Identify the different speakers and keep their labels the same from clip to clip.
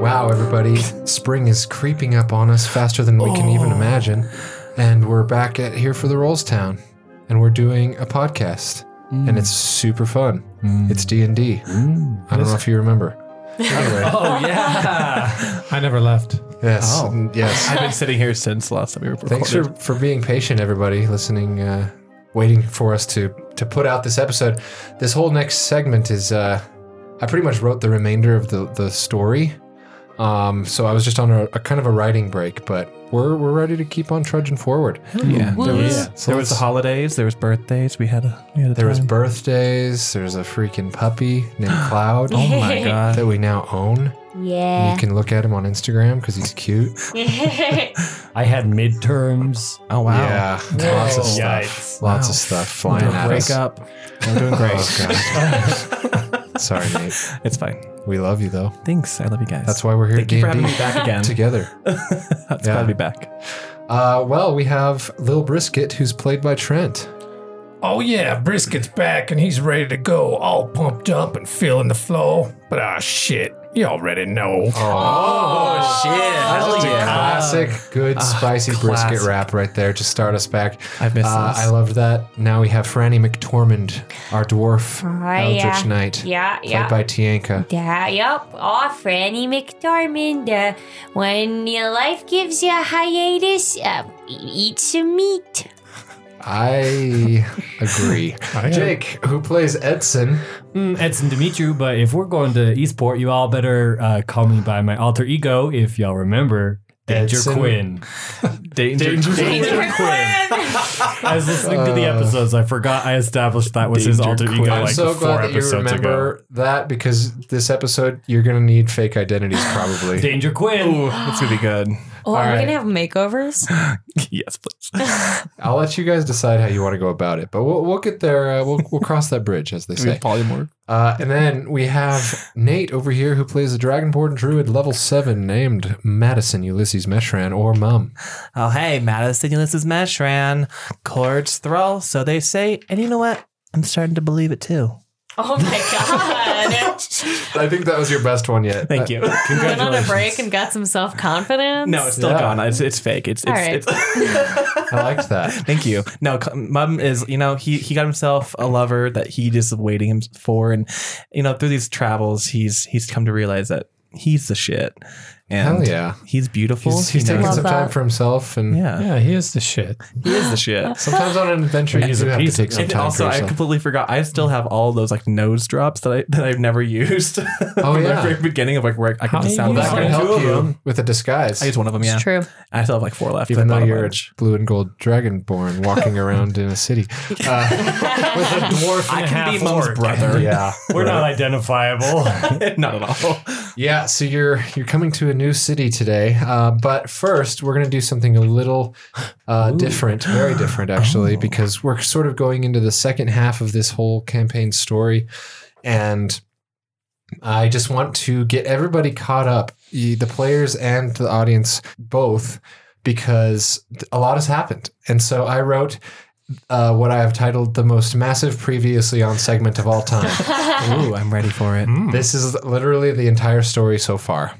Speaker 1: Wow, everybody. Spring is creeping up on us faster than we can even imagine. And we're back at here for the Rolls Town. And we're doing a podcast. And it's super fun. It's D&D. I don't know if you remember. Anyway,
Speaker 2: Oh yeah.
Speaker 3: I never left.
Speaker 1: yes. Yes.
Speaker 2: I've been sitting here since last time we recorded.
Speaker 1: Thanks for, for being patient, everybody, listening, uh, waiting for us to, to put out this episode. This whole next segment is, uh, I pretty much wrote the remainder of the, the story. Um, so I was just on a, a kind of a writing break, but we're, we're ready to keep on trudging forward.
Speaker 2: yeah.
Speaker 4: Woo.
Speaker 2: There was,
Speaker 1: So
Speaker 2: there was the
Speaker 1: let's-
Speaker 2: holidays. There was birthdays. We had a. We had a
Speaker 1: There was
Speaker 2: time.
Speaker 1: birthdays. There's a freaking puppy named Cloud
Speaker 2: Oh my god.
Speaker 1: that we now own.
Speaker 4: Yeah.
Speaker 1: You can look at him on Instagram because he's cute.
Speaker 5: I had midterms.
Speaker 2: Oh wow.
Speaker 1: Yeah, lots of
Speaker 5: Whoa.
Speaker 1: stuff.
Speaker 5: Yikes.
Speaker 1: Lots
Speaker 2: Wow.
Speaker 1: of stuff flying at
Speaker 2: break
Speaker 1: us.
Speaker 2: up. We're doing great.
Speaker 1: Oh, God. Sorry, Nate.
Speaker 2: It's fine.
Speaker 1: We love you though.
Speaker 2: Thanks. I love you guys.
Speaker 1: That's why we're here
Speaker 2: Thank
Speaker 1: at
Speaker 2: you for having me
Speaker 1: D&D
Speaker 2: back again.
Speaker 1: together.
Speaker 2: That's
Speaker 1: Yeah.
Speaker 2: glad to be back.
Speaker 1: Uh, well, we have Lil Brisket, who's played by Trent.
Speaker 3: Oh yeah, Brisket's back and he's ready to go, all pumped up and feeling the flow. But ah shit, you already know.
Speaker 5: Oh, shit. Hell
Speaker 1: That's a
Speaker 5: yeah.
Speaker 1: classic, good, spicy brisket
Speaker 2: Ah, classic.
Speaker 1: wrap right there to start us back.
Speaker 2: I've missed
Speaker 1: uh,
Speaker 2: this.
Speaker 1: I loved that. Now we have Franny McTormand, our dwarf
Speaker 5: Ah,
Speaker 1: Eldritch
Speaker 4: yeah.
Speaker 1: Knight,
Speaker 4: Yeah,
Speaker 1: played
Speaker 4: yeah.
Speaker 1: by Tianka.
Speaker 4: Yeah, yep. Oh, Franny McDormand. Uh, when your life gives you a hiatus, uh, eat some meat.
Speaker 1: I agree.
Speaker 3: I-
Speaker 1: Jake, who plays Edson,
Speaker 5: Mm, Edson Dimitri, but if we're going to Eastport, you all better uh, call me by my alter ego if y'all remember. Danger
Speaker 1: Edson.
Speaker 5: Quinn.
Speaker 2: Danger.
Speaker 5: Danger Quinn. I was listening to the episodes. I forgot I established that was his
Speaker 2: Danger
Speaker 5: alter
Speaker 2: Quinn.
Speaker 5: ego
Speaker 2: I'm
Speaker 5: like
Speaker 1: I'm so
Speaker 5: four
Speaker 1: glad that you
Speaker 5: episodes
Speaker 1: remember
Speaker 5: ago.
Speaker 1: that because this episode you're gonna need fake identities probably.
Speaker 5: Danger Quinn.
Speaker 2: That's gonna be good.
Speaker 4: Oh,
Speaker 1: All
Speaker 4: are
Speaker 1: right.
Speaker 4: we gonna have makeovers?
Speaker 2: yes, please.
Speaker 1: I'll let you guys decide how you want to go about it, but we'll, we'll get there. Uh, we'll, we'll cross that bridge, as they
Speaker 2: We
Speaker 1: say.
Speaker 2: have polymorph.
Speaker 1: Uh, and then we have Nate over here who plays a Dragonborn Druid level 7 named Madison Ulysses Meshran or Mum.
Speaker 2: Oh, hey, Madison Ulysses Meshran, chords thrall, so they say. And you know what? I'm starting to believe it too.
Speaker 4: Oh my god.
Speaker 1: I think that was your best one yet.
Speaker 2: Thank you.
Speaker 4: Went on a break and got some self confidence.
Speaker 2: No, it's still
Speaker 1: Yeah.
Speaker 2: gone. It's, it's fake. It's, it's,
Speaker 4: All right.
Speaker 2: it's
Speaker 1: I liked that.
Speaker 2: Thank you. No, c- Mum is, you know, he he got himself a lover that he just waiting him for, and you know, through these travels, he's he's come to realize that he's the shit, and
Speaker 1: Hell yeah.
Speaker 2: he's beautiful.
Speaker 1: He's, he's
Speaker 2: He
Speaker 1: taking
Speaker 2: knows-
Speaker 1: some
Speaker 4: Love
Speaker 1: time
Speaker 4: that.
Speaker 1: for himself, and
Speaker 2: yeah,
Speaker 3: Yeah, he is the shit.
Speaker 2: he is the shit.
Speaker 1: sometimes on an adventure you
Speaker 3: He's
Speaker 1: do
Speaker 3: a
Speaker 1: have to
Speaker 3: piece of
Speaker 1: take some
Speaker 2: And
Speaker 1: time
Speaker 2: also,
Speaker 1: for
Speaker 2: I
Speaker 1: yourself.
Speaker 2: completely forgot. I still have all those like nose drops that I that I've never used. Oh
Speaker 1: yeah.
Speaker 2: the very beginning of like where I
Speaker 3: How
Speaker 2: can just
Speaker 3: do
Speaker 2: sound
Speaker 3: you
Speaker 1: that
Speaker 3: use
Speaker 2: like
Speaker 1: could
Speaker 3: Two
Speaker 1: help
Speaker 3: of
Speaker 1: you
Speaker 3: them.
Speaker 1: with a disguise.
Speaker 2: I used one of them. Yeah,
Speaker 4: It's true.
Speaker 2: I still have like four left.
Speaker 1: even
Speaker 2: I
Speaker 1: though
Speaker 2: bought a
Speaker 1: you're a
Speaker 2: bunch.
Speaker 1: blue and gold dragonborn walking around in a city uh, with a dwarf.
Speaker 2: I can be
Speaker 5: half
Speaker 2: mom's
Speaker 5: orc.
Speaker 2: brother.
Speaker 1: Yeah,
Speaker 5: We're not identifiable.
Speaker 2: not at all.
Speaker 1: yeah. So you're you're coming to a new city today, uh, but first we're gonna do something a little uh, different, very different actually, because we're sort of going into the second half of this whole campaign story, and I just want to get everybody caught up, y- the players and the audience both, because a lot has happened. And so I wrote uh, what I have titled the most massive previously on segment of all time.
Speaker 2: Ooh, I'm ready for it.
Speaker 1: this is literally the entire story so far.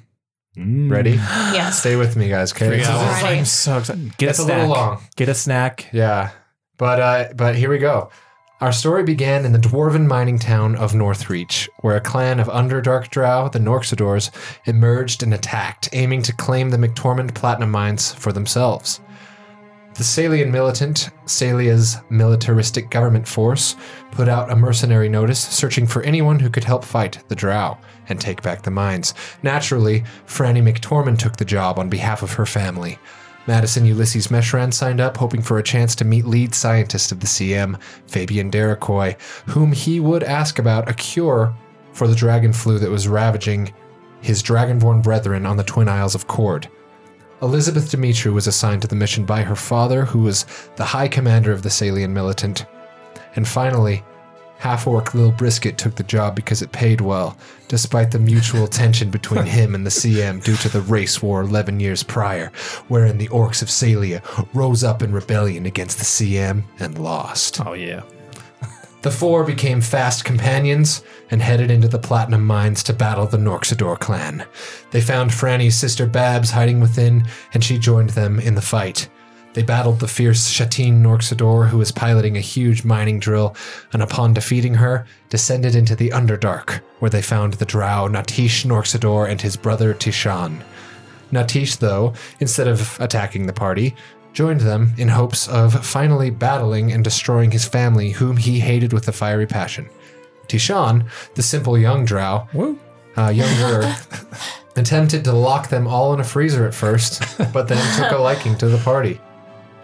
Speaker 1: Ready?
Speaker 4: Yes.
Speaker 1: Stay with me, guys. Okay, This is-
Speaker 4: hours. Alright.
Speaker 2: I'm so excited. Get
Speaker 1: It's
Speaker 2: a
Speaker 1: a little
Speaker 2: snack.
Speaker 1: long.
Speaker 2: Get a snack.
Speaker 1: yeah, but uh, but here we go. Our story began in the dwarven mining town of Northreach, where a clan of Underdark Drow, the Norxadors, emerged and attacked, aiming to claim the McTormand platinum mines for themselves. The Salian militant, Salia's militaristic government force, put out a mercenary notice searching for anyone who could help fight the Drow and take back the mines. Naturally, Franny McTormand took the job on behalf of her family. Madison Ulysses Meshran signed up, hoping for a chance to meet lead scientist of the CM, Fabian Deracoy, whom he would ask about a cure for the dragon flu that was ravaging his dragonborn brethren on the Twin Isles of Kord. Elizabeth Dimitri was assigned to the mission by her father, who was the high commander of the Salian militant. And finally, half orc Lil Brisket took the job because it paid well, despite the mutual tension between him and the CM due to the race war 11 years prior, wherein the orcs of Salia rose up in rebellion against the CM and lost.
Speaker 3: Oh yeah.
Speaker 1: The four became fast companions and headed into the platinum mines to battle the Norxidor clan. They found Franny's sister Babs hiding within, and she joined them in the fight. They battled the fierce Shatin Norxidor, who was piloting a huge mining drill, and upon defeating her, descended into the Underdark, where they found the drow Natish Norxidor and his brother Tishan. Natish, though, instead of attacking the party, joined them in hopes of finally battling and destroying his family, whom he hated with a fiery passion. Tishan, the simple young drow, uh, younger, attempted to lock them all in a freezer at first, but then took a liking to the party.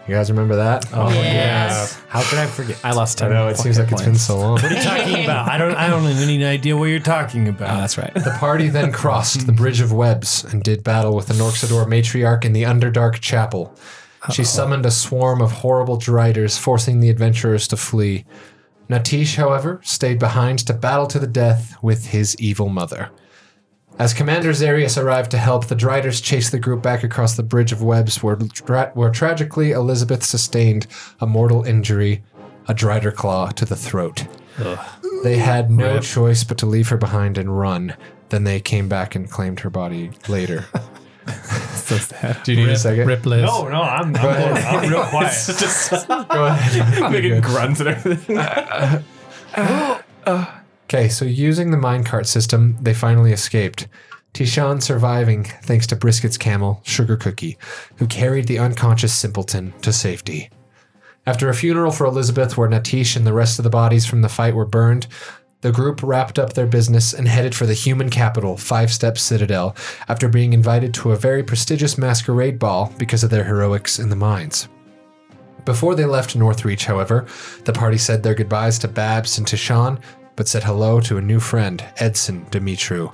Speaker 1: You guys remember that? Oh,
Speaker 4: Yes.
Speaker 5: How could I forget?
Speaker 2: I lost
Speaker 1: I
Speaker 2: ten.
Speaker 1: know, it seems like it's been so long.
Speaker 5: What are you talking about? I don't. I don't have any idea what you're talking about.
Speaker 2: That's right.
Speaker 1: The party then crossed the Bridge of Webs and did battle with the Norxidor matriarch in the Underdark Chapel. She summoned a swarm of horrible Driders, forcing the adventurers to flee. Natish, however, stayed behind to battle to the death with his evil mother. As Commander Zarius arrived to help, the Driders chased the group back across the Bridge of Webs, where, tra- where tragically Elizabeth sustained a mortal injury, a Drider claw to the throat. They had no choice but to leave her behind and run. Then they came back and claimed her body later.
Speaker 2: so sad.
Speaker 1: Do you need a second?
Speaker 3: Rip Liz.
Speaker 5: No, no, I'm, I'm,
Speaker 1: ahead.
Speaker 5: going- I'm real quiet.
Speaker 1: Go ahead.
Speaker 2: Making grunts and everything.
Speaker 1: Okay, so using the minecart system, they finally escaped. Tishan surviving thanks to Brisket's camel, Sugar Cookie, who carried the unconscious simpleton to safety. After a funeral for Elizabeth, where Natish and the rest of the bodies from the fight were burned, the group wrapped up their business and headed for the human capital, Five Step Citadel, after being invited to a very prestigious masquerade ball because of their heroics in the mines. Before they left Northreach, however, the party said their goodbyes to Babs and to Sean, but said hello to a new friend, Edson Dimitru.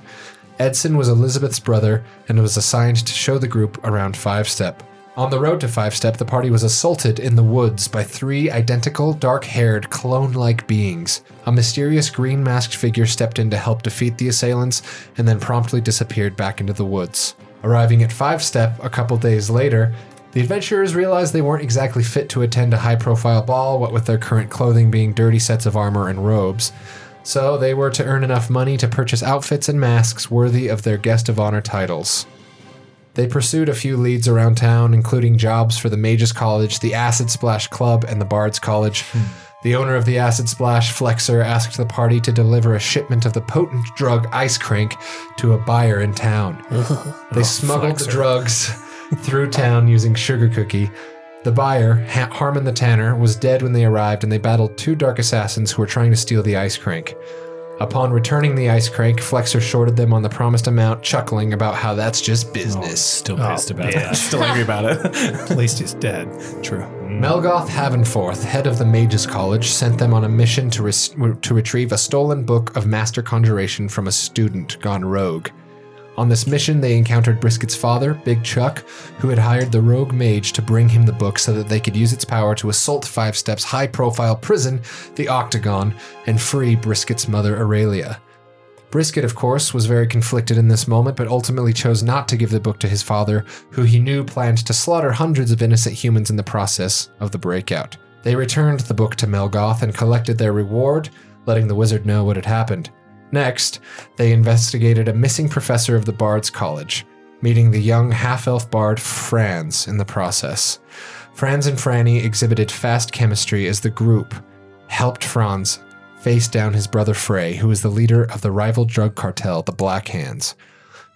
Speaker 1: Edson was Elizabeth's brother and was assigned to show the group around Five Step. On the road to Five Step, the party was assaulted in the woods by three identical, dark haired, clone like beings. A mysterious green masked figure stepped in to help defeat the assailants and then promptly disappeared back into the woods. Arriving at Five Step a couple days later, the adventurers realized they weren't exactly fit to attend a high profile ball, what with their current clothing being dirty sets of armor and robes. So they were to earn enough money to purchase outfits and masks worthy of their guest of honor titles. They pursued a few leads around town, including jobs for the Mages College, the Acid Splash Club, and the Bards College. The owner of the Acid Splash, Flexer, asked the party to deliver a shipment of the potent drug Ice Crank to a buyer in town. They smuggled the drugs through town using Sugar Cookie. The buyer, ha- Harmon the Tanner, was dead when they arrived, and they battled two dark assassins who were trying to steal the Ice Crank. Upon returning the ice crank, Flexer shorted them on the promised amount, chuckling about how that's just business.
Speaker 5: Still pissed about
Speaker 3: yeah.
Speaker 5: that.
Speaker 2: Still angry about it.
Speaker 3: At least he's dead.
Speaker 2: True.
Speaker 1: Melgoth Havenforth, head of the Mages College, sent them on a mission to, res- to retrieve a stolen book of Master Conjuration from a student gone rogue. On this mission, they encountered Brisket's father, Big Chuck, who had hired the rogue mage to bring him the book so that they could use its power to assault Five Step's high profile prison, the Octagon, and free Brisket's mother, Aurelia. Brisket, of course, was very conflicted in this moment, but ultimately chose not to give the book to his father, who he knew planned to slaughter hundreds of innocent humans in the process of the breakout. They returned the book to Melgoth and collected their reward, letting the wizard know what had happened. Next, they investigated a missing professor of the Bard's College, meeting the young half elf bard Franz in the process. Franz and Franny exhibited fast chemistry as the group helped Franz face down his brother Frey, who was the leader of the rival drug cartel, the Black Hands.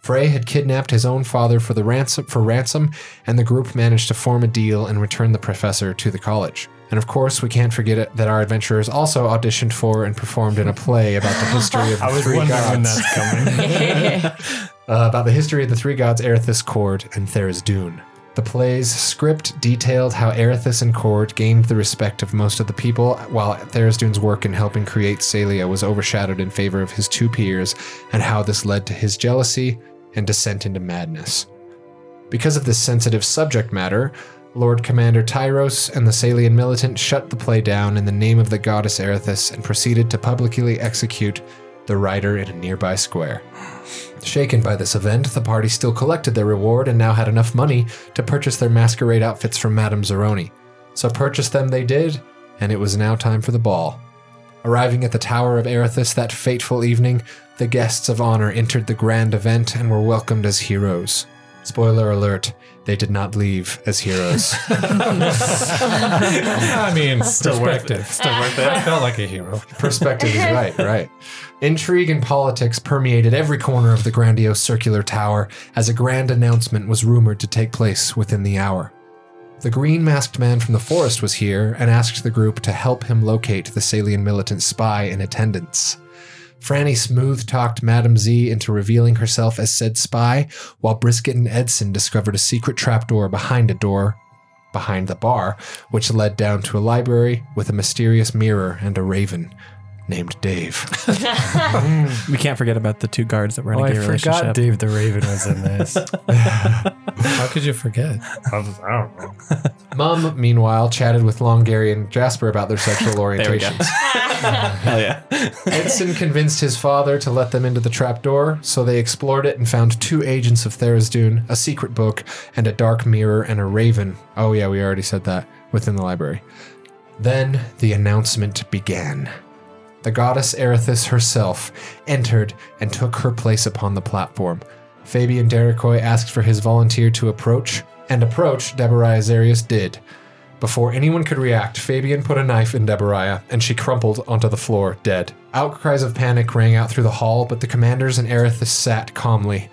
Speaker 1: Frey had kidnapped his own father for the ransom for ransom, and the group managed to form a deal and return the professor to the college. And of course, we can't forget it, that our adventurers also auditioned for and performed in a play about the history of the
Speaker 5: I was
Speaker 1: three
Speaker 5: wondering when
Speaker 1: gods.
Speaker 5: that's coming.
Speaker 1: Uh, about the history of the three gods Erithus, Kord, and Theras Dune. The play's script detailed how Erithus and Kord gained the respect of most of the people, while Theras Dune's work in helping create Celia was overshadowed in favor of his two peers, and how this led to his jealousy and descent into madness. Because of this sensitive subject matter, Lord Commander Tyros and the Salian militant shut the play down in the name of the goddess Erithus and proceeded to publicly execute the writer in a nearby square. Shaken by this event, the party still collected their reward and now had enough money to purchase their masquerade outfits from Madame Zeroni. So purchase them they did, and it was now time for the ball. Arriving at the Tower of Erithus that fateful evening, the guests of honor entered the grand event and were welcomed as heroes. Spoiler alert, they did not leave as heroes.
Speaker 3: I mean,
Speaker 2: Still worth it.
Speaker 3: perspective.
Speaker 2: Still worth it.
Speaker 3: I felt like a hero.
Speaker 1: Perspective is right, right. Intrigue and politics permeated every corner of the grandiose circular tower as a grand announcement was rumored to take place within the hour. The green masked man from the forest was here and asked the group to help him locate the Salian militant spy in attendance. Franny smooth talked Madam Z into revealing herself as said spy, while Brisket and Edson discovered a secret trapdoor behind a door behind the bar, which led down to a library with a mysterious mirror and a raven named Dave.
Speaker 2: We can't forget about the two guards that were in
Speaker 5: Oh,
Speaker 2: a
Speaker 5: I
Speaker 2: gay
Speaker 5: forgot
Speaker 2: relationship.
Speaker 5: Dave the Raven was in this.
Speaker 3: How could you forget? I, was, I don't know.
Speaker 1: Mum, meanwhile, chatted with Long Gary and Jasper about their sexual
Speaker 2: There we go.
Speaker 1: orientations.
Speaker 2: Hell yeah.
Speaker 1: Edson convinced his father to let them into the trapdoor, so they explored it and found two agents of Therisdune, a secret book, and a dark mirror and a raven. Oh, yeah, we already said that within the library. Then the announcement began. The goddess Erithis herself entered and took her place upon the platform. Fabian Derekoy asked for his volunteer to approach, and approach Deborah Azarius did. Before anyone could react, Fabian put a knife in Deborah, and she crumpled onto the floor, dead. Outcries of panic rang out through the hall, but the commanders and Aerithus sat calmly.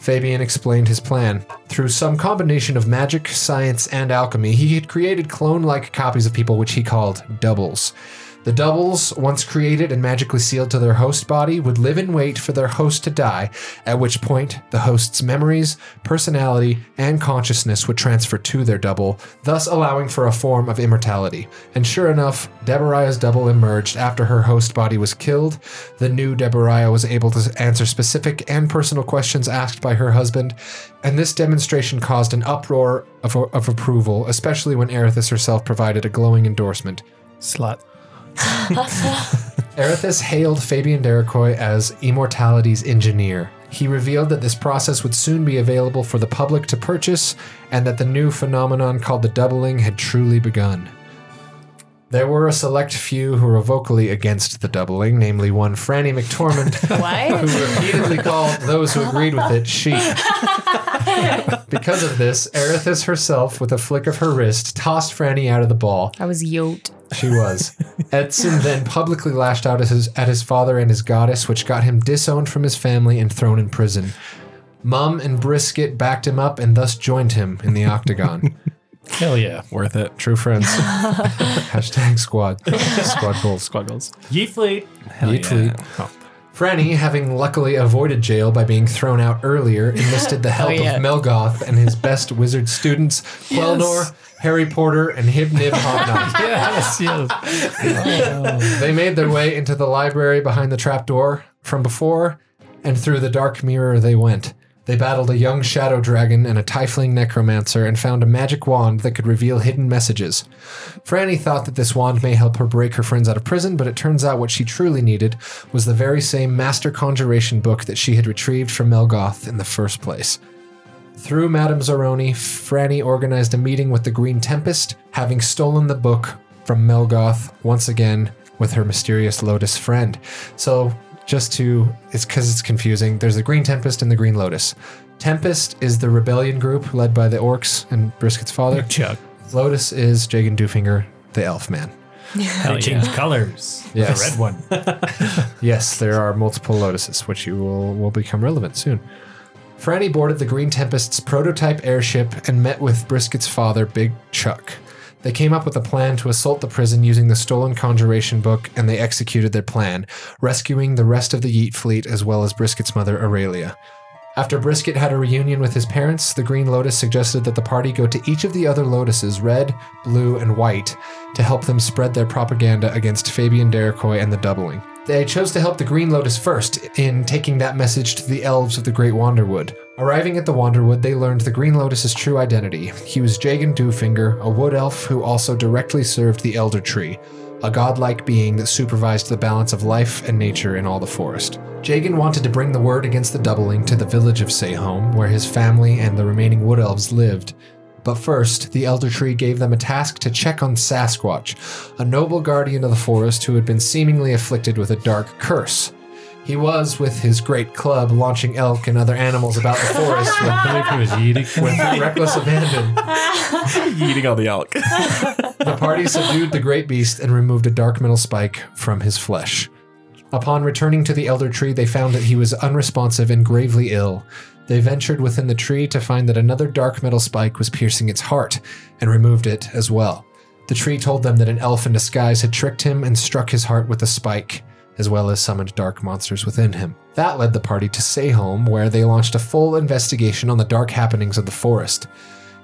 Speaker 1: Fabian explained his plan. Through some combination of magic, science, and alchemy, he had created clone like copies of people which he called doubles. The doubles, once created and magically sealed to their host body, would live in wait for their host to die, at which point the host's memories, personality, and consciousness would transfer to their double, thus allowing for a form of immortality. And sure enough, Deborah's double emerged after her host body was killed. The new Deborah was able to answer specific and personal questions asked by her husband, and this demonstration caused an uproar of, of approval, especially when Erithis herself provided a glowing endorsement.
Speaker 3: Slut.
Speaker 1: Erithus hailed Fabian Derekoy as immortality's engineer. He revealed that this process would soon be available for the public to purchase, and that the new phenomenon called the doubling had truly begun. There were a select few who were vocally against the doubling, namely one Franny McTormand,
Speaker 4: what?
Speaker 1: who repeatedly called those who agreed with it sheep. because of this, Erithus herself, with a flick of her wrist, tossed Franny out of the ball,
Speaker 4: I was yoked.
Speaker 1: she was. Edson then publicly lashed out at his, at his father and his goddess, which got him disowned from his family and thrown in prison. Mum and Brisket backed him up and thus joined him in the octagon.
Speaker 3: Hell yeah.
Speaker 2: Worth it.
Speaker 1: True friends. Hashtag squad. Squad goals.
Speaker 2: Squuggles.
Speaker 5: Yeefly.
Speaker 1: Yeet fleet. Franny, having luckily avoided jail by being thrown out earlier, enlisted the help
Speaker 4: yeah.
Speaker 1: of Melgoth and his best wizard students, Quelnor, Harry Porter, and Hibnib Hobnob.
Speaker 3: Yes, yes.
Speaker 1: They made their way into the library behind the trapdoor from before, and through the dark mirror they went. They battled a young shadow dragon and a tiefling necromancer and found a magic wand that could reveal hidden messages. Franny thought that this wand may help her break her friends out of prison, but it turns out what she truly needed was the very same master conjuration book that she had retrieved from Melgoth in the first place. Through Madame Zoroni, Franny organized a meeting with the Green Tempest, having stolen the book from Melgoth once again with her mysterious Lotus friend. So, just to, it's because it's confusing, there's the Green Tempest and the Green Lotus. Tempest is the rebellion group led by the orcs and Brisket's father.
Speaker 3: Chuck.
Speaker 1: Lotus is Jagan Doofinger, the elf man.
Speaker 5: They changed colors.
Speaker 1: Yes.
Speaker 5: The red one.
Speaker 1: Yes, there are multiple lotuses, which you will, will become relevant soon. Franny boarded the Green Tempest's prototype airship and met with Brisket's father, Big Chuck. They came up with a plan to assault the prison using the stolen conjuration book, and they executed their plan, rescuing the rest of the Yeet fleet as well as Brisket's mother, Aurelia. After Brisket had a reunion with his parents, the Green Lotus suggested that the party go to each of the other lotuses, red, blue, and white, to help them spread their propaganda against Fabian Derekoy and the Doubling. They chose to help the Green Lotus first in taking that message to the elves of the Great Wanderwood. Arriving at the Wanderwood, they learned the Green Lotus's true identity. He was Jagan Doofinger, a wood elf who also directly served the Elder Tree a godlike being that supervised the balance of life and nature in all the forest. Jagan wanted to bring the word against the doubling to the village of Sehome, where his family and the remaining wood elves lived, But first, the Elder Tree gave them a task to check on Sasquatch, a noble guardian of the forest who had been seemingly afflicted with a dark curse. He was, with his great club, launching elk and other animals about the forest with,
Speaker 5: I believe he was eating.
Speaker 1: with reckless abandon.
Speaker 2: Eating all the elk.
Speaker 1: The party subdued the great beast and removed a dark metal spike from his flesh. Upon returning to the elder tree, they found that he was unresponsive and gravely ill. They ventured within the tree to find that another dark metal spike was piercing its heart and removed it as well. The tree told them that an elf in disguise had tricked him and struck his heart with a spike, as well as summoned dark monsters within him. That led the party to Sayholm, where they launched a full investigation on the dark happenings of the forest.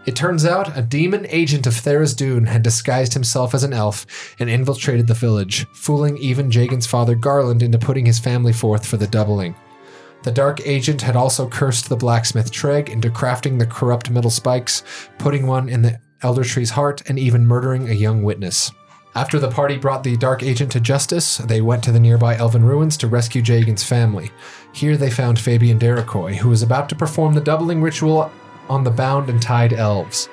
Speaker 1: It turns out a demon agent of Thera's Dune had disguised himself as an elf and infiltrated the village, fooling even Jagan's father Garland into putting his family forth for the doubling. The dark agent had also cursed the blacksmith Treg into crafting the corrupt metal spikes, putting one in the elder tree's heart, and even murdering a young witness. After the party brought the dark agent to justice, they went to the nearby elven ruins to rescue Jagan's family. Here they found Fabian Derekoy, who was about to perform the doubling ritual on the bound and tied elves.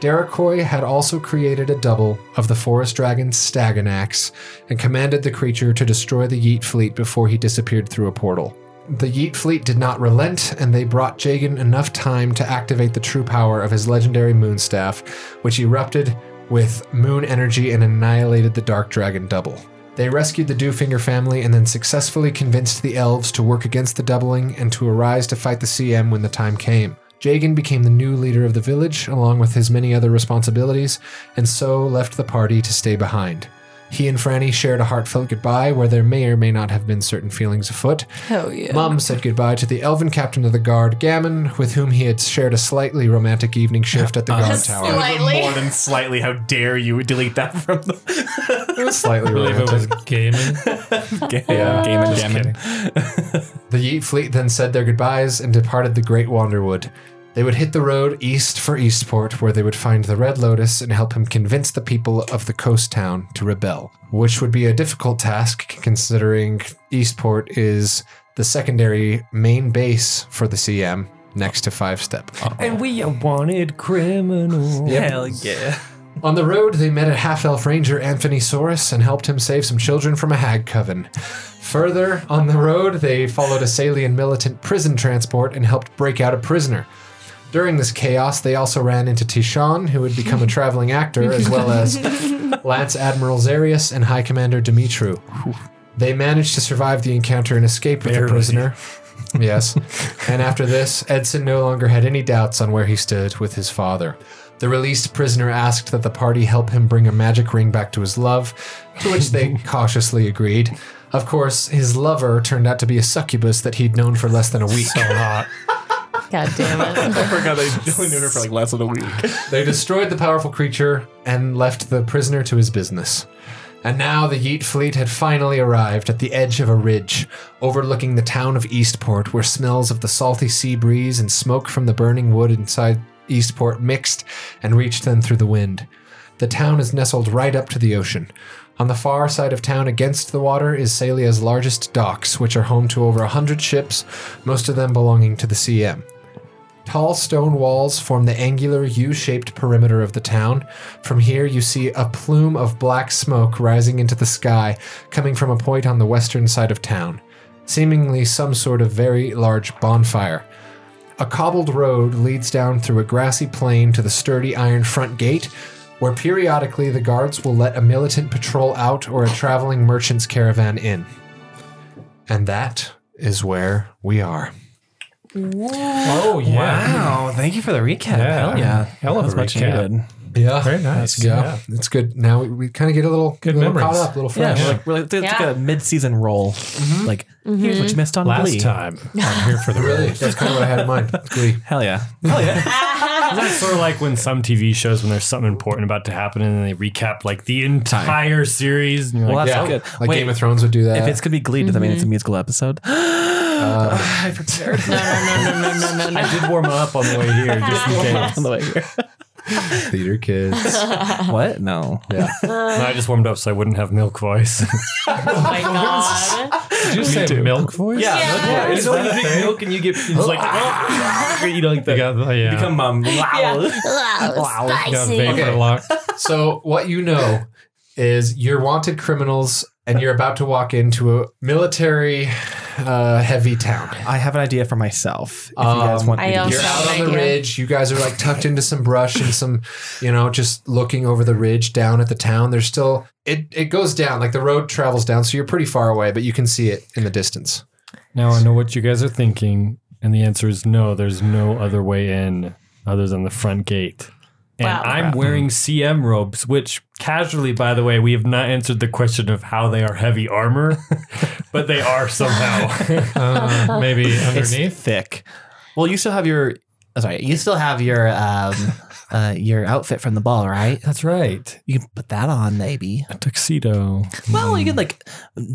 Speaker 1: Derekoy had also created a double of the forest dragon's Staganax and commanded the creature to destroy the Yeet fleet before he disappeared through a portal. The Yeet fleet did not relent, and they brought Jagan enough time to activate the true power of his legendary moonstaff, which erupted with moon energy and annihilated the dark dragon double. They rescued the Dewfinger family and then successfully convinced the elves to work against the doubling and to arise to fight the CM when the time came. Jagan became the new leader of the village, along with his many other responsibilities, and so left the party to stay behind. He and Franny shared a heartfelt goodbye where there may or may not have been certain feelings afoot.
Speaker 6: Hell yeah.
Speaker 1: Mum said goodbye to the elven captain of the guard, Gammon, with whom he had shared a slightly romantic evening shift at the guard tower.
Speaker 6: Slightly.
Speaker 2: More than slightly. How dare you delete that from the
Speaker 1: Slightly romantic.
Speaker 5: it was gaming.
Speaker 2: game? game and uh, gammon.
Speaker 1: The Yeet fleet then said their goodbyes and departed the Great Wanderwood. They would hit the road east for Eastport, where they would find the Red Lotus and help him convince the people of the coast town to rebel, which would be a difficult task considering Eastport is the secondary main base for the CM next to Five Step.
Speaker 5: and we a wanted criminal.
Speaker 2: Hell yeah.
Speaker 1: On the road, they met a half elf ranger, Anthony Soros, and helped him save some children from a hag coven. Further on the road, they followed a Salian militant prison transport and helped break out a prisoner. During this chaos, they also ran into Tishan, who had become a traveling actor, as well as Lance Admiral Zarius and High Commander Dimitru. They managed to survive the encounter and escape with the
Speaker 5: Barely.
Speaker 1: prisoner. Yes. and after this, Edson no longer had any doubts on where he stood with his father. The released prisoner asked that the party help him bring a magic ring back to his love, to which they cautiously agreed. Of course, his lover turned out to be a succubus that he'd known for less than a week.
Speaker 6: God damn it.
Speaker 2: I forgot they only knew her for like less than a week.
Speaker 1: They destroyed the powerful creature and left the prisoner to his business. And now the Yeet fleet had finally arrived at the edge of a ridge, overlooking the town of Eastport, where smells of the salty sea breeze and smoke from the burning wood inside Eastport mixed and reached them through the wind. The town is nestled right up to the ocean. On the far side of town, against the water, is Salia's largest docks, which are home to over a 100 ships, most of them belonging to the CM. Tall stone walls form the angular U shaped perimeter of the town. From here, you see a plume of black smoke rising into the sky, coming from a point on the western side of town, seemingly some sort of very large bonfire. A cobbled road leads down through a grassy plain to the sturdy iron front gate, where periodically the guards will let a militant patrol out or a traveling merchant's caravan in. And that is where we are.
Speaker 5: Oh yeah.
Speaker 2: Wow. Thank you for the recap.
Speaker 5: Yeah.
Speaker 2: Hell yeah.
Speaker 5: Hell of
Speaker 2: That was
Speaker 5: a
Speaker 2: much
Speaker 5: recap.
Speaker 2: needed.
Speaker 1: Yeah.
Speaker 5: Very
Speaker 1: Let's
Speaker 5: nice.
Speaker 1: go. It's good. Now we, we kind of get a little,
Speaker 5: Good
Speaker 1: little
Speaker 5: memories.
Speaker 1: caught up, a little
Speaker 2: Yeah,
Speaker 1: fresh.
Speaker 2: we're like, we're like, it's
Speaker 6: Yeah. Mm-hmm.
Speaker 2: like a mid-season roll. Like, here's what you missed on
Speaker 5: Last
Speaker 2: Glee.
Speaker 5: time. I'm here for the
Speaker 1: Really,
Speaker 5: really.
Speaker 1: that's kind of what I had in mind. It's Glee.
Speaker 2: Hell yeah. Hell yeah.
Speaker 5: That's sort of like when some TV shows, when there's something important about to happen, and then they recap like the entire series, and you're
Speaker 2: Well,
Speaker 5: like,
Speaker 2: that's
Speaker 1: Yeah,
Speaker 2: good.
Speaker 1: like
Speaker 2: Wait,
Speaker 1: Game of Thrones would do that.
Speaker 2: if it's gonna be Glee, does that mean
Speaker 6: Mm-hmm.
Speaker 2: it's a musical episode? I prepared.
Speaker 6: No, no, no, no, no, no, no.
Speaker 5: I did warm up on the way here just in
Speaker 2: on
Speaker 5: case.
Speaker 2: the way here.
Speaker 1: Theater kids.
Speaker 2: what? No.
Speaker 1: Yeah.
Speaker 5: And I just warmed up so I wouldn't have milk voice.
Speaker 6: Oh my god.
Speaker 1: Did you say milk voice?
Speaker 2: Yeah.
Speaker 4: Yeah.
Speaker 2: It's like you drink milk and you get it's like oh, you know like the,
Speaker 5: You got the- yeah.
Speaker 2: become um wow.
Speaker 4: wow,
Speaker 5: You got
Speaker 4: spicy.
Speaker 5: vapor
Speaker 1: Okay.
Speaker 5: locked.
Speaker 1: So what you know is you're wanted criminals, and you're about to walk into a military uh, heavy town.
Speaker 2: I have an idea for myself. If you guys
Speaker 1: Um,
Speaker 2: want me
Speaker 6: I
Speaker 2: to do
Speaker 6: also-
Speaker 1: You're
Speaker 2: it.
Speaker 1: out on
Speaker 6: Sounds
Speaker 1: the
Speaker 6: like it.
Speaker 1: ridge. You guys are like tucked into some brush and some, you know, just looking over the ridge down at the town. There's still it. It goes down like the road travels down, so you're pretty far away, but you can see it in the distance.
Speaker 5: Now I know what you guys are thinking, and the answer is no. There's no other way in other than the front gate. And
Speaker 6: Wow.
Speaker 5: I'm wearing CM robes, which casually, by the way, we have not answered the question of how they are heavy armor, but they are somehow.
Speaker 1: Uh,
Speaker 5: Maybe
Speaker 2: It's
Speaker 5: underneath.
Speaker 2: thick. Well, you still have your oh, sorry, you still have your um uh your outfit from the ball, right?
Speaker 5: That's right.
Speaker 2: You can put that on maybe.
Speaker 5: A tuxedo.
Speaker 2: Well, you can like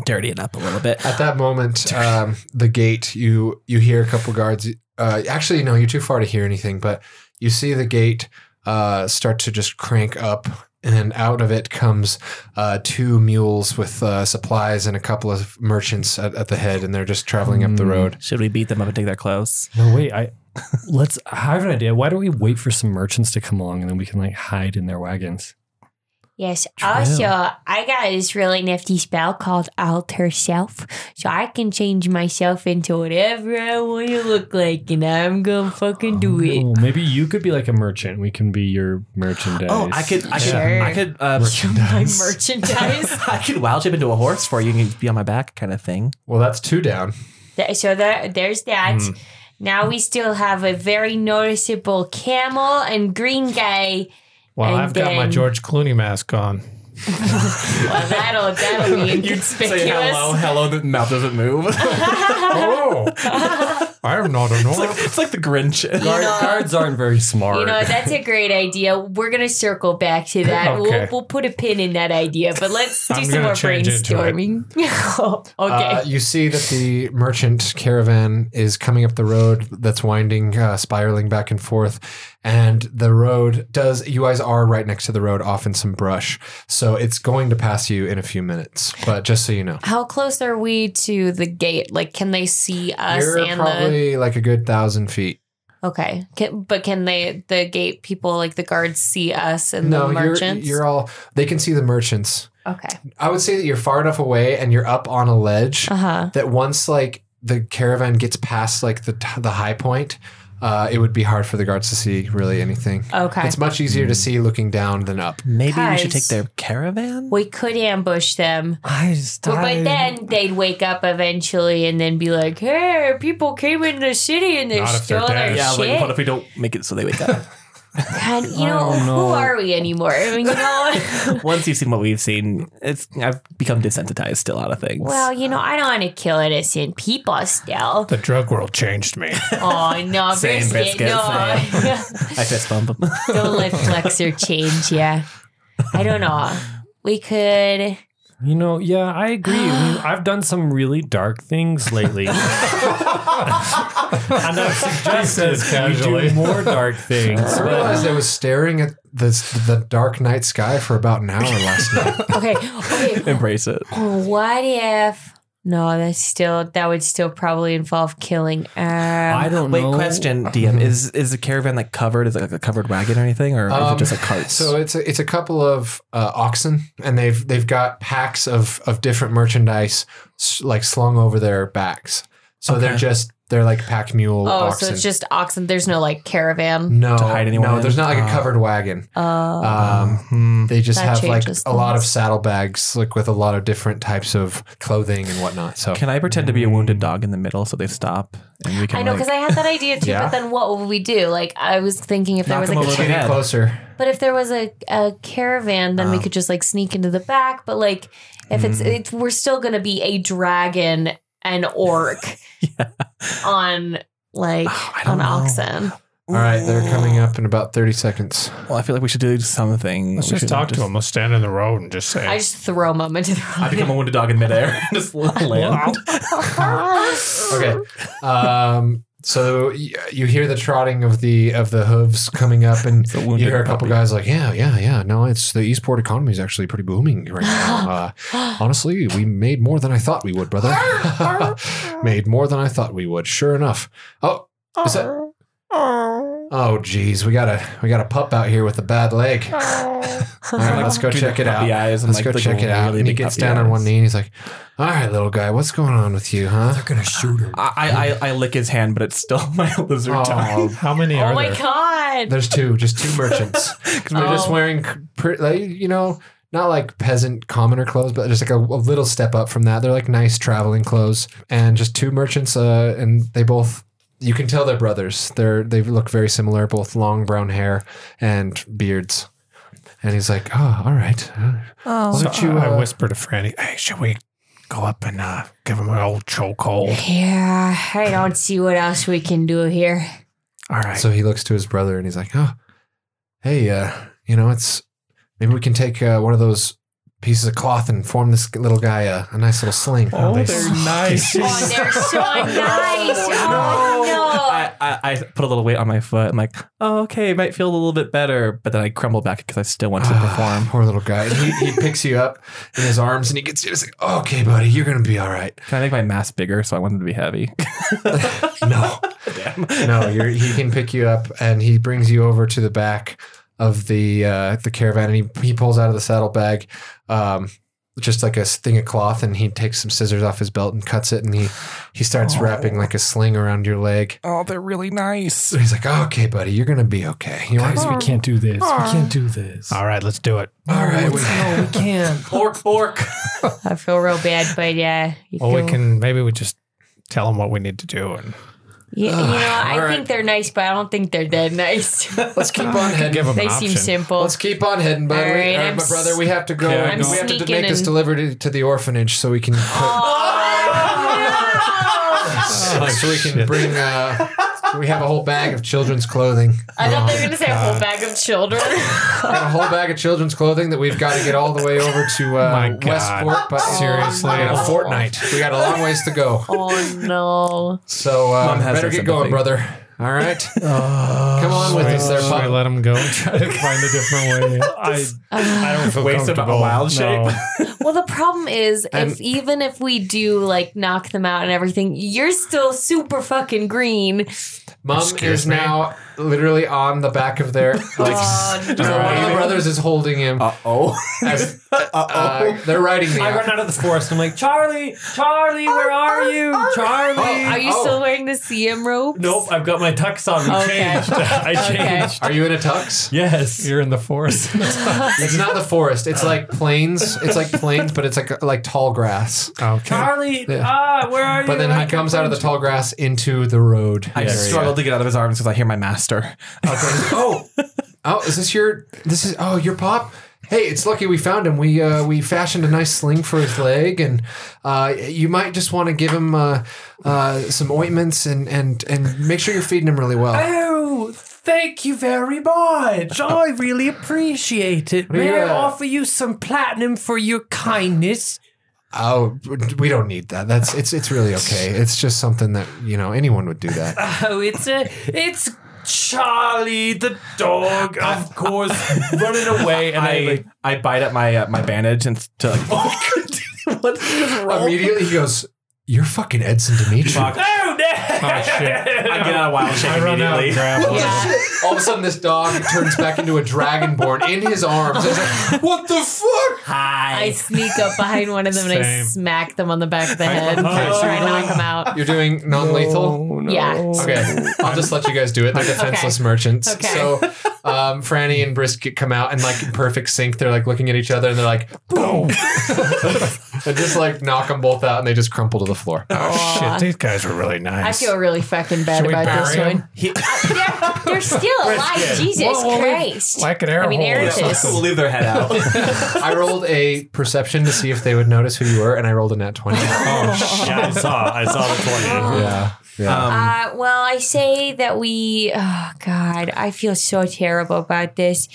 Speaker 2: dirty it up a little bit.
Speaker 1: at that moment, um, the gate. You you hear a couple guards. Uh, actually, no, you're too far to hear anything, but you see the gate uh, start to just crank up. And out of it comes uh, two mules with uh, supplies and a couple of merchants at, at the head, and they're just traveling up the
Speaker 5: Hmm.
Speaker 1: road.
Speaker 2: Should we beat them up and take their clothes?
Speaker 5: No, wait. I let's. I have an idea. Why don't we wait for some merchants to come along, and then we can like hide in their wagons?
Speaker 4: Yes.
Speaker 2: True.
Speaker 4: Also, I got this really nifty spell called Alter Self, so I can change myself into whatever I want to look like, and I'm gonna fucking do it.
Speaker 5: Oh, maybe you could be like a merchant. We can be your merchandise.
Speaker 2: Oh, I could, I could,
Speaker 4: Sure.
Speaker 2: I could, uh,
Speaker 4: My merchandise.
Speaker 2: I could wild shape into a horse for you and you'd be on my back, kind of thing.
Speaker 1: Well, that's two down.
Speaker 4: Th- so there, there's that.
Speaker 3: Hmm.
Speaker 4: Now we still have a very noticeable camel and green guy.
Speaker 3: Well,
Speaker 4: And
Speaker 3: I've got my
Speaker 4: then-
Speaker 3: George Clooney mask on.
Speaker 4: Well, that'll that'll be inconspicuous.
Speaker 2: hello. The mouth doesn't move. it's,
Speaker 3: Oh, I'm not a
Speaker 2: like,
Speaker 3: normal.
Speaker 2: it's like the Grinch.
Speaker 5: Guard, guards aren't very smart.
Speaker 4: You know, that's a great idea. We're gonna circle back to that.
Speaker 3: Okay.
Speaker 4: We'll, we'll put a pin in that idea, but let's do
Speaker 3: I'm
Speaker 4: some
Speaker 3: gonna
Speaker 4: more
Speaker 3: change into it.
Speaker 4: brainstorming. okay.
Speaker 1: Uh, you see that the merchant caravan is coming up the road that's winding, uh, spiraling back and forth. And the road does, you guys are right next to the road, off in some brush. So it's going to pass you in a few minutes. But just so you know,
Speaker 6: How close are we to the gate? Like, can they see us
Speaker 1: you're
Speaker 6: and
Speaker 1: probably like a good thousand feet.
Speaker 6: the? Okay, can, but can they the gate people like the guards see us and
Speaker 1: No,
Speaker 6: the
Speaker 1: you're,
Speaker 6: merchants?
Speaker 1: you're all, they can see the merchants.
Speaker 6: okay.
Speaker 1: I would say that you're far enough away and you're up on a ledge
Speaker 6: Uh
Speaker 4: Uh-huh.
Speaker 6: huh.
Speaker 1: that once like the caravan gets past like the, the high point, uh, it would be hard for the guards to see really anything.
Speaker 6: Okay.
Speaker 1: It's much easier
Speaker 2: Hmm.
Speaker 1: to see looking down than up.
Speaker 2: Maybe we should take
Speaker 6: Guys.
Speaker 2: their caravan.
Speaker 4: we could ambush them.
Speaker 5: I just
Speaker 4: But by then they'd wake up eventually and then be like, "Hey, people came in the city and they
Speaker 3: Not if they're
Speaker 4: stole their
Speaker 3: dead.
Speaker 2: yeah,
Speaker 4: shit."
Speaker 2: like what if we don't make it so they wake up?
Speaker 4: God, you
Speaker 5: I
Speaker 4: know,
Speaker 2: Oh,
Speaker 5: don't
Speaker 4: who
Speaker 5: know.
Speaker 4: are we anymore? I mean, you know,
Speaker 2: Once you've seen what we've seen, it's I've become desensitized still out of things.
Speaker 4: well, you know, I don't want to kill innocent people still.
Speaker 3: The drug world changed me.
Speaker 4: Oh no,
Speaker 2: Same
Speaker 4: brisket,
Speaker 2: biscuit,
Speaker 4: no.
Speaker 2: I fist bump them.
Speaker 4: don't let flexor change. Yeah, I don't know. We could.
Speaker 5: You know, yeah, I agree. We- I've done some really dark things lately. and I've suggested we do more dark things.
Speaker 1: I
Speaker 5: But
Speaker 1: realized I was staring at the the dark night sky for about an hour last night.
Speaker 4: Okay, okay.
Speaker 2: Embrace it.
Speaker 4: What if? No, that's still that would still probably involve killing.
Speaker 5: I
Speaker 4: Um,
Speaker 5: don't
Speaker 2: Wait,
Speaker 5: know.
Speaker 2: question, DM is is the caravan like covered? Is it like a covered wagon or anything, or is
Speaker 1: Um,
Speaker 2: it just like carts?
Speaker 1: So it's a, it's a couple of uh, oxen, and they've they've got packs of of different merchandise s- like slung over their backs. So they're
Speaker 2: Okay.
Speaker 1: just they're like pack mule
Speaker 6: Oh,
Speaker 1: oxen.
Speaker 6: so it's just oxen. There's no like caravan.
Speaker 1: no,
Speaker 2: To hide anyone
Speaker 1: no,
Speaker 2: in?
Speaker 1: there's not like a
Speaker 2: Oh.
Speaker 1: covered wagon.
Speaker 6: Uh,
Speaker 1: Um,
Speaker 2: Hmm.
Speaker 1: they just
Speaker 6: That
Speaker 1: have like
Speaker 6: changes
Speaker 1: a lot of
Speaker 6: things.
Speaker 1: saddlebags, like with a lot of different types of clothing and whatnot. So
Speaker 2: Can I pretend to be a
Speaker 1: Mm.
Speaker 2: wounded dog in the middle so they stop and we can?
Speaker 6: I know
Speaker 2: like,
Speaker 6: because I had that idea too.
Speaker 1: Yeah.
Speaker 6: But then what would we do? Like, I was thinking if there
Speaker 2: Knock
Speaker 6: was
Speaker 2: them
Speaker 6: like a
Speaker 2: over the
Speaker 1: Getting
Speaker 2: head.
Speaker 1: closer.
Speaker 6: But if there was a, a caravan, then we could just like sneak into the back. But like if it's it's we're still gonna be a dragon and orc on like
Speaker 2: Oh, I don't
Speaker 6: on
Speaker 2: know.
Speaker 6: oxen.
Speaker 1: All right, they're coming up in about thirty seconds.
Speaker 2: Well, I feel like we should do something.
Speaker 3: Let's
Speaker 2: We
Speaker 3: just
Speaker 2: should
Speaker 3: talk to him. Let's stand in the road and just say,
Speaker 6: I just throw them into the
Speaker 2: I become a wounded dog in midair. just land.
Speaker 1: Okay. Um, So y- you hear the trotting of the of the hooves coming up, and
Speaker 2: a
Speaker 1: you
Speaker 2: wounded
Speaker 1: hear a couple guys like, "Yeah, yeah, yeah." No, it's the Eastport economy is actually pretty booming right now. Uh, honestly, we made more than I thought we would, brother. made more than I thought we would. Sure enough. Oh, is that? Oh, geez, we got a we got a pup out here with a bad leg. All right, let's go check it out.
Speaker 2: puppy eyes and,
Speaker 1: Let's
Speaker 2: like,
Speaker 1: go
Speaker 2: the
Speaker 1: check it out.
Speaker 2: really
Speaker 1: and he
Speaker 2: big
Speaker 1: gets
Speaker 2: puppy
Speaker 1: down on one
Speaker 2: eyes.
Speaker 1: knee and he's like, "All right, little guy, what's going on with you, huh?"
Speaker 5: gonna shoot her.
Speaker 2: I, I I lick his hand, but it's still my lizard tongue.
Speaker 1: Oh,
Speaker 5: How many
Speaker 4: Oh
Speaker 5: are
Speaker 4: my
Speaker 5: there?
Speaker 4: god.
Speaker 1: There's two, just two merchants. Um, Because we're just
Speaker 4: Oh.
Speaker 1: wearing, pre- like, you know, not like peasant commoner clothes, but just like a, a little step up from that. They're like nice traveling clothes, and just two merchants, uh, and they both. You can tell they're brothers. They're they look very similar, both long brown hair and beards. And he's like, "Oh, all right, Uh, why don't you?"
Speaker 3: I
Speaker 1: uh,
Speaker 3: whispered to Franny, hey, should we go up and uh, give him an old chokehold?
Speaker 4: Yeah, I don't see what else we can do here.
Speaker 3: All right.
Speaker 1: So he looks to his brother and he's like, "Oh, hey, uh, you know, it's maybe we can take uh, one of those pieces of cloth and form this little guy a, a nice little sling."
Speaker 2: Oh, they're nice.
Speaker 4: Oh, they're so nice. Oh, no.
Speaker 2: I, I, I put a little weight on my foot. I'm like, oh, okay, it might feel a little bit better, but then I crumble back because I still want to perform.
Speaker 1: Poor little guy. And he, he picks you up in his arms and he gets you. He's like, "Okay, buddy, you're gonna be all right."
Speaker 2: Can I make my mass bigger so I want them to be heavy?
Speaker 1: No, no, you're, he can pick you up and he brings you over to the back of the uh, the caravan and he, he pulls out of the saddlebag um, just like a s- thing of cloth and he takes some scissors off his belt and cuts it and he he starts wrapping like a sling around your leg.
Speaker 2: oh, they're really nice.
Speaker 1: So he's like, "Okay, buddy, you're gonna be okay." You want
Speaker 5: Guys, we can't do this. We can't do this.
Speaker 3: All right, let's do it.
Speaker 1: all right? We,
Speaker 5: No, we can't.
Speaker 2: Pork, pork.
Speaker 4: I feel real bad, but yeah. You
Speaker 3: Well, we
Speaker 4: can-
Speaker 3: can maybe we just tell him what we need to do. And
Speaker 4: Yeah, you know, I
Speaker 1: All right.
Speaker 4: think they're nice, but I don't think they're that nice.
Speaker 1: let's keep on heading.
Speaker 3: give him
Speaker 4: they
Speaker 3: an
Speaker 4: seem
Speaker 3: option.
Speaker 4: simple.
Speaker 1: Let's keep on heading, buddy.
Speaker 4: All
Speaker 1: All
Speaker 4: right,
Speaker 1: right,
Speaker 4: I'm
Speaker 1: my brother, we have to go.
Speaker 5: Yeah, I'm
Speaker 1: we have to
Speaker 4: sneaking
Speaker 1: make this
Speaker 4: in.
Speaker 1: delivered to- to the orphanage so we can. Put,
Speaker 4: Oh,
Speaker 1: so we can bring. Uh, we have a whole bag of children's clothing.
Speaker 4: I thought
Speaker 3: Oh,
Speaker 4: they were gonna say a whole bag of children.
Speaker 1: Got a whole bag of children's clothing that we've got to get all the way over to uh,
Speaker 3: My God.
Speaker 1: Westport. But
Speaker 3: Seriously.
Speaker 1: in a fortnight, we got a long ways to go.
Speaker 4: oh no.
Speaker 1: So uh,
Speaker 2: Mom has
Speaker 1: better
Speaker 2: her
Speaker 1: get going,
Speaker 2: sympathy.
Speaker 1: brother. All right, come on with us, there,
Speaker 3: Should we
Speaker 1: pup.
Speaker 3: let him go? Try to
Speaker 5: Find a different way. I, I don't feel
Speaker 2: Waste of a
Speaker 5: comfortable.
Speaker 2: wild
Speaker 5: No.
Speaker 6: Well, the problem is
Speaker 1: And-
Speaker 6: if even if we do like knock them out and everything, you're still super fucking green.
Speaker 1: Mom
Speaker 3: Excuse
Speaker 1: is
Speaker 3: me?
Speaker 1: now literally on the back of their. Like,
Speaker 4: Oh,
Speaker 1: so one of the brothers is holding him.
Speaker 2: Uh oh.
Speaker 1: as, uh, they're riding the.
Speaker 5: I run out of the forest. I'm like, Charlie, Charlie, where are you, Charlie?
Speaker 6: Are you
Speaker 1: Oh.
Speaker 6: still wearing the CM rope?
Speaker 5: Nope, I've got my tux on. We
Speaker 6: Okay.
Speaker 5: changed. I changed.
Speaker 1: Are you in a tux?
Speaker 5: Yes.
Speaker 3: You're in the forest.
Speaker 1: It's not the forest. It's like plains. It's like plains, but it's like like tall grass.
Speaker 3: okay.
Speaker 5: Charlie,
Speaker 1: Yeah.
Speaker 5: ah, where are you?
Speaker 1: But then he comes out of the tall grass into the road.
Speaker 2: I
Speaker 1: area.
Speaker 2: struggled to get out of his arms because I hear my master. Uh,
Speaker 1: oh, oh, is this your? This is oh your pop. Hey, it's lucky we found him. We uh, we fashioned a nice sling for his leg, and uh, you might just want to give him uh, uh, some ointments and, and and make sure you're feeding him really well.
Speaker 5: Oh, thank you very much. I really appreciate it. May I
Speaker 1: Yeah.
Speaker 5: offer you some platinum for your kindness?
Speaker 1: Oh, we don't need that. That's it's it's really okay. It's just something that you know anyone would do that.
Speaker 5: Oh, it's a, it's Charlie the dog, of course, running away, and I, Oh,
Speaker 2: I
Speaker 5: like,
Speaker 2: I bite at my uh, my bandage and to like. what is wrong?
Speaker 1: Immediately he goes, "You're fucking Edson Dimitri."
Speaker 2: Fuck.
Speaker 5: oh no!
Speaker 3: Oh, shit.
Speaker 2: I get out of wild shape
Speaker 3: I run out and
Speaker 2: immediately.
Speaker 3: grab him.
Speaker 1: All of a sudden, this dog turns back into a dragonborn in his arms. It's like, what the fuck?
Speaker 6: I
Speaker 2: Hi.
Speaker 6: sneak up behind one of them and I
Speaker 3: Same.
Speaker 6: smack them on the back of the head and
Speaker 1: Okay, so
Speaker 6: try to
Speaker 1: you're
Speaker 6: knock them out.
Speaker 1: You're doing non-lethal.
Speaker 6: Yeah.
Speaker 1: Okay, I'll just let you guys do it. They're defenseless merchants.
Speaker 6: Okay.
Speaker 1: So, um, Franny and Brisket come out and like in perfect sync. They're like looking at each other and they're like, boom, and just like knock them both out and they just crumple to the floor.
Speaker 3: Oh,
Speaker 1: Ah.
Speaker 3: shit. These guys were really
Speaker 6: I
Speaker 3: nice.
Speaker 6: feel really fucking bad
Speaker 3: Should we
Speaker 6: about this
Speaker 3: bury
Speaker 6: one. They're, they're still alive. Jesus
Speaker 3: Whoa, whoa, whoa.
Speaker 6: Christ.
Speaker 3: like an arrow.
Speaker 6: I mean,
Speaker 3: hole or
Speaker 6: Eric
Speaker 3: something.
Speaker 6: is-
Speaker 2: We'll leave their head out.
Speaker 1: I rolled a perception to see if they would notice who you were, and I rolled a nat twenty.
Speaker 5: Yeah, I saw, I saw the twenty.
Speaker 1: yeah, yeah.
Speaker 6: Uh, well, I say that we. Oh God, I feel so terrible about this.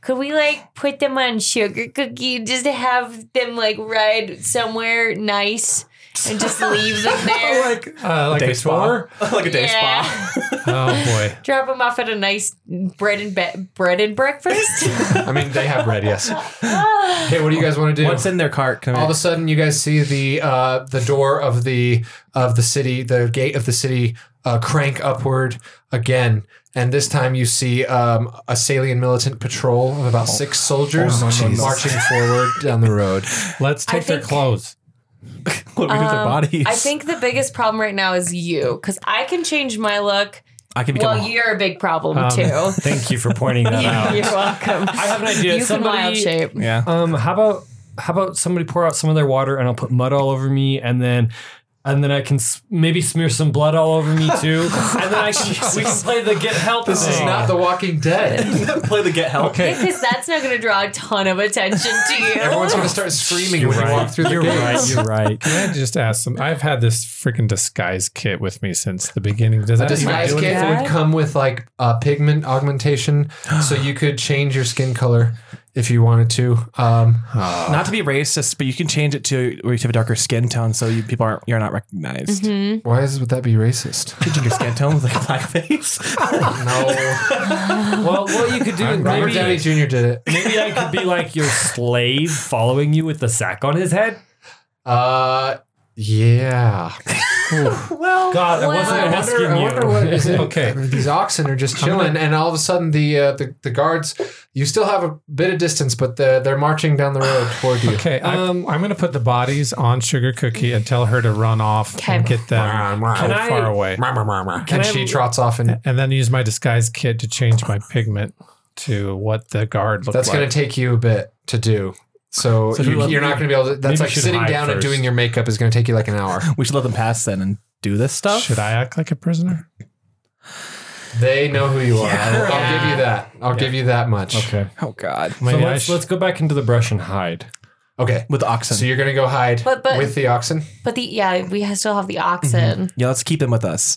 Speaker 6: Could we like put them on sugar cookie just to have them like ride somewhere nice
Speaker 4: and just leave them there.
Speaker 2: like
Speaker 1: Uh, like
Speaker 2: day
Speaker 1: a
Speaker 2: spa,
Speaker 1: tour?
Speaker 2: like a day spa.
Speaker 4: yeah.
Speaker 1: Oh boy.
Speaker 4: Drop them off at a nice bread and be- bread and breakfast.
Speaker 1: I mean, they have bread, yes. Hey, what do you guys want to do?
Speaker 2: What's in their cart? Come
Speaker 1: All
Speaker 2: here.
Speaker 1: of a sudden, you guys see the uh, the door of the of the city, the gate of the city, uh, crank upward again, and this time you see um, a Salian militant patrol of about six soldiers
Speaker 3: Oh, no, no, no.
Speaker 1: marching forward down the road.
Speaker 5: Let's
Speaker 6: I
Speaker 5: take their
Speaker 6: think-
Speaker 5: clothes.
Speaker 2: What do we do with their
Speaker 6: Um,
Speaker 2: bodies?
Speaker 6: I think the biggest problem right now is you, because I can change my look.
Speaker 2: I can become.
Speaker 6: Well, you're a big problem
Speaker 5: Um,
Speaker 6: too.
Speaker 5: Thank you for pointing that out.
Speaker 6: You're welcome.
Speaker 5: I have an idea.
Speaker 6: You
Speaker 5: Somebody-
Speaker 6: can wild shape.
Speaker 2: yeah.
Speaker 5: Um, how about how about somebody pour out some of their water and I'll put mud all over me and then and then I can s- maybe smear some blood all over me too. and then I can, we can play the get help.
Speaker 1: This is
Speaker 3: Oh.
Speaker 5: thing.
Speaker 1: not The Walking Dead.
Speaker 2: Play the get help.
Speaker 5: okay.
Speaker 6: Because that's not going to draw a ton of attention to you.
Speaker 1: Everyone's going to start screaming when you walk through the
Speaker 5: You're
Speaker 1: gate.
Speaker 5: right. You're right.
Speaker 3: Can I just ask them? I've had this freaking disguise kit with me since the beginning. Does that even
Speaker 1: Disguise
Speaker 3: do
Speaker 1: kit
Speaker 3: anything?
Speaker 1: would come with like uh, pigment augmentation, so you could change your skin color if you wanted to. Um,
Speaker 2: Not to be racist, but you can change it to where you have a darker skin tone, so you people aren't you're not recognized.
Speaker 6: Mm-hmm.
Speaker 1: why is would that be racist?
Speaker 2: Changing your skin tone with like a black face.
Speaker 1: No,
Speaker 5: Well, what you could do is
Speaker 1: Robert Downey
Speaker 5: maybe,
Speaker 1: Jr. did it.
Speaker 5: maybe I could be like your slave following you with the sack on his head.
Speaker 1: Uh, yeah.
Speaker 5: God, Oh, I wasn't
Speaker 1: I
Speaker 5: asking
Speaker 1: wonder, I
Speaker 5: you.
Speaker 1: wonder what is it.
Speaker 3: Okay.
Speaker 1: These oxen are just chilling, and all of a sudden the, uh, the the guards. You still have a bit of distance, but they're they're marching down the road toward you.
Speaker 3: Okay, um, I'm going to put the bodies on Sugar Cookie and tell her to run off and get
Speaker 5: Can
Speaker 3: them so
Speaker 5: I-
Speaker 3: far away.
Speaker 5: Can
Speaker 1: and
Speaker 5: I-
Speaker 1: she trots off, and
Speaker 3: And then use my disguise kit to change my pigment to what the guard looked
Speaker 1: that's
Speaker 3: like.
Speaker 1: going to take you a bit to do. So,
Speaker 2: So
Speaker 1: you,
Speaker 2: we-
Speaker 1: you're not going to be able to. That's
Speaker 5: maybe
Speaker 1: like
Speaker 5: should
Speaker 1: sitting
Speaker 5: hide
Speaker 1: down and
Speaker 5: first.
Speaker 1: doing your makeup is going to take you like an hour.
Speaker 2: we should let them pass then and do this stuff.
Speaker 3: Should I act like a prisoner?
Speaker 1: They know who you are. I'll, I'll give you that. I'll give you that much.
Speaker 5: Okay.
Speaker 2: Oh God.
Speaker 5: So
Speaker 3: Maybe I
Speaker 5: let's,
Speaker 3: should-
Speaker 5: let's go back into the brush and hide.
Speaker 1: Okay.
Speaker 2: With the oxen.
Speaker 1: So you're going to go hide
Speaker 6: But- but-
Speaker 1: with the oxen.
Speaker 6: But the yeah, we ha- still have the oxen.
Speaker 2: yeah, let's keep him with us.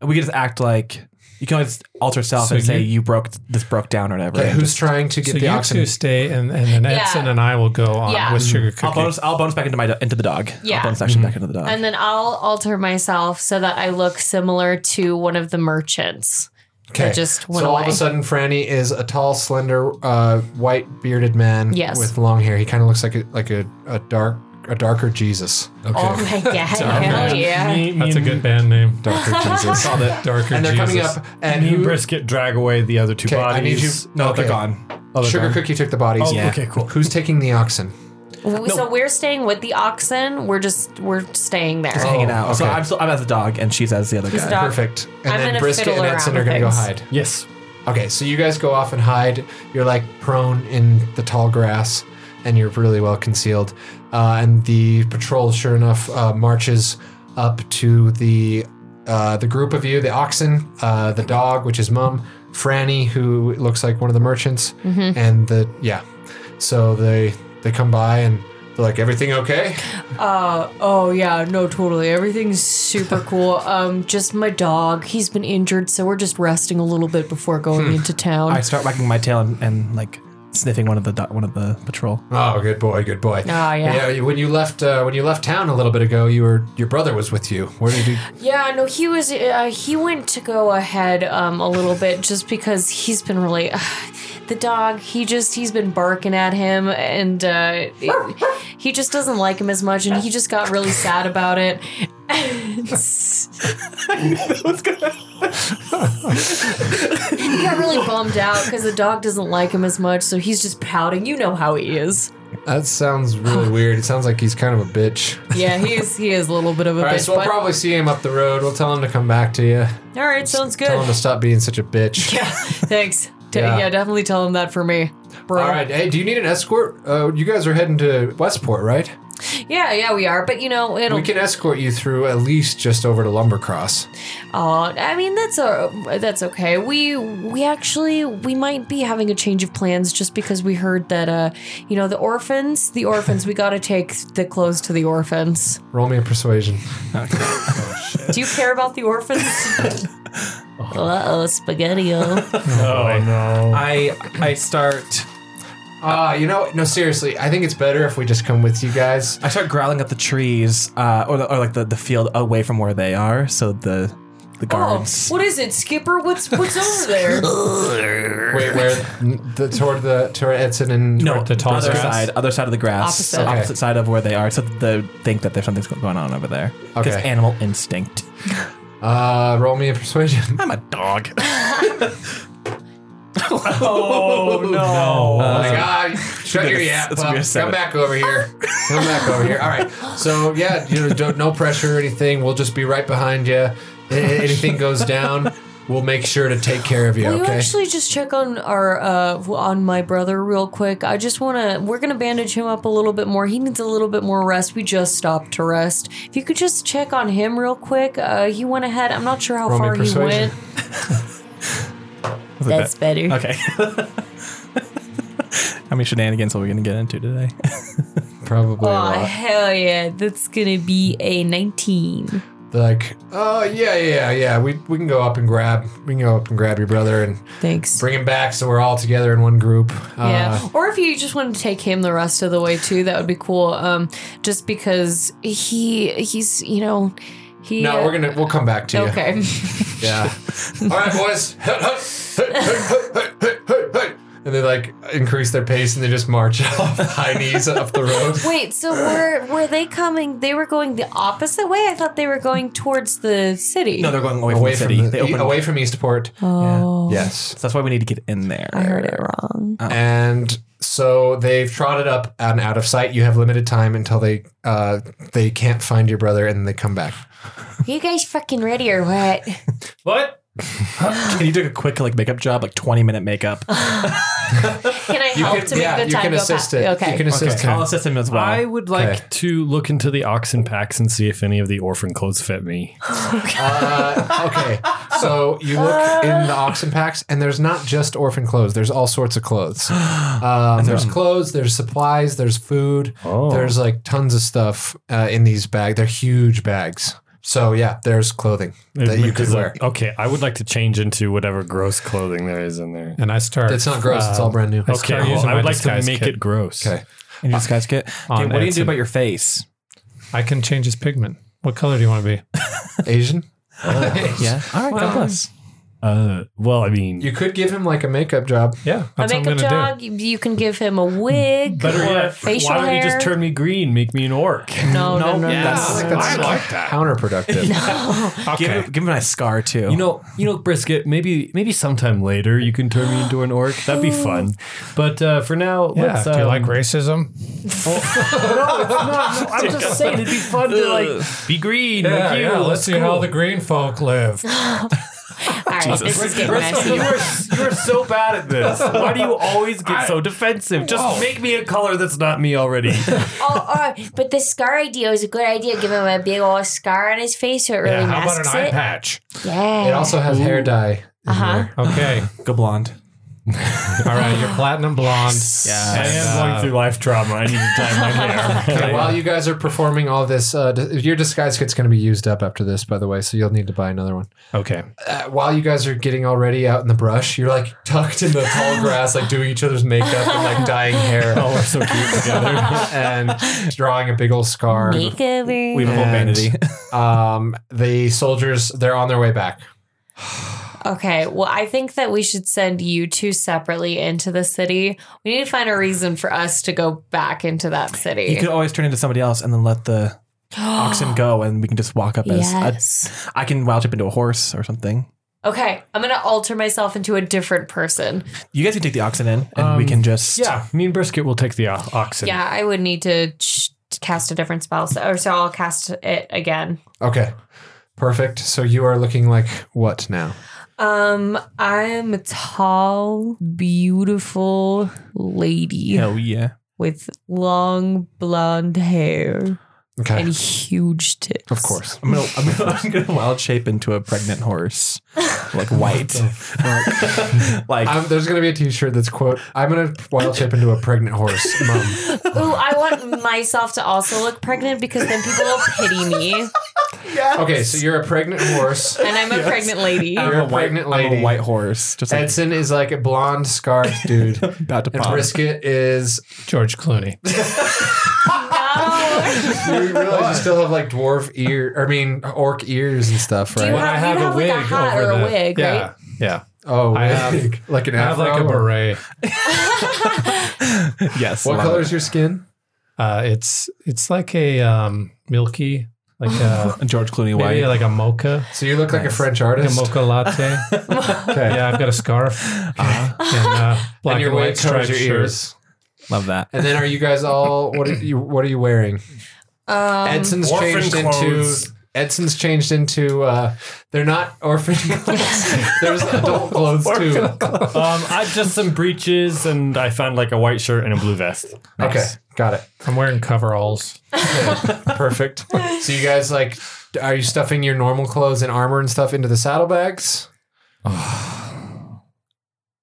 Speaker 2: And we can just act like you can always alter self
Speaker 3: So
Speaker 2: and say
Speaker 3: you-
Speaker 2: you broke this broke down or whatever.
Speaker 1: Okay, who's trying to get
Speaker 3: So
Speaker 1: the
Speaker 3: you
Speaker 1: oxen?
Speaker 3: two stay, and, and then Edson and I will go on
Speaker 6: Yeah.
Speaker 3: with Sugar Cookie.
Speaker 2: I'll bonus. I'll bonus back into my do- into the dog.
Speaker 6: Yeah.
Speaker 2: I'll bonus action back into the dog.
Speaker 6: And then I'll alter myself so that I look similar to one of the merchants.
Speaker 1: Okay.
Speaker 6: just went
Speaker 1: so all of
Speaker 6: away.
Speaker 1: a sudden, Franny is a tall, slender, uh, white bearded man
Speaker 6: Yes.
Speaker 1: with long hair. He kind of looks like a like a, a dark a darker Jesus. Okay.
Speaker 6: Oh my god! Hell yeah!
Speaker 5: Me, me
Speaker 3: That's a
Speaker 5: and-
Speaker 3: good band name.
Speaker 1: Darker Jesus.
Speaker 3: All that darker
Speaker 1: and they're
Speaker 3: Jesus.
Speaker 1: coming up, and
Speaker 5: Me and
Speaker 1: who-
Speaker 5: Brisket drag away the other two
Speaker 1: Okay,
Speaker 5: bodies.
Speaker 1: I need you-
Speaker 2: no,
Speaker 1: okay.
Speaker 2: they're gone.
Speaker 1: Sugar Cookie took the bodies.
Speaker 5: Oh, Yeah. okay, cool.
Speaker 1: Who's taking the oxen?
Speaker 6: W- So we're staying with the oxen. We're just we're staying there.
Speaker 2: Hanging out. So
Speaker 1: okay.
Speaker 2: I'm still, I'm as the dog and she's as the other guy.
Speaker 6: dog.
Speaker 1: Perfect. And
Speaker 6: I'm
Speaker 1: then
Speaker 6: gonna
Speaker 1: Brisket
Speaker 6: fiddle
Speaker 1: and Edson
Speaker 6: around
Speaker 1: are going to go
Speaker 6: with
Speaker 1: hide.
Speaker 5: Yes.
Speaker 1: Okay, so you guys go off and hide. You're like prone in the tall grass, and you're really well concealed. Uh, and the patrol, sure enough, uh, marches up to the uh, the group of you: the oxen, uh, the dog, which is Mum, Franny, who looks like one of the merchants, and the yeah. So they they come by and they're like, "Everything okay?"
Speaker 6: Oh yeah, no, totally. Everything's super cool. Um, just my dog. He's been injured, so we're just resting a little bit before going into town.
Speaker 2: I start wagging my tail and, and like sniffing one of the do- one of the patrol.
Speaker 1: Oh, good boy, good boy.
Speaker 6: Ah, yeah.
Speaker 1: Yeah. When you left uh, when you left town a little bit ago, you were your brother was with you. Where did you?
Speaker 6: yeah, no, he was. Uh, he went to go ahead um a little bit just because he's been really. the dog, he just he's been barking at him, and uh, it- he just doesn't like him as much, and he just got really sad about it. he got really bummed out because the dog doesn't like him as much, so he's just pouting. You know how he is.
Speaker 1: That sounds really weird. It sounds like he's kind of a bitch.
Speaker 6: Yeah, he is. He is a little bit of a
Speaker 1: All
Speaker 6: bitch.
Speaker 1: right, so we'll
Speaker 6: but-
Speaker 1: probably see him up the road. We'll tell him to come back to you.
Speaker 6: all right, sounds
Speaker 1: Tell him to
Speaker 6: good.
Speaker 1: stop being such a bitch.
Speaker 6: Yeah, thanks. T-
Speaker 1: Yeah.
Speaker 6: yeah. definitely tell him that for me, bro.
Speaker 1: All right, hey, do you need an escort? Uh, you guys are heading to Westport, right?
Speaker 6: Yeah, yeah, we are. But you know, it'll.
Speaker 1: We can escort you through at least just over to Lumbercross.
Speaker 6: Oh, I mean, that's a, that's okay. We we actually we might be having a change of plans just because we heard that uh, you know, the orphans, the orphans, we got to take the clothes to the orphans.
Speaker 1: Roll me a persuasion.
Speaker 6: Do you care about the orphans? Uh oh, spaghetti.
Speaker 5: Oh, no.
Speaker 2: I I start.
Speaker 1: Ah, you know, no, seriously, I think it's better if we just come with you guys.
Speaker 2: I start growling at the trees, uh, or, the, or like the, the field away from where they are, so the the guards.
Speaker 6: Oh, What is it, Skipper? What's what's over there?
Speaker 1: Wait, where? The, toward the toward Edson and
Speaker 2: no,
Speaker 1: toward the tall
Speaker 2: other
Speaker 1: grass?
Speaker 2: side, other side of the grass,
Speaker 6: Opposite.
Speaker 2: so
Speaker 1: Okay.
Speaker 2: opposite side of where they are, so that they think that there's something's going on over there. Because
Speaker 1: Okay.
Speaker 2: animal instinct.
Speaker 1: Uh, roll me a persuasion.
Speaker 2: I'm a dog.
Speaker 5: Oh no!
Speaker 1: Oh my god! Shut
Speaker 2: good.
Speaker 1: your
Speaker 2: It's-
Speaker 1: yeah.
Speaker 2: it's a
Speaker 1: Well,
Speaker 2: good
Speaker 1: come
Speaker 2: seven.
Speaker 1: back over here. Come back over here. All right. So yeah, you know, don't, no pressure or anything. We'll just be right behind you. Anything goes down, we'll make sure to take care of you.
Speaker 6: Will you
Speaker 1: okay.
Speaker 6: actually just check on our uh, on my brother real quick? I just want to. We're gonna bandage him up a little bit more. He needs a little bit more rest. We just stopped to rest. If you could just check on him real quick. Uh, he went ahead. I'm not sure how
Speaker 1: Roll me
Speaker 6: far he
Speaker 1: persuasion.
Speaker 6: went.
Speaker 4: That's better.
Speaker 2: Uh, Okay. How many shenanigans are we gonna get into today?
Speaker 1: Probably. a
Speaker 6: Oh
Speaker 1: lot.
Speaker 6: hell yeah! That's gonna be a 19.
Speaker 1: They're like, oh yeah, yeah, yeah. We we can go up and grab. We can go up and grab your brother and
Speaker 6: Thanks.
Speaker 1: bring him back, so we're all together in one group.
Speaker 6: Yeah.
Speaker 1: Uh,
Speaker 6: or if you just want to take him the rest of the way too, that would be cool. Um, just because he he's you know he.
Speaker 1: no, we're gonna we'll come back to you.
Speaker 6: Okay.
Speaker 1: Yeah. All right, boys. Hey, hey, hey, hey, hey, hey, hey. And they like increase their pace and they just march off high knees up the road.
Speaker 6: Wait, so were were they coming? They were going the opposite way. I thought they were going towards the city.
Speaker 2: No, they're going away,
Speaker 1: Away
Speaker 2: from
Speaker 1: from,
Speaker 2: the city.
Speaker 1: the-
Speaker 2: they open
Speaker 1: away from Eastport.
Speaker 6: oh,
Speaker 1: Yes.
Speaker 2: So that's why we need to get in there.
Speaker 6: I heard it wrong.
Speaker 2: Oh.
Speaker 1: And so they've trotted up and out of sight. You have limited time until they uh, they can't find your brother and they come back.
Speaker 4: Are you guys fucking ready or what?
Speaker 5: What?
Speaker 2: Uh, Can you do a quick like makeup job, like twenty minute makeup?
Speaker 6: Can I help to make
Speaker 1: yeah,
Speaker 6: the
Speaker 1: you
Speaker 6: time
Speaker 1: can
Speaker 6: go
Speaker 1: assist
Speaker 6: past?
Speaker 1: it.
Speaker 6: Okay.
Speaker 1: You can assist
Speaker 2: I'll
Speaker 1: him.
Speaker 2: assist him as well.
Speaker 5: I
Speaker 3: Uh,
Speaker 5: would like
Speaker 1: Okay.
Speaker 5: to look into the oxen packs and see if any of the orphan clothes fit me.
Speaker 1: Uh, okay. So you look in the oxen packs, and there's not just orphan clothes. There's all sorts of clothes. Um, there's clothes. There's supplies. There's food.
Speaker 5: Oh.
Speaker 1: There's like tons of stuff uh, in these bags. They're huge bags. So yeah, there's clothing that you could
Speaker 5: Because, uh,
Speaker 1: wear.
Speaker 5: Okay, I would like to change into whatever gross clothing there is in there.
Speaker 3: And I start.
Speaker 1: It's not gross.
Speaker 7: Uh,
Speaker 1: It's all brand new.
Speaker 5: Okay,
Speaker 3: start
Speaker 5: well,
Speaker 3: using
Speaker 5: I would
Speaker 3: my
Speaker 5: like to
Speaker 3: disguise
Speaker 5: make
Speaker 3: kit.
Speaker 5: it gross.
Speaker 1: Okay.
Speaker 2: And you disguise kit. Okay,
Speaker 3: on
Speaker 2: what do you do
Speaker 3: Etsy.
Speaker 2: about your face?
Speaker 3: uh, I can change his pigment. What color do you want to be?
Speaker 1: Asian.
Speaker 2: Yeah. All right. God bless.
Speaker 5: Uh, well, I mean,
Speaker 1: You could give him like a makeup job.
Speaker 3: Yeah,
Speaker 6: A
Speaker 3: that's what I'm
Speaker 6: makeup
Speaker 3: gonna
Speaker 6: dog. You- You can give him a wig
Speaker 5: better
Speaker 6: or
Speaker 5: yet,
Speaker 6: facial
Speaker 5: why don't
Speaker 6: hair.
Speaker 5: you just turn me green, make me an orc?
Speaker 6: no, no, no, no.
Speaker 2: that's-
Speaker 1: I that's
Speaker 3: like that.
Speaker 1: Counterproductive.
Speaker 3: do. Okay.
Speaker 2: Give him, give him a nice scar too.
Speaker 5: You know, you know, brisket. Maybe, maybe sometime later you can turn me into an orc. That'd be fun. But uh, for now,
Speaker 3: yeah.
Speaker 5: let's.
Speaker 3: Do you
Speaker 5: um,
Speaker 3: like racism?
Speaker 5: No, I'm just saying it'd be fun to like be green like you.
Speaker 3: let's see how the green folk live.
Speaker 4: All right, this is getting messy.
Speaker 5: you are you are so bad at this. Why do you always get so defensive? Just
Speaker 3: Whoa.
Speaker 5: make me a color that's not me already.
Speaker 4: Oh, oh, but the scar idea was a good idea. Give him a big old scar on his face so it really
Speaker 3: Yeah, how about an
Speaker 4: masks
Speaker 3: eye
Speaker 4: it.
Speaker 3: patch?
Speaker 4: Yeah.
Speaker 1: It also has hair dye. in
Speaker 6: Uh-huh.
Speaker 1: there.
Speaker 3: Okay.
Speaker 2: go blonde.
Speaker 3: All right. You're platinum blonde.
Speaker 2: Yeah.
Speaker 5: I am going through life trauma. I need to dye my hair.
Speaker 1: Okay, while you guys are performing all this, uh, di- your disguise kit's going to be used up after this, by the way, so you'll need to buy another one.
Speaker 3: Okay.
Speaker 1: Uh, while you guys are getting already out in the brush, you're like tucked in the tall grass, like doing each other's makeup and like dyeing hair
Speaker 5: Oh, we're so cute together.
Speaker 1: and drawing a big old scar.
Speaker 4: Makeover.
Speaker 2: We have a whole
Speaker 1: And-
Speaker 2: vanity.
Speaker 1: Um, the soldiers, they're on their way back.
Speaker 6: Okay, well, I think that we should send you two separately into the city. We need to find a reason for us to go back into that city.
Speaker 2: You could always turn into somebody else and then let the oxen go, and we can just walk up as a
Speaker 4: Yes.
Speaker 2: I can wild up into a horse or something.
Speaker 6: Okay, I'm gonna alter myself into a different person.
Speaker 2: You guys can take the oxen in, and we
Speaker 1: Um,
Speaker 2: can just
Speaker 5: yeah, me and brisket will take the uh, oxen.
Speaker 6: Yeah, I would need to ch- cast a different spell, so, or so I'll cast it again.
Speaker 1: Okay, perfect. So you are looking like what now?
Speaker 6: Um, I'm a tall, beautiful lady
Speaker 2: Hell yeah!
Speaker 6: with long blonde hair
Speaker 1: Okay,
Speaker 6: and huge tits.
Speaker 1: of course.
Speaker 2: I'm gonna, I'm gonna, I'm gonna wild shape into a pregnant horse, like white, like
Speaker 1: Um, there's going to be a T-shirt that's quote I'm going to wild shape into a pregnant horse, mom.
Speaker 6: Ooh, I want myself to also look pregnant because then people will pity me.
Speaker 1: Okay, so you're a pregnant horse.
Speaker 6: And I'm a pregnant lady.
Speaker 1: You're a pregnant lady.
Speaker 2: I'm a white horse, just like
Speaker 1: Edson is like a blonde scarred dude.
Speaker 2: about to
Speaker 1: And
Speaker 2: pop.
Speaker 1: Brisket is.
Speaker 3: George Clooney.
Speaker 6: Oh.
Speaker 1: You realize you still have like dwarf ear, I mean orc ears and stuff,
Speaker 6: Do
Speaker 1: right?
Speaker 6: you
Speaker 3: When
Speaker 6: have,
Speaker 3: I have
Speaker 6: you have
Speaker 3: a
Speaker 6: like a
Speaker 3: wig
Speaker 6: hat or
Speaker 3: over
Speaker 6: a
Speaker 3: the-
Speaker 6: wig,
Speaker 3: Yeah,
Speaker 6: right?
Speaker 3: yeah.
Speaker 1: oh,
Speaker 3: I have-
Speaker 1: wig. like an
Speaker 3: I have
Speaker 1: afro.
Speaker 3: like a
Speaker 1: or-
Speaker 3: beret.
Speaker 2: Yes.
Speaker 1: What
Speaker 2: love
Speaker 1: color
Speaker 2: it.
Speaker 1: is your skin?
Speaker 3: Uh, it's it's like a um, milky, like a
Speaker 2: George Clooney
Speaker 3: maybe
Speaker 2: white?
Speaker 3: like a mocha,
Speaker 1: So you look like a
Speaker 2: Nice.
Speaker 1: French
Speaker 3: like a
Speaker 1: artist.
Speaker 3: mocha latte.
Speaker 1: Okay.
Speaker 3: yeah, I've got a scarf
Speaker 2: Uh-huh.
Speaker 3: and uh, black
Speaker 1: and
Speaker 3: and,
Speaker 1: your
Speaker 3: white
Speaker 1: wig covers
Speaker 3: striped
Speaker 1: your
Speaker 3: shirt.
Speaker 1: ears.
Speaker 2: Love that.
Speaker 1: And then are you guys all what are you what are you wearing?
Speaker 6: Um,
Speaker 1: Edson's
Speaker 3: orphan
Speaker 1: changed
Speaker 3: clothes.
Speaker 1: into Edson's changed into uh they're not orphan clothes. There's adult clothes too.
Speaker 5: Um, I just some breeches and I found like a white shirt and a blue vest.
Speaker 1: Okay, got it.
Speaker 3: I'm wearing coveralls.
Speaker 1: Perfect. So you guys like are you stuffing your normal clothes and armor and stuff into the saddlebags?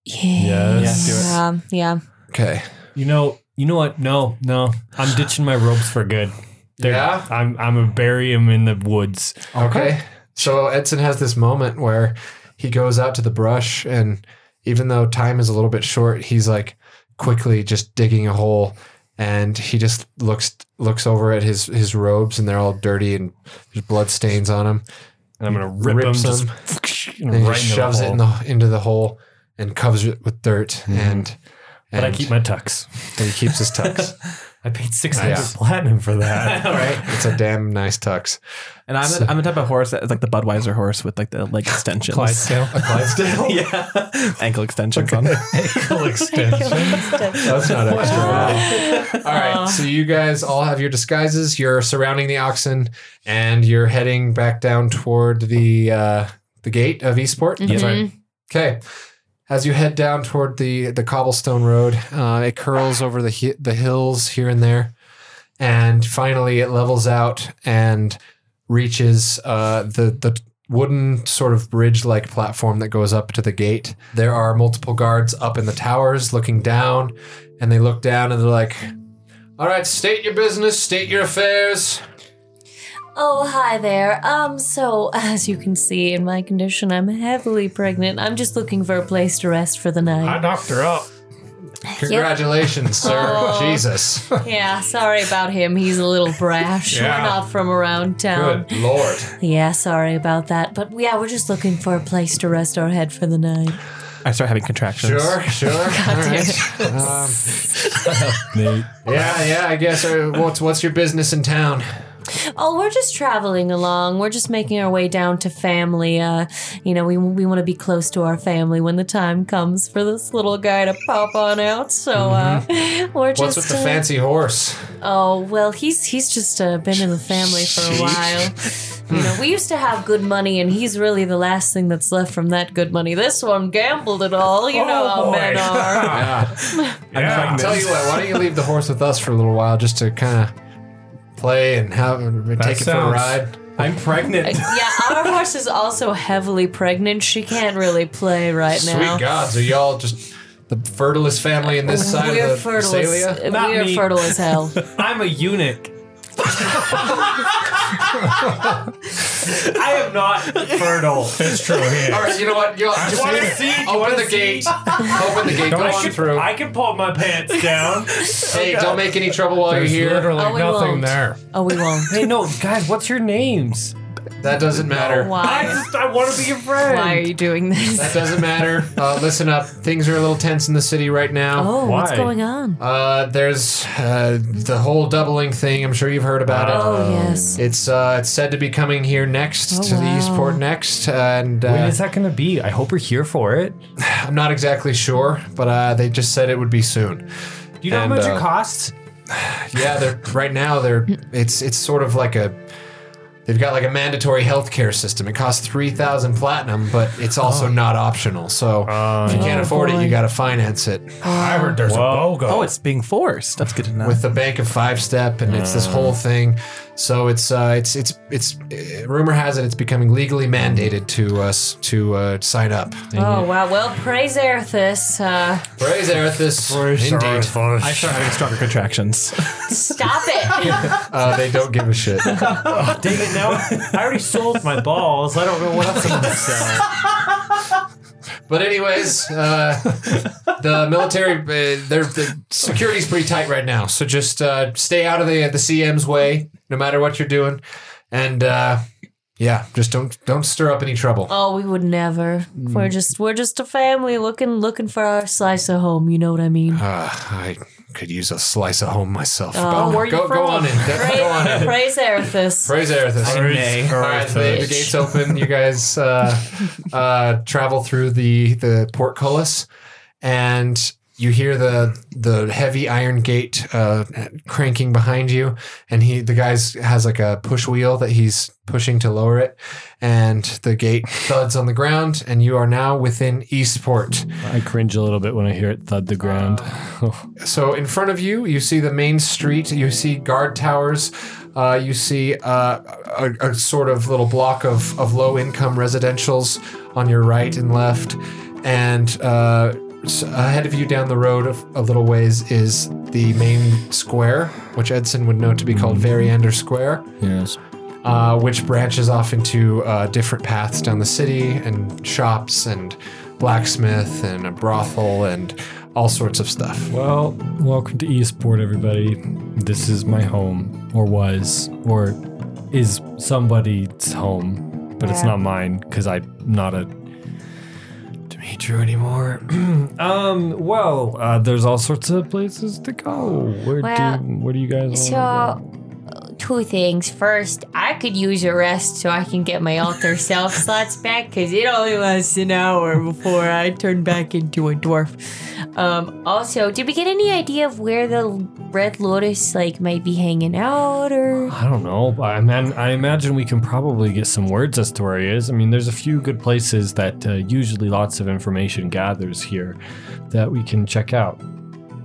Speaker 5: Yes.
Speaker 6: yeah, Um, yeah.
Speaker 1: Okay.
Speaker 5: You know, you know what? No, no, I'm ditching my robes for good. They're-
Speaker 1: Yeah?
Speaker 5: I'm I'm gonna bury them in the woods.
Speaker 1: Okay. So Edson has this moment where he goes out to the brush, and even though time is a little bit short, he's like quickly just digging a hole, and he just looks looks over at his his robes, and they're all dirty and there's blood stains on them.
Speaker 5: And I'm gonna rip
Speaker 1: Rips
Speaker 5: them,
Speaker 1: them.
Speaker 5: just
Speaker 1: And he
Speaker 5: right
Speaker 1: just
Speaker 5: into the
Speaker 1: shoves it in
Speaker 5: hole.
Speaker 1: the, into the hole and covers it with dirt, and and,
Speaker 5: But I keep my tux.
Speaker 1: and he keeps his tux.
Speaker 5: I paid six hundred
Speaker 1: Nice.
Speaker 5: platinum for that.
Speaker 2: All right.
Speaker 1: it's a damn nice tux.
Speaker 2: And I'm, the, I'm the type of horse that's like the Budweiser horse with like the leg extensions.
Speaker 3: Clydesdale.
Speaker 1: Clydesdale?
Speaker 2: yeah. Ankle extensions on.
Speaker 1: That's not extra. All right, so you guys all have your disguises. You're surrounding the oxen, and you're heading back down toward the uh, the gate of Eastport.
Speaker 2: Yes. right.
Speaker 1: Okay. As you head down toward the the cobblestone road, uh, it curls over the hi- the hills here and there, and finally it levels out and reaches uh, the the wooden sort of bridge like platform that goes up to the gate. There are multiple guards up in the towers looking down, and they look down and they're like, "All right, state your business, state your affairs."
Speaker 6: Oh, hi there. Um, so as you can see in my condition, I'm heavily pregnant. I'm just looking for a place to rest for the
Speaker 3: I
Speaker 6: night.
Speaker 3: knocked her up.
Speaker 1: Congratulations, sir.
Speaker 6: Oh.
Speaker 1: Jesus,
Speaker 6: Yeah, sorry about him. He's a little brash.
Speaker 3: Yeah.
Speaker 6: We're not from around town.
Speaker 1: good lord.
Speaker 6: Yeah, sorry about that. But yeah, we're just looking for a place to rest our head for the night.
Speaker 2: I start having contractions.
Speaker 1: Sure, sure. All right. Um, yeah, yeah. I guess. Uh, what's what's your business in town?
Speaker 6: Oh, we're just traveling along. We're just making our way down to family. Uh, you know, we, we want to be close to our family when the time comes for this little guy to pop on out. So uh, we're
Speaker 1: Mm-hmm. What's
Speaker 6: just
Speaker 1: with the
Speaker 6: uh,
Speaker 1: fancy horse?
Speaker 6: Oh well, he's he's just uh, been in the family for a while. You know, we used to have good money, and he's really the last thing that's left from that good money. This one gambled it all. You
Speaker 1: Oh,
Speaker 6: know how men are.
Speaker 1: Yeah.
Speaker 3: Yeah.
Speaker 1: I'll tell you what. Why don't you leave the horse with us for a little while, just to kind of play and have take it for a
Speaker 3: sounds-
Speaker 1: ride?
Speaker 2: I'm pregnant.
Speaker 6: yeah, our horse is also heavily pregnant. She can't really play right
Speaker 1: Sweet
Speaker 6: now.
Speaker 1: God, so y'all just the fertilest family in this side
Speaker 6: We're
Speaker 1: of the
Speaker 6: fertile.
Speaker 1: Salia?
Speaker 6: As,
Speaker 5: Not
Speaker 6: we are
Speaker 5: me.
Speaker 6: fertile as hell.
Speaker 5: I'm a eunuch. I am not fertile.
Speaker 3: It's true. Yeah.
Speaker 1: All right, you know what? Y'all just
Speaker 5: wanna
Speaker 1: leave it.
Speaker 5: see, you
Speaker 1: Open
Speaker 5: wanna
Speaker 1: the
Speaker 5: see.
Speaker 1: gate. Open the gate. Go
Speaker 5: I
Speaker 1: on
Speaker 5: can-
Speaker 1: through.
Speaker 5: I can pull my pants down.
Speaker 1: hey, don't make any trouble while
Speaker 3: There's
Speaker 1: you're here.
Speaker 3: literally
Speaker 6: Oh, we
Speaker 3: nothing
Speaker 6: won't.
Speaker 3: there.
Speaker 6: Oh, we won't.
Speaker 5: hey, no, guys, what's your names?
Speaker 1: That doesn't matter.
Speaker 5: I
Speaker 6: Why?
Speaker 5: just I want to be your friend.
Speaker 6: Why are you doing this?
Speaker 1: That doesn't matter. Uh, listen up. Things are a little tense in the city right now.
Speaker 6: Oh, what's
Speaker 5: Why?
Speaker 6: going on?
Speaker 1: Uh, there's uh, the whole doubling thing. I'm sure you've heard about it.
Speaker 6: Oh yes.
Speaker 1: It's uh, it's said to be coming here next to the
Speaker 6: wow.
Speaker 1: Eastport next, and
Speaker 5: When
Speaker 1: uh,
Speaker 5: is that going to be? I hope we're here for it.
Speaker 1: I'm not exactly sure, but uh, they just said it would be soon.
Speaker 5: Do you know
Speaker 1: And,
Speaker 5: how much
Speaker 1: uh,
Speaker 5: it costs?
Speaker 1: Yeah, they're right now. They're it's it's sort of like a they've got like a mandatory healthcare system. It costs three thousand platinum, but it's also not optional. So if you can't
Speaker 6: Oh,
Speaker 1: afford it, you
Speaker 6: boy.
Speaker 1: got to finance it.
Speaker 3: I heard there's a bogo.
Speaker 5: Oh,
Speaker 2: Oh, it's being forced. That's good to know.
Speaker 1: with the bank of five step and it's this whole thing So it's uh, it's it's it's uh, rumor has it it's becoming legally mandated to us to uh, sign up.
Speaker 6: Oh wow! Well, praise Arthas. Uh,
Speaker 1: Praise Arthas, indeed.
Speaker 2: I start having stronger contractions.
Speaker 4: Stop it.
Speaker 1: Uh, they don't give a shit.
Speaker 5: Dang it! Now I already sold my balls. I don't know what else I'm gonna sell.
Speaker 1: But anyways, uh, the military, uh, their the security's pretty tight right now. So just uh, stay out of the the CM's way, no matter what you're doing, and uh, yeah, just don't don't stir up any trouble.
Speaker 6: oh, we would never. We're just we're just a family looking looking for our slice of home. You know what I mean?
Speaker 1: Uh, I could use a slice of home myself.
Speaker 6: Oh,
Speaker 1: But
Speaker 6: where you
Speaker 1: go,
Speaker 6: from?
Speaker 1: go on in. Go, go on in.
Speaker 6: praise Arthas.
Speaker 1: Praise Arthas.
Speaker 2: Nay.
Speaker 1: All right, the, the gates open. You guys uh, uh, travel through the the portcullis, and you hear the the heavy iron gate uh, cranking behind you. And he, the guy's has like a push wheel that he's pushing to lower it, and the gate thuds on the ground. And you are now within Eastport.
Speaker 5: I cringe a little bit when I hear it thud the ground.
Speaker 1: Uh, so in front of you, you see the main street. You see guard towers. Uh, you see uh, a, a sort of little block of, of low income residentials on your right and left. And uh, s- ahead of you down the road of, a little ways is the main square, which Edson would know to be called Variander Square
Speaker 5: yes.
Speaker 1: uh, which branches off into uh, different paths down the city and shops and blacksmith and a brothel and all sorts of stuff.
Speaker 5: Well, welcome to Eastport, everybody. This is my home, or was, or is somebody's home, but it's not mine because I'm not a Demetrio anymore. um. Well, uh, there's all sorts of places to go. Where
Speaker 4: Well,
Speaker 5: do Where do you guys? wanna
Speaker 4: So, two things. First, I could use a rest so I can get my alter self slots back because it only lasts an hour before I turn back into a dwarf. Um, also, did we get any idea of where the Red Lotus like might be hanging out or?
Speaker 5: go? I don't know. I man, I imagine we can probably get some words as to where he is. I mean, there's a few good places that uh, usually lots of information gathers here that we can check out.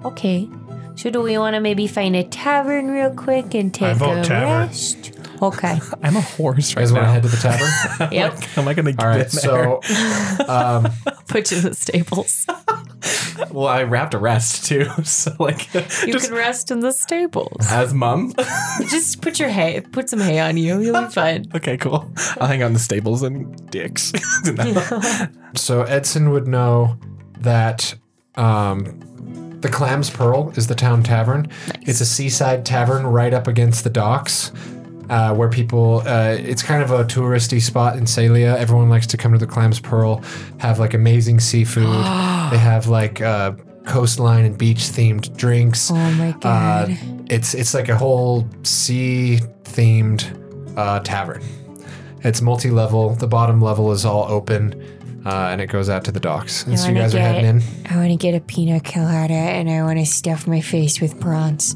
Speaker 4: Okay. So do we want to maybe find a tavern real quick and take
Speaker 3: vote
Speaker 4: a
Speaker 3: tavern.
Speaker 4: rest? Okay.
Speaker 2: I'm a horse
Speaker 1: You
Speaker 2: right
Speaker 1: guys want to
Speaker 2: now.
Speaker 1: head to the tavern?
Speaker 4: Yep.
Speaker 2: Am I gonna get
Speaker 1: All right,
Speaker 2: in
Speaker 1: so um,
Speaker 6: Put you in the stables.
Speaker 2: there? Well, I wrapped a rest too, so like
Speaker 6: You
Speaker 2: just
Speaker 6: can rest in the stables.
Speaker 2: as mum.
Speaker 6: Just put your hay, put some hay on you. You'll be fine.
Speaker 2: okay, cool. I'll hang out in the stables and dicks. No.
Speaker 1: so Edson would know that um, the Clams Pearl is the town tavern. It's a seaside tavern right up against the docks. uh, where people uh, it's kind of a touristy spot in Salia. Everyone likes to come to the Clams Pearl, have like amazing seafood. they have like uh, coastline and beach themed drinks.
Speaker 4: Oh my god.
Speaker 1: Uh, it's it's like a whole sea themed uh, tavern. It's multi level. The bottom level is all open, uh, and it goes out to the docks. And so you
Speaker 4: wanna
Speaker 1: guys are
Speaker 4: get-
Speaker 1: heading in.
Speaker 4: I want to get a pina colada and I want to stuff my face with prawns.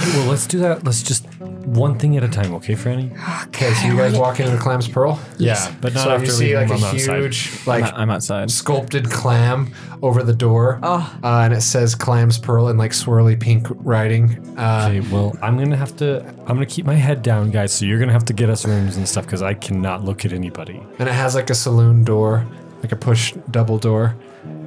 Speaker 5: Well, let's do that. Let's just one thing at a time, okay, Franny?
Speaker 1: Okay, so you guys walk into the Clams Pearl.
Speaker 5: Yeah, but not
Speaker 1: so
Speaker 5: after
Speaker 1: you see
Speaker 5: leaving
Speaker 1: like a
Speaker 5: them outside.
Speaker 1: huge like
Speaker 2: I'm outside.
Speaker 1: sculpted clam over the door,
Speaker 4: Oh.
Speaker 1: uh, and it says "Clams Pearl" in like swirly pink writing. Uh,
Speaker 5: Okay, well, I'm gonna have to. I'm gonna keep my head down, guys. So you're gonna have to get us rooms and stuff because I cannot look at anybody.
Speaker 1: and it has like a saloon door, like a push double door,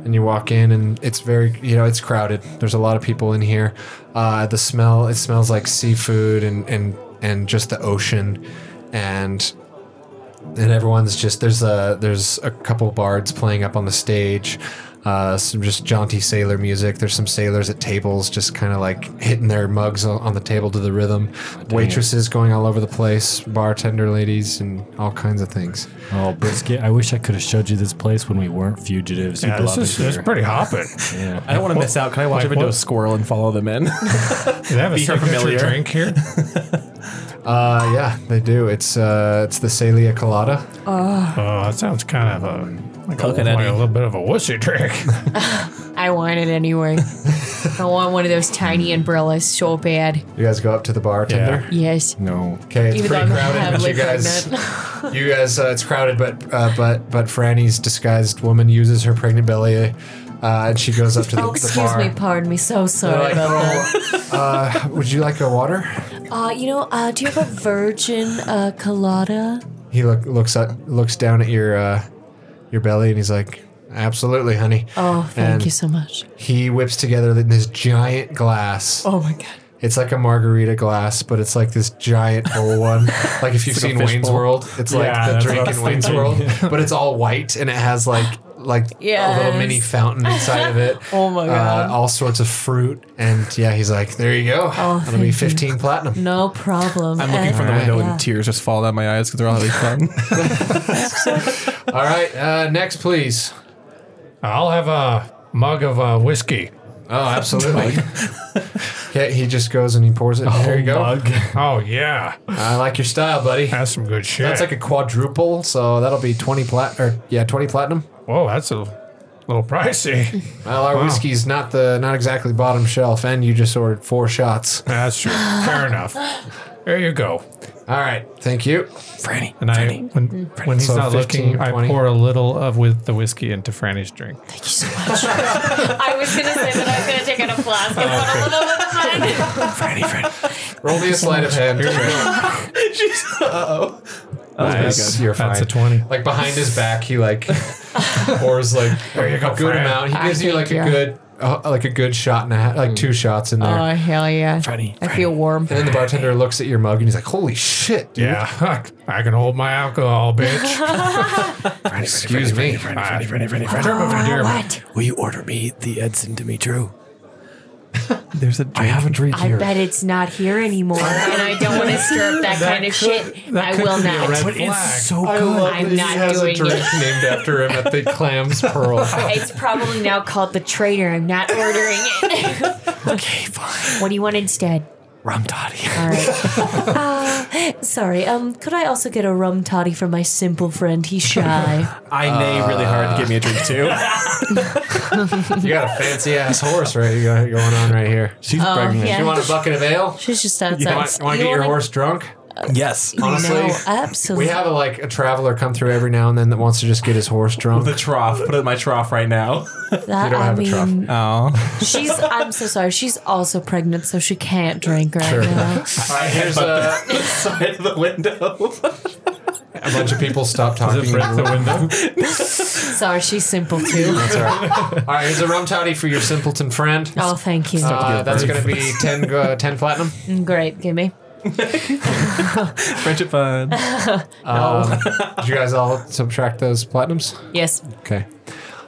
Speaker 1: and you walk in, and it's very you know it's crowded. There's a lot of people in here. Uh, the smell it smells like seafood and and and just the ocean, and and everyone's just there's a there's a couple bards playing up on the stage uh, some just jaunty sailor music there's some sailors at tables just kind of like hitting their mugs on on the table to the rhythm waitresses going all over the place bartender ladies and all kinds of things
Speaker 5: Oh, brisket! I wish I could have showed you this place when we weren't fugitives. You'd
Speaker 3: Yeah, this
Speaker 5: love
Speaker 3: is
Speaker 5: it
Speaker 3: this is
Speaker 5: here.
Speaker 3: pretty hopping.
Speaker 5: Yeah.
Speaker 2: I don't want to miss out. Can I watch
Speaker 3: Like
Speaker 2: a video
Speaker 3: what?
Speaker 2: squirrel and follow them in?
Speaker 3: Do they have a
Speaker 2: Be her
Speaker 3: signature
Speaker 2: familiar.
Speaker 3: drink here?
Speaker 1: uh, yeah they do it's uh, it's the salia colada
Speaker 3: Oh, that sounds kind of a like a,
Speaker 2: Coconutty.
Speaker 3: like a little bit of a wussy drink.
Speaker 6: I want it anyway. I want one of those tiny umbrellas so bad.
Speaker 1: you guys go up to the bartender
Speaker 6: Yes. Oh,
Speaker 5: No.
Speaker 1: okay it's
Speaker 6: Even though
Speaker 1: pretty
Speaker 6: I'm
Speaker 1: crowded but
Speaker 6: heavily
Speaker 1: you guys
Speaker 6: pregnant.
Speaker 1: you guys uh, it's crowded but uh, but but franny's disguised woman uses her pregnant belly Uh, and she goes up to the,
Speaker 6: Oh,
Speaker 1: the
Speaker 6: excuse
Speaker 1: bar.
Speaker 6: me, pardon me. So sorry
Speaker 1: They're like,
Speaker 6: about that.
Speaker 1: "Oh, uh, would you like a water?
Speaker 6: Uh, you know, uh, do you have a virgin uh, colada?
Speaker 1: He look, looks at, looks down at your uh, your belly and he's like, "Absolutely, honey."
Speaker 6: Oh, thank
Speaker 1: And
Speaker 6: you so much.
Speaker 1: He whips together this giant glass.
Speaker 6: Oh my god.
Speaker 1: It's like a margarita glass, but it's like this giant old one. Like if you've
Speaker 2: like a
Speaker 1: seen
Speaker 2: fish
Speaker 1: Wayne's
Speaker 2: bowl.
Speaker 1: World, it's
Speaker 5: Yeah,
Speaker 1: like the
Speaker 5: that's what
Speaker 1: drink
Speaker 5: I was
Speaker 1: in Wayne's
Speaker 5: thinking.
Speaker 1: World, but it's all white and it has like like a little mini
Speaker 6: Yes.
Speaker 1: fountain inside of it.
Speaker 6: Oh my
Speaker 1: Uh,
Speaker 6: God.
Speaker 1: all sorts of fruit, and yeah, he's like, "There you go. That'll
Speaker 6: thank
Speaker 1: be
Speaker 6: you.
Speaker 1: 15 platinum."
Speaker 6: No problem.
Speaker 2: I'm looking
Speaker 6: And-
Speaker 2: from the
Speaker 1: Alright.
Speaker 2: window
Speaker 6: Yeah.
Speaker 2: and tears just fall down my eyes because they're all having fun.
Speaker 1: All right, uh, next, please.
Speaker 3: I'll have a mug of uh, whiskey.
Speaker 1: Oh, absolutely. okay, he just goes and he pours it. there you go.
Speaker 3: Oh yeah,
Speaker 1: I like your style, buddy.
Speaker 3: that's some good shit.
Speaker 1: That's like a quadruple, so that'll be 20 plat or yeah, 20 platinum.
Speaker 3: whoa, that's a little pricey.
Speaker 1: Well, our whiskey's not the not exactly bottom shelf, and you just ordered four shots.
Speaker 3: that's true. Fair enough. There you go.
Speaker 1: All right, thank you.
Speaker 2: Franny.
Speaker 3: And I, when,
Speaker 4: Mm-hmm.
Speaker 3: when he's
Speaker 1: So
Speaker 3: not
Speaker 1: 15,
Speaker 3: looking, I
Speaker 1: 20.
Speaker 3: pour a little of with the whiskey into Franny's drink.
Speaker 4: I was gonna say that I was gonna take out a flask and put a little bit behind it.
Speaker 2: Franny, Franny.
Speaker 1: Roll me a sleight of hand.
Speaker 3: Nice.
Speaker 1: You're
Speaker 3: That's
Speaker 1: fine.
Speaker 3: a twenty.
Speaker 1: Like behind his back, he like pours like a
Speaker 3: go,
Speaker 1: good
Speaker 3: Fran.
Speaker 1: amount. He
Speaker 4: I
Speaker 1: gives you
Speaker 4: think
Speaker 1: like a
Speaker 4: you're-
Speaker 1: good uh, like a good shot and a half, like two shots in there.
Speaker 4: Oh hell yeah!
Speaker 2: Freddy,
Speaker 4: I feel warm.
Speaker 1: And then the bartender looks at your mug and he's like, "Holy shit, dude!
Speaker 3: Yeah, I can hold my alcohol, bitch.
Speaker 1: Excuse me."
Speaker 2: Franny, Franny, Franny, Franny.
Speaker 6: Ah,
Speaker 4: What?
Speaker 2: Will you order me the Edson Dimitru? There's a
Speaker 5: I
Speaker 2: drink.
Speaker 5: have a drink
Speaker 4: I
Speaker 5: here.
Speaker 4: bet it's not here anymore, and I don't want to stir up that, kind of shit. I will not.
Speaker 2: But it's so
Speaker 1: I
Speaker 2: good.
Speaker 1: love
Speaker 4: I'm
Speaker 1: that
Speaker 4: not
Speaker 1: he has a
Speaker 4: doing
Speaker 1: drink
Speaker 4: it.
Speaker 1: named after him at the Clams Pearl.
Speaker 4: It's probably now called the traitor. I'm not ordering it.
Speaker 2: Okay, fine.
Speaker 4: what do you want instead?
Speaker 2: Rum toddy.
Speaker 4: All right. Uh,
Speaker 6: Sorry, um, could I also get a rum toddy for my simple friend? He's shy.
Speaker 2: I neigh really hard to get me a drink too.
Speaker 1: You got a fancy ass horse right you got going on right here.
Speaker 2: She's
Speaker 4: Um,
Speaker 2: pregnant.
Speaker 1: You
Speaker 6: yeah.
Speaker 1: want a bucket of ale?
Speaker 6: She's just
Speaker 1: You
Speaker 6: outside.
Speaker 1: want, want to
Speaker 6: You
Speaker 1: get your
Speaker 6: wanna-
Speaker 1: horse drunk?
Speaker 2: Yes.
Speaker 1: Honestly,
Speaker 6: No, absolutely.
Speaker 1: we have a, like a traveler come through every now and then that wants to just get his horse drunk.
Speaker 2: The trough. Put it in my trough right now.
Speaker 6: that,
Speaker 1: don't
Speaker 6: I
Speaker 1: have a trough.
Speaker 6: mean,
Speaker 2: Oh.
Speaker 6: she's. I'm so sorry. She's also pregnant, so she can't drink right now.
Speaker 1: All right, here's a,
Speaker 2: Side of the window.
Speaker 1: a bunch of people stop talking.
Speaker 3: break the window?
Speaker 6: Sorry, she's simple too.
Speaker 1: That's all right. All right, here's a rum toddy for your simpleton friend.
Speaker 6: Oh, thank you. Mm,
Speaker 1: Uh, that's going to be 10, uh, 10 platinum.
Speaker 6: Great, give me.
Speaker 2: Friendship fun.
Speaker 1: Um, did you guys all subtract those platinums?
Speaker 6: Yes.
Speaker 1: Okay.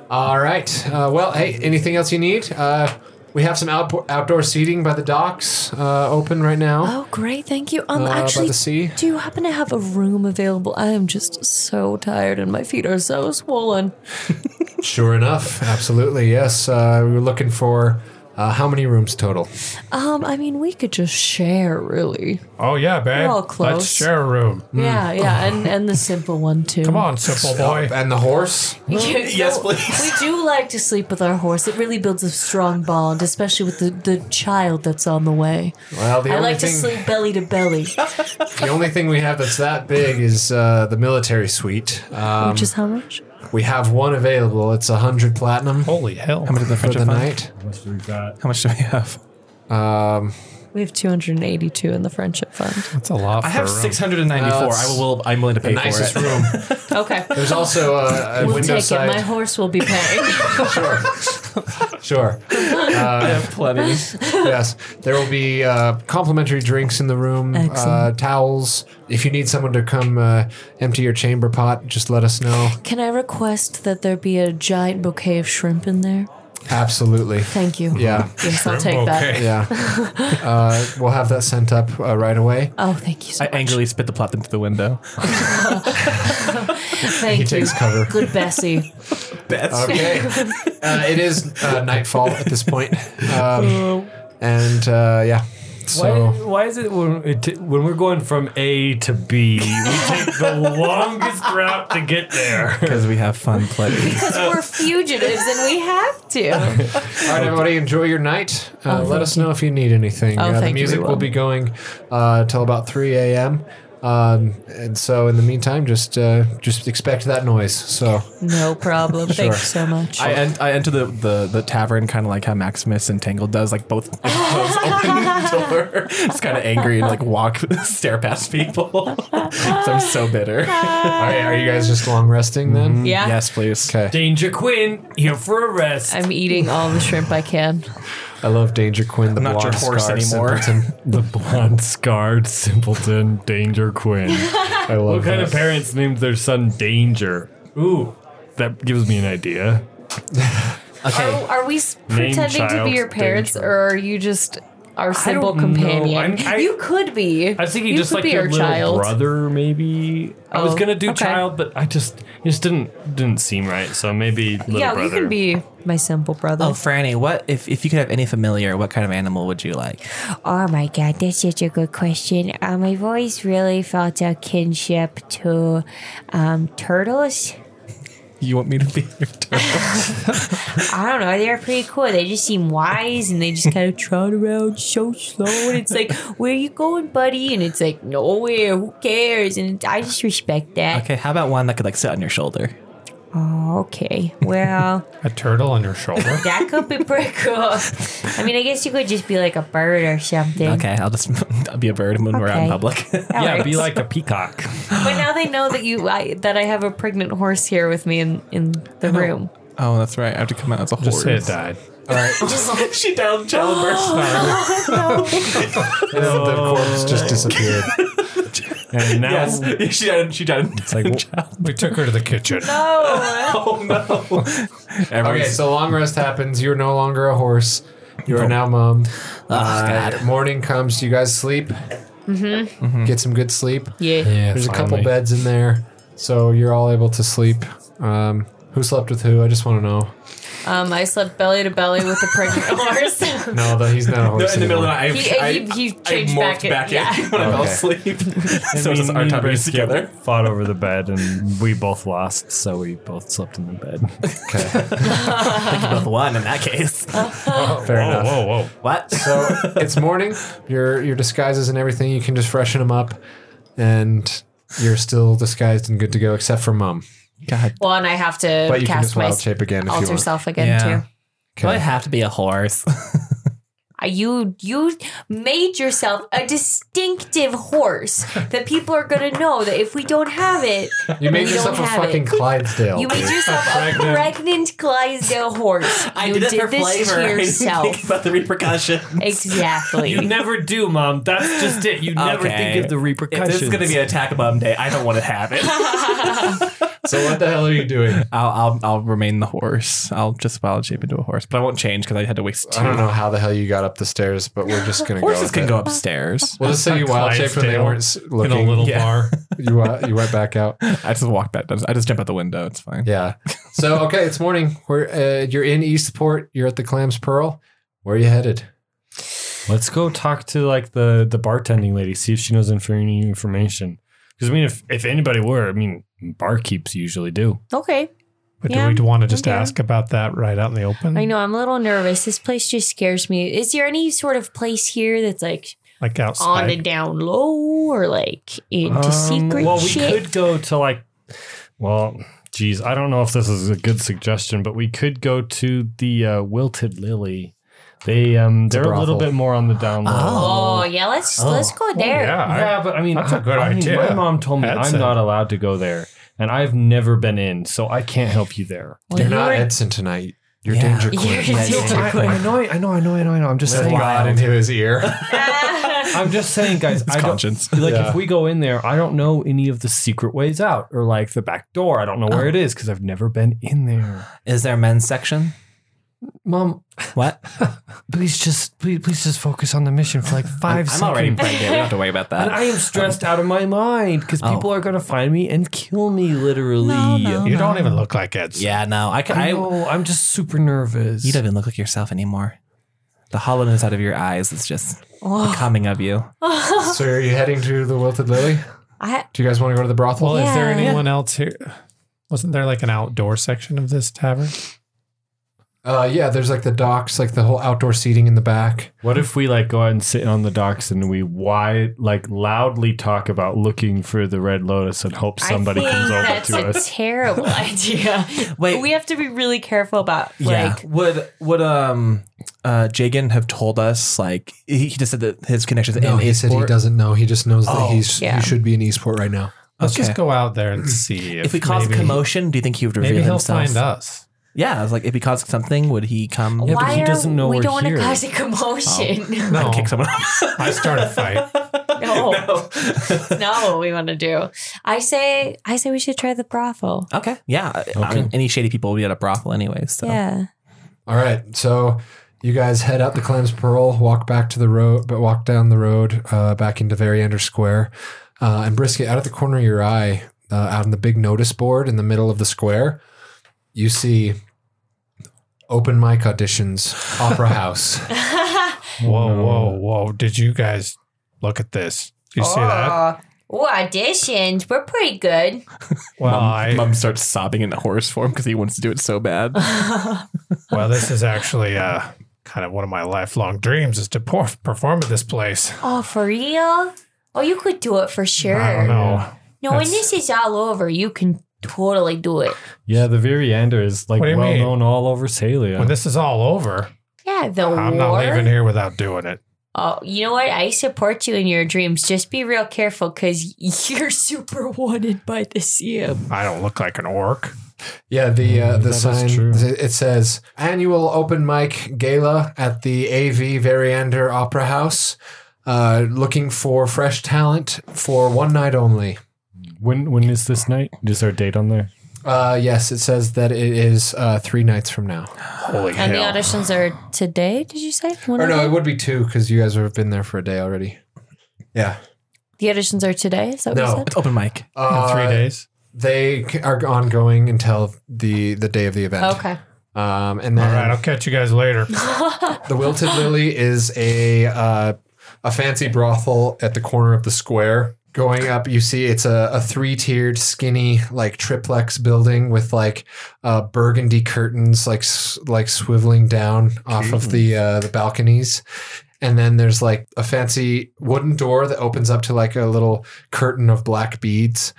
Speaker 1: All right. Uh, well, hey, anything else you need? Uh, we have some outpo- outdoor seating by the docks uh, open right now.
Speaker 6: Oh, great, thank you. Um,
Speaker 1: Uh, by
Speaker 6: actually,
Speaker 1: the sea.
Speaker 6: do you happen to have a room available? I am just so tired, and my feet are so swollen. Oh.
Speaker 1: Sure enough. Absolutely. Yes. Uh, we were looking for uh, how many rooms total?
Speaker 6: Um, I mean, we could just share, really.
Speaker 3: Oh yeah, babe.
Speaker 6: all
Speaker 3: Let's
Speaker 6: close.
Speaker 3: share a room.
Speaker 1: Mm.
Speaker 6: Yeah, yeah, and and the simple one too.
Speaker 3: Come on, simple boy.
Speaker 1: And the horse?
Speaker 2: Yes, please.
Speaker 6: We do like to sleep with our horse. It really builds a strong bond, especially with the, the child that's on the way.
Speaker 1: Well, the
Speaker 6: I
Speaker 1: only
Speaker 6: like to
Speaker 1: thing
Speaker 6: sleep belly to belly,
Speaker 1: the only thing we have that's that big is uh, the military suite. Uh,
Speaker 6: which is how much?
Speaker 1: we have one available. It's a hundred
Speaker 6: Oh,
Speaker 1: platinum
Speaker 3: Holy hell!
Speaker 2: How much, the
Speaker 1: for
Speaker 2: friendship
Speaker 1: the
Speaker 2: fund?
Speaker 1: night.
Speaker 2: How much do we have?
Speaker 6: We have 282 in the friendship fund.
Speaker 3: That's a lot.
Speaker 2: I have
Speaker 3: for a room.
Speaker 2: 694.
Speaker 1: Well,
Speaker 2: I
Speaker 1: that's
Speaker 2: will. I'm willing to pay for
Speaker 1: Nicest
Speaker 2: it.
Speaker 1: room.
Speaker 6: Okay.
Speaker 1: There's also uh, a
Speaker 6: We'll
Speaker 1: window
Speaker 6: take
Speaker 1: side.
Speaker 6: it. My horse will be paying.
Speaker 1: Sure.
Speaker 2: I have plenty.
Speaker 1: yes, there will be uh, complimentary drinks in the room, uh,
Speaker 6: Excellent.
Speaker 1: towels. If you need someone to come uh, empty your chamber pot, just let us know.
Speaker 6: Can I request that there be a giant bouquet of shrimp in there?
Speaker 1: Absolutely.
Speaker 6: Thank you.
Speaker 1: Yeah,
Speaker 6: Yes, I'll take that.
Speaker 3: Okay.
Speaker 1: yeah. Uh, we'll have that sent up uh, right away.
Speaker 6: Oh, thank you so
Speaker 2: I
Speaker 6: much.
Speaker 2: angrily spit the platinum through the window.
Speaker 6: Thank
Speaker 1: He
Speaker 6: you.
Speaker 1: takes cover.
Speaker 6: Good Bessie.
Speaker 2: That's
Speaker 1: Okay. Uh, it is uh, nightfall at this point. Um, and uh, yeah,
Speaker 5: Why,
Speaker 1: so.
Speaker 5: why is it when, it t- when we're going from A to B, we take the longest route to get there?
Speaker 2: because we have fun plenty.
Speaker 4: Because we're fugitives and we have to.
Speaker 1: All right, everybody, enjoy your night. Uh, let
Speaker 6: thank
Speaker 1: us know if you need anything. uh, the
Speaker 6: thank you, we
Speaker 1: music will
Speaker 6: will.
Speaker 1: be going uh, till about 3 a.m. Um, and so in the meantime, just uh, just expect that noise. So
Speaker 4: No problem. Thanks so much.
Speaker 2: I, en- I enter the, the, the tavern kind of like how Maximus and Tangled does, like both elbows open the door. Just kind of angry and like walk, stare past people. 'Cause I'm so bitter. Mm-hmm.
Speaker 1: all right, are you guys just long resting then?
Speaker 4: yeah.
Speaker 2: Yes, please.
Speaker 1: Okay.
Speaker 5: Danger Quinn, here for a rest.
Speaker 4: I'm eating all the shrimp I can.
Speaker 1: I love Danger Quinn, the
Speaker 2: I'm not your
Speaker 1: blonde
Speaker 2: horse
Speaker 1: scar
Speaker 2: anymore.
Speaker 1: simpleton.
Speaker 5: the blonde, scarred simpleton, Danger Quinn.
Speaker 1: I love
Speaker 5: what kind
Speaker 1: that.
Speaker 5: of parents named their son Danger? Ooh, that gives me an idea.
Speaker 4: Oh,
Speaker 6: Are, are we s- pretending to be
Speaker 5: child
Speaker 6: your parents,
Speaker 5: danger.
Speaker 6: or are you just our simple
Speaker 5: know.
Speaker 6: companion?
Speaker 5: I'm- I-
Speaker 6: you could be.
Speaker 5: I was thinking
Speaker 6: you
Speaker 5: just
Speaker 6: could
Speaker 5: like
Speaker 6: be
Speaker 5: your
Speaker 6: our
Speaker 5: little
Speaker 6: child.
Speaker 5: brother, maybe. I was
Speaker 6: Oh,
Speaker 5: gonna do
Speaker 6: okay.
Speaker 5: child, but I just it just didn't didn't seem right. So maybe little
Speaker 6: yeah,
Speaker 5: brother.
Speaker 6: you can be my simple brother.
Speaker 2: Oh, Franny, what if, if you could have any familiar, what kind of animal would you like?
Speaker 4: Oh my god, that's such a good question. Um, I've always really felt a kinship to um, turtles.
Speaker 2: You want me to be your turtle?
Speaker 4: I don't know, they're pretty cool. They just seem wise and they just kind of trot around so slow. And it's like, where you going, buddy? And it's like, nowhere. Who cares? And I just respect that.
Speaker 2: Okay, how about one that could like sit on your shoulder?
Speaker 4: Oh, okay. Well,
Speaker 3: A turtle on your shoulder.
Speaker 4: that could be pretty cool. I mean, I guess you could just be like a bird or something.
Speaker 2: Okay, I'll just I'll be a bird when we're out in
Speaker 4: Okay.
Speaker 2: public.
Speaker 4: That
Speaker 5: yeah,
Speaker 4: works.
Speaker 5: be like a peacock.
Speaker 6: but now they know that you I, that I have a pregnant horse here with me in in the room.
Speaker 2: oh, that's right. I have to come out as a horse.
Speaker 3: Just say it died.
Speaker 2: she down childbirth.
Speaker 1: And then the corpse just disappeared.
Speaker 5: and now
Speaker 2: yes, she died. She died. It's like
Speaker 3: We took her to the kitchen.
Speaker 2: oh no.
Speaker 1: Okay, so long rest happens. You're no longer a horse. You are now mom.
Speaker 2: Ah,
Speaker 1: Uh, morning comes. You guys sleep. Mm-hmm. Get some good sleep.
Speaker 4: Yeah.
Speaker 1: There's a couple beds in there, so you're all able to sleep. Um, who slept with who? I just want to know.
Speaker 6: Um, I slept belly to belly with a pregnant horse.
Speaker 1: No, that he's not a horse.
Speaker 2: in the middle of the
Speaker 1: anymore.
Speaker 2: night,
Speaker 6: He-
Speaker 2: I,
Speaker 6: he- he
Speaker 2: I, I
Speaker 6: changed
Speaker 2: morphed back,
Speaker 6: back in-
Speaker 2: in
Speaker 6: yeah.
Speaker 2: when I fell
Speaker 1: Okay.
Speaker 2: asleep.
Speaker 5: And
Speaker 2: so
Speaker 5: me
Speaker 2: does
Speaker 5: and
Speaker 2: our
Speaker 5: me
Speaker 2: time
Speaker 5: Brisket
Speaker 2: together.
Speaker 5: Fought over the bed, and we both lost, so we both slept in the bed.
Speaker 1: Okay.
Speaker 2: Both one in that case.
Speaker 1: Fair
Speaker 2: Oh.
Speaker 5: whoa,
Speaker 1: enough.
Speaker 5: whoa, whoa!
Speaker 2: What?
Speaker 1: So it's morning. Your your disguises and everything. You can just freshen them up, and you're still disguised and good to go, except for mom.
Speaker 2: God.
Speaker 6: well, and I have to
Speaker 1: But you can
Speaker 6: cast
Speaker 1: just
Speaker 6: my
Speaker 1: wild shape again if you
Speaker 6: alter
Speaker 1: want.
Speaker 6: self again
Speaker 2: Yeah.
Speaker 6: too.
Speaker 2: Do I
Speaker 1: Okay.
Speaker 2: have to be a horse?
Speaker 6: I- Uh, You you made yourself a distinctive horse that people are gonna know that if we don't have it,
Speaker 1: You made
Speaker 6: We
Speaker 1: yourself a
Speaker 6: don't have it.
Speaker 1: fucking Clydesdale.
Speaker 6: you
Speaker 1: dude.
Speaker 6: made yourself a pregnant Clydesdale horse. you this to yourself.
Speaker 2: about the repercussion.
Speaker 6: Exactly.
Speaker 5: never do, mom. That's just it. You
Speaker 2: Okay. If this is going to be an attack bomb day, I don't want to have it.
Speaker 1: So what the hell are you doing?
Speaker 2: I'll, I'll I'll remain the horse. I'll just wild shape into a horse, but I won't change because I had to waste two.
Speaker 1: I don't know how the hell you got up the stairs, but we're just gonna go.
Speaker 2: Horses
Speaker 1: with
Speaker 2: can
Speaker 1: it.
Speaker 2: go upstairs.
Speaker 1: We'll just say you wild shaped when they
Speaker 5: Clydesdale
Speaker 1: weren't s-
Speaker 5: in
Speaker 1: looking.
Speaker 5: a little
Speaker 2: Yeah.
Speaker 5: bar.
Speaker 1: You uh, you went back out.
Speaker 2: I just walk that. I just jump out the window. It's fine.
Speaker 1: Yeah. So okay, it's morning. We're uh, you're in Eastport. You're at the Clams Pearl. Where are you headed?
Speaker 5: Let's go talk to like the the bartending lady. See if she knows inf- any information. Because I mean, if if anybody were, I mean, barkeeps usually do.
Speaker 4: Okay.
Speaker 3: But
Speaker 4: Yeah,
Speaker 3: do we want to just
Speaker 4: okay.
Speaker 3: ask about that right out in the open?
Speaker 5: Mm.
Speaker 4: I know, I'm a little nervous. This place just scares me. Is there any sort of place here that's like
Speaker 3: Like
Speaker 4: on the
Speaker 3: outside.
Speaker 4: down low or like into secret
Speaker 5: Um, well, we
Speaker 4: shit?
Speaker 5: could go to like, well, geez, I don't know if this is a good suggestion, but we could go to the uh, Wilted Lily. They um,
Speaker 1: It's a
Speaker 5: they're a, little
Speaker 1: brothel.
Speaker 5: bit more on the down low.
Speaker 4: oh, yeah, let's let's go there.
Speaker 5: oh, yeah, but I mean,
Speaker 3: that's a good
Speaker 5: I mean,
Speaker 3: idea.
Speaker 5: my mom told me
Speaker 3: That's
Speaker 5: I'm
Speaker 3: a-
Speaker 5: not allowed to go there, and I've never been in, so I can't help you there.
Speaker 4: Well,
Speaker 1: you're not
Speaker 4: you're-
Speaker 1: Edson tonight. You're
Speaker 2: Yeah.
Speaker 1: Danger
Speaker 4: You're
Speaker 1: Quinn.
Speaker 4: a danger queen.
Speaker 5: know, I know, I know, I know, I know. I'm just
Speaker 1: Let God into his ear.
Speaker 5: I'm just saying, guys. I don't,
Speaker 2: conscience.
Speaker 5: like
Speaker 1: Yeah.
Speaker 5: if we go in there, I don't know any of the secret ways out or like the back door. I don't know
Speaker 4: Oh.
Speaker 5: where it is because I've never been in there.
Speaker 2: Is there a men's section?
Speaker 5: Mom,
Speaker 2: What?
Speaker 5: please just please, please just focus on the mission for like 5
Speaker 2: I'm,
Speaker 5: seconds.
Speaker 2: I'm already pregnant. We don't have to worry about
Speaker 5: and
Speaker 2: that.
Speaker 5: I am stressed out of my mind because
Speaker 2: Oh.
Speaker 5: people are gonna find me and kill me literally.
Speaker 3: You don't even look like Edson.
Speaker 2: Yeah, no. I can.
Speaker 5: I
Speaker 2: I,
Speaker 5: know. I'm just super nervous.
Speaker 2: you don't even look like yourself anymore. The hollowness out of your eyes is just becoming of you.
Speaker 1: so are you heading to the Wilted Lily?
Speaker 4: I
Speaker 1: Do you guys want to go to the brothel?
Speaker 3: Well, is there
Speaker 4: Yeah.
Speaker 3: anyone else here? Wasn't there like an outdoor section of this tavern?
Speaker 1: Uh, yeah, there's like the docks, like the whole outdoor seating in the back.
Speaker 5: What if we like go out and sit on the docks and we wide like loudly talk about looking for the red lotus and hope somebody
Speaker 4: think
Speaker 5: comes over
Speaker 4: that's
Speaker 5: to
Speaker 4: a
Speaker 5: us?
Speaker 6: Terrible idea.
Speaker 2: Wait.
Speaker 6: we have to be really careful about
Speaker 2: Yeah.
Speaker 6: like
Speaker 2: would would um uh Jagan have told us like he, he just said that his connections
Speaker 1: No,
Speaker 2: in
Speaker 1: he said he
Speaker 2: Eastport?
Speaker 1: doesn't know. He just knows
Speaker 2: Oh,
Speaker 1: that he's
Speaker 6: yeah.
Speaker 1: he should be in Eastport right now.
Speaker 3: Let's just
Speaker 2: Okay.
Speaker 3: go out there and see if,
Speaker 2: If we caused
Speaker 3: maybe,
Speaker 2: commotion, do you think he would reveal
Speaker 3: Maybe he'll
Speaker 2: himself?
Speaker 3: find us.
Speaker 2: Yeah, I was like, if he caused something, would he come?
Speaker 5: Yeah, but
Speaker 6: why
Speaker 5: he
Speaker 6: are,
Speaker 5: doesn't know
Speaker 6: we
Speaker 5: we're
Speaker 6: don't want
Speaker 5: here.
Speaker 6: to cause a commotion.
Speaker 3: No,
Speaker 2: Kick someone out.
Speaker 3: I start a fight.
Speaker 5: Oh.
Speaker 6: no. not what we want to do. I say I say we should try the brothel.
Speaker 2: Okay. Yeah. I mean, any shady people will be at a brothel anyway.
Speaker 5: Oh.
Speaker 2: So
Speaker 6: Yeah.
Speaker 1: All right, so you guys head out the Clams Pearl, walk back to the road, but walk down the road uh, back into Variander Square, uh, and Brisket out of the corner of your eye, uh, out on the big notice board in the middle of the square, you see open mic auditions, Opera House.
Speaker 3: Whoa, whoa, whoa. Did you guys look at this? Did you see that?
Speaker 4: Ah. Ooh, auditions. We're pretty good.
Speaker 3: Well, I,
Speaker 2: Mum starts sobbing in horse form because he wants to do it so bad.
Speaker 4: Oh,
Speaker 3: well, this is actually uh, kind of one of my lifelong dreams is to por- perform at this place.
Speaker 4: Oh, for real? Oh, you could do it for sure.
Speaker 3: I don't know.
Speaker 4: No, when this is all over, you can totally do it.
Speaker 5: Yeah, the Viriander is like
Speaker 3: What do you
Speaker 5: well
Speaker 3: mean?
Speaker 5: known all over Salia.
Speaker 3: When this is all over,
Speaker 4: Yeah, the
Speaker 3: I'm not
Speaker 4: war.
Speaker 3: leaving here without doing it.
Speaker 4: Oh, you know what? I support you in your dreams. Just be real careful because you're super wanted by the CM.
Speaker 3: I don't look like an orc.
Speaker 1: Yeah, the uh,
Speaker 5: that
Speaker 1: the
Speaker 5: is
Speaker 1: sign
Speaker 5: true.
Speaker 1: it says annual open mic gala at the AV Variander Opera House. Uh, looking for fresh talent for one night only.
Speaker 5: when when is this night? Is there a date on there?
Speaker 1: Uh, yes, it says that it is uh, three nights from now.
Speaker 3: Holy
Speaker 6: And
Speaker 3: hell.
Speaker 6: the auditions are today, did you say? When
Speaker 1: Or
Speaker 6: are
Speaker 1: no,
Speaker 6: they?
Speaker 1: it would be two because you guys have been there for a day already. Yeah,
Speaker 6: the auditions are today, is that what
Speaker 1: No.
Speaker 6: you said?
Speaker 2: it's open mic.
Speaker 1: uh,
Speaker 3: three days.
Speaker 1: They c- are ongoing until the the day of the event.
Speaker 6: Okay.
Speaker 1: Um, and then
Speaker 3: All right, I'll catch you guys later.
Speaker 1: The Wilted Lily is a uh, a fancy brothel at the corner of the square. Going up, you see it's a, a three tiered, skinny, like triplex building with like uh, burgundy curtains, like s- like swiveling down off of the uh, the balconies. And then there's like a fancy wooden door that opens up to like a little curtain of black beads.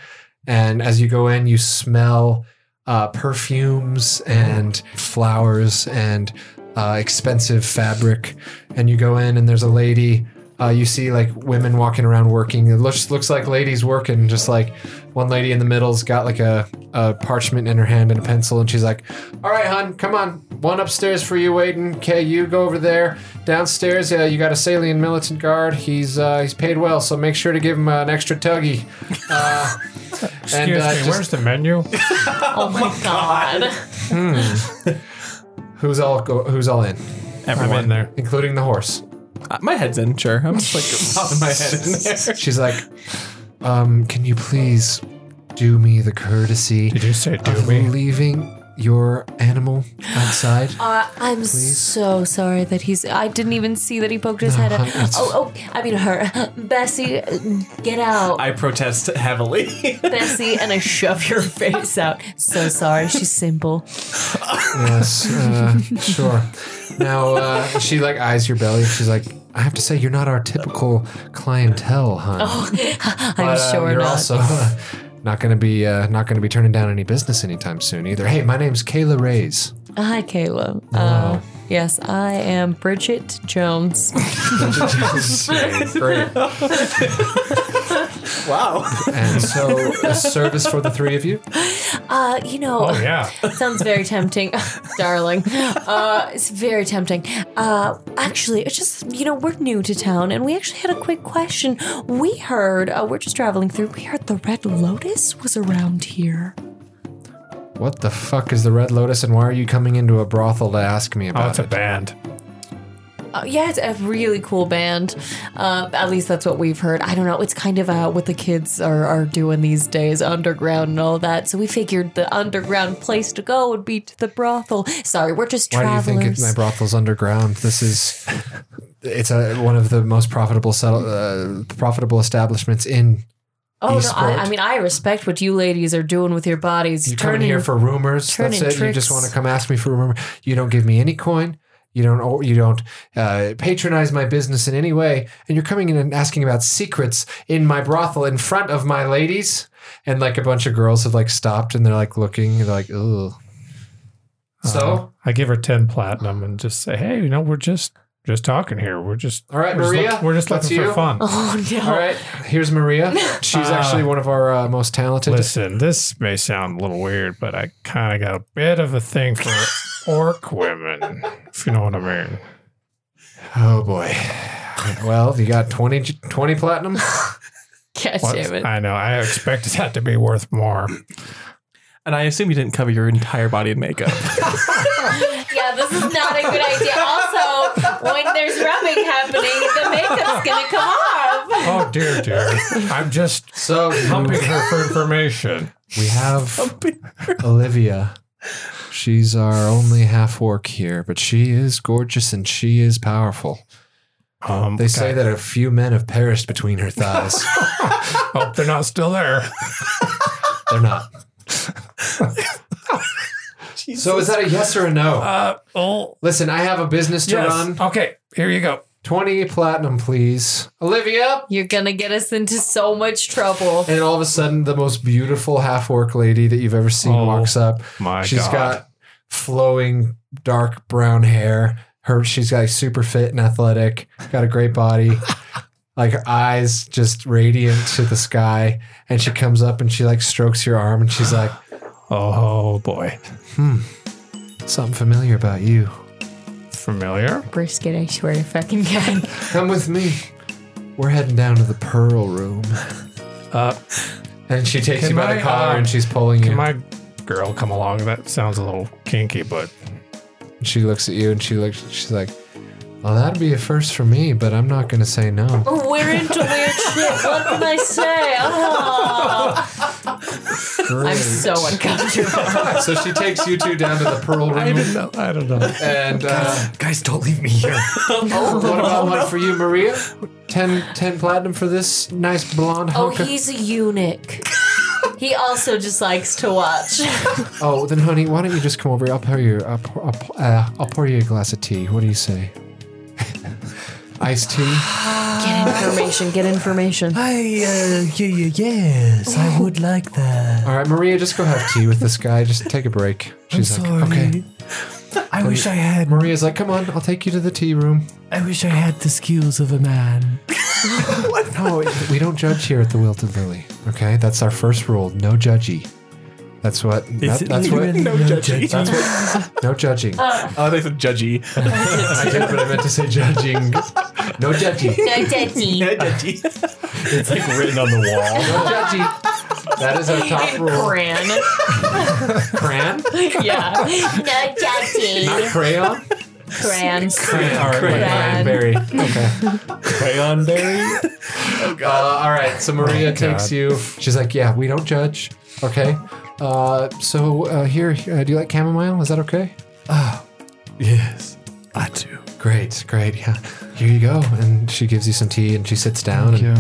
Speaker 1: And as you go in, you smell uh, perfumes and flowers and uh, expensive fabric. And you go in, and there's a lady. Uh, you see like women walking around working. It looks looks like ladies working. Just like one lady in the middle's got like a, a parchment in her hand and a pencil, and she's like, "All right, hon, come on. One upstairs for you, waiting. Okay, you go over there. Downstairs, uh, you got a Salian militant guard. He's uh, he's paid well, so make sure to give him an extra tuggy." Uh, and,
Speaker 3: Excuse
Speaker 1: uh,
Speaker 3: me,
Speaker 1: just-
Speaker 3: where's the menu?
Speaker 6: Oh, my god.
Speaker 1: Who's all go, who's all in,
Speaker 3: I'm in there.
Speaker 1: including the horse?
Speaker 2: Uh, my head's in, sure. I'm just like popping my head in there.
Speaker 1: She's like, um, "Can you please do me the courtesy
Speaker 3: Did you say do
Speaker 1: of
Speaker 3: me?
Speaker 1: leaving your animal outside?"
Speaker 6: Uh, I'm so sorry that he's. I didn't even see that he poked his head out.
Speaker 1: hun, it's-
Speaker 6: Oh, oh, I mean her, Bessie, get out,
Speaker 2: I protest heavily.
Speaker 6: Bessie, and I shove your face out. So sorry, she's simple.
Speaker 1: Yes, uh, sure. Now uh, she like eyes your belly. She's like, "I have to say, you're not our typical clientele, hon.
Speaker 6: I'm Oh, sure
Speaker 1: uh, you're
Speaker 6: not.
Speaker 1: also uh, not going to be uh, not going to be turning down any business anytime soon either. Hey, my name's Kayla Rays.
Speaker 6: Hi, Kayla. Uh, yes, I am Bridget Jones.
Speaker 1: Great.
Speaker 2: wow.
Speaker 1: And so, a service for the three of you.
Speaker 6: Uh, you know,
Speaker 3: Oh, yeah.
Speaker 6: sounds very tempting, darling. Uh, it's very tempting. Uh, actually, it's just you know we're new to town, and we actually had a quick question. We heard uh, we're just traveling through. We heard the Red Lotus was around here.
Speaker 1: What the fuck is the Red Lotus, and why are you coming into a brothel to ask me
Speaker 3: Oh,
Speaker 1: about
Speaker 3: it's a
Speaker 1: it?
Speaker 3: band.
Speaker 6: Uh, yeah, it's a really cool band. Uh, at least that's what we've heard. I don't know. It's kind of uh, what the kids are, are doing these days, underground and all that. So we figured the underground place to go would be to the brothel. Sorry, we're just
Speaker 1: Why do you think
Speaker 6: travelers.
Speaker 1: it, my brothel's underground? This is it's a, one of the most profitable settle, uh, profitable establishments in
Speaker 6: Oh no!
Speaker 1: Esport.
Speaker 6: I, I mean, I respect what you ladies are doing with your bodies.
Speaker 1: You come in
Speaker 6: turning
Speaker 1: here for rumors.
Speaker 6: turn
Speaker 1: That's
Speaker 6: in
Speaker 1: it. You
Speaker 6: tricks.
Speaker 1: just want to come ask me for a rumor. You don't give me any coin. You don't. or You don't uh, patronize my business in any way. And you're coming in and asking about secrets in my brothel in front of my ladies. And like a bunch of girls have like stopped and they're like looking. They're like, ugh. Uh, So,
Speaker 3: I give her ten platinum and just say, hey, you know, we're just just talking here. We're just
Speaker 1: all right,
Speaker 3: we're just,
Speaker 1: Maria.
Speaker 3: look- we're just
Speaker 1: that's
Speaker 3: looking for
Speaker 1: you.
Speaker 3: fun. Ah.
Speaker 6: oh no!
Speaker 1: All right, here's Maria. She's actually one of our uh, most talented.
Speaker 3: Listen, this may sound a little weird, but I kind of got a bit of a thing for orc women, if you know what I mean.
Speaker 1: Oh boy. Well, you got 20, 20 platinum.
Speaker 6: God
Speaker 3: What?
Speaker 6: damn it!
Speaker 3: I know. I expected that to be worth more.
Speaker 2: And I assume you didn't cover your entire body in makeup.
Speaker 4: Yeah, this is not a good idea. Also, when there's rubbing happening, the makeup's gonna come off.
Speaker 3: Oh dear, dear. I'm just
Speaker 1: So
Speaker 3: pumping her for information.
Speaker 1: we have Olivia. She's our only half orc here, but she is gorgeous and she is powerful.
Speaker 3: Um,
Speaker 1: They say that a few men have perished between her thighs.
Speaker 3: hope they're not still there.
Speaker 1: They're not. so is that a yes or a no?
Speaker 3: Uh, oh,
Speaker 1: Listen, I have a business to
Speaker 3: yes.
Speaker 1: run.
Speaker 3: Okay, here you go.
Speaker 1: 20 platinum, please. Olivia,
Speaker 6: You're gonna get us into so much trouble.
Speaker 1: And all of a sudden, the most beautiful half orc lady that you've ever seen
Speaker 3: Oh,
Speaker 1: walks up.
Speaker 3: my
Speaker 1: She's
Speaker 3: God.
Speaker 1: got flowing dark brown hair. Her she's like super fit and athletic. Got a great body. like her eyes just radiant to the sky. And she comes up and she like strokes your arm and she's like,
Speaker 3: Oh boy,
Speaker 1: "Something familiar about you.
Speaker 3: familiar.
Speaker 4: Brisket, I swear to fucking God.
Speaker 1: Come with me. We're heading down to the pearl room."
Speaker 3: Uh,
Speaker 1: And she takes
Speaker 3: Can
Speaker 1: you by
Speaker 3: I,
Speaker 1: the collar
Speaker 3: uh,
Speaker 1: and she's pulling you.
Speaker 3: Can my girl come along? That sounds a little kinky, but
Speaker 1: And she looks at you and she looks she's like well that'd be a first for me but i'm not gonna say no
Speaker 6: We're into weird shit. What can I say? Oh. I'm so uncomfortable.
Speaker 1: so she takes you two down to the pearl room
Speaker 3: no, I don't know.
Speaker 1: and uh,
Speaker 5: Guys, don't leave me here.
Speaker 1: what about one for you maria 10, 10 platinum for this nice blonde
Speaker 6: Oh,
Speaker 1: hunk
Speaker 6: he's a eunuch. He also just likes to watch.
Speaker 1: oh then honey why don't you just come over here i'll pour you I'll pour, I'll, pour- uh, I'll pour you a glass of tea what do you say iced tea
Speaker 6: Get information. Get information.
Speaker 2: I, uh, yeah, yeah, yes, I would like that.
Speaker 1: all right maria just go have tea with this guy just take a break she's like okay
Speaker 2: I wish I had.
Speaker 1: maria's like come on i'll take you to the tea room
Speaker 2: I wish I had the skills of a man.
Speaker 1: No, we don't judge here at the Wilted Lily. Okay, that's our first rule: no judgy. That's what. That, that's what.
Speaker 2: no, judging.
Speaker 1: No judging.
Speaker 2: Oh, they said judgy.
Speaker 1: I did, but I meant to say judging. No judgy.
Speaker 4: No, Daddy.
Speaker 2: judgy.
Speaker 5: It's like written on the wall.
Speaker 1: No judgy. That is our top rule.
Speaker 6: Bran.
Speaker 1: Crayon,
Speaker 6: Yeah.
Speaker 4: No, Daddy.
Speaker 1: not crayon.
Speaker 6: Cran.
Speaker 1: Crayon. All right,
Speaker 6: Crayon.
Speaker 1: Berry. Okay.
Speaker 5: Crayon berry.
Speaker 1: Uh, all right. So Maria takes
Speaker 3: God.
Speaker 1: you. She's like, "Yeah, we don't judge." Okay. Uh, so uh, here, uh, do you like chamomile? Is that okay?
Speaker 2: Yes, I do.
Speaker 1: Great, great. Yeah. Here you go. And she gives you some tea and she sits down. and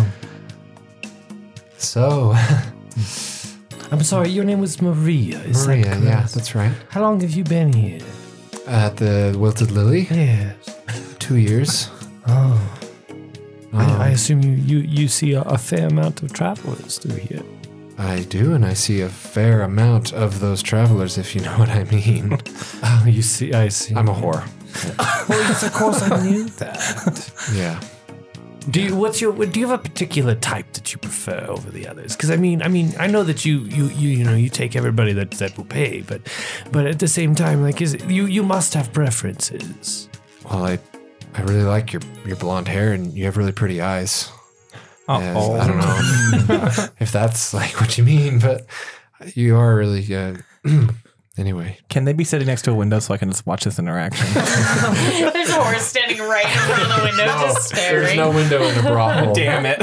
Speaker 1: So,
Speaker 5: I'm sorry, your name was Maria. Is
Speaker 1: Maria,
Speaker 5: that
Speaker 1: yeah,
Speaker 5: correct?
Speaker 1: that's right.
Speaker 5: How long have you been here?
Speaker 1: At the Wilted Lily,
Speaker 5: Yes.
Speaker 1: two years.
Speaker 5: Oh.
Speaker 1: Um,
Speaker 5: I, I assume you, you, you see a, a fair amount of travelers through here.
Speaker 1: I do, and I see a fair amount of those travelers, if you know what I mean.
Speaker 5: Oh, you see, I see.
Speaker 1: I'm a whore.
Speaker 5: of course, I knew that.
Speaker 1: Yeah.
Speaker 5: Do you? What's your? Do you have a particular type that you prefer over the others? Because I mean, I mean, I know that you, you, you, you know, you take everybody that that will pay, but, but at the same time, like, is it, you, you must have preferences.
Speaker 1: Well, I, I really like your your blonde hair, and you have really pretty eyes. And
Speaker 2: Uh-oh.
Speaker 1: I don't know if that's like what you mean, but you are really. Uh, anyway,
Speaker 2: Can they be sitting next to a window so I can just watch this interaction?
Speaker 6: There's a horse standing right in front of the window, just staring.
Speaker 1: Oh, window in the brothel.
Speaker 2: Damn it.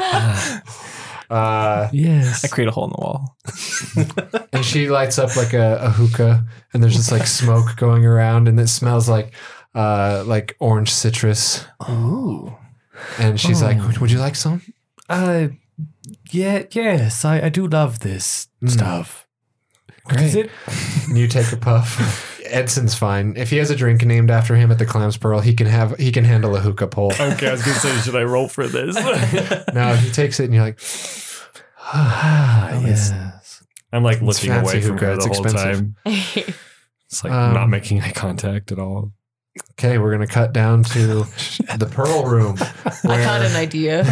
Speaker 1: Uh,
Speaker 5: Yes.
Speaker 2: I create a hole in the wall.
Speaker 1: and she lights up like a, a hookah and there's just like smoke going around and it smells like uh like orange citrus
Speaker 5: Ooh.
Speaker 1: and she's like would you like some
Speaker 5: Uh, yeah, yes, I, I do love this stuff. Is it?
Speaker 1: And you take a puff. Edson's fine. If he has a drink named after him at the Clams Pearl, he can have he can handle a hookah pole.
Speaker 8: Okay, I was gonna say, should I roll for this?
Speaker 1: now he takes it and you're like, ah,
Speaker 5: Oh,
Speaker 1: yes.
Speaker 8: I'm like
Speaker 1: It's
Speaker 8: looking
Speaker 1: fancy
Speaker 8: away from
Speaker 1: hookah,
Speaker 8: her the
Speaker 1: it's
Speaker 8: whole
Speaker 1: expensive.
Speaker 8: time.
Speaker 5: It's like
Speaker 1: Um,
Speaker 5: not making eye contact at all.
Speaker 1: Okay, we're gonna cut down to the Pearl Room.
Speaker 6: I
Speaker 1: where-
Speaker 6: got an idea.
Speaker 1: All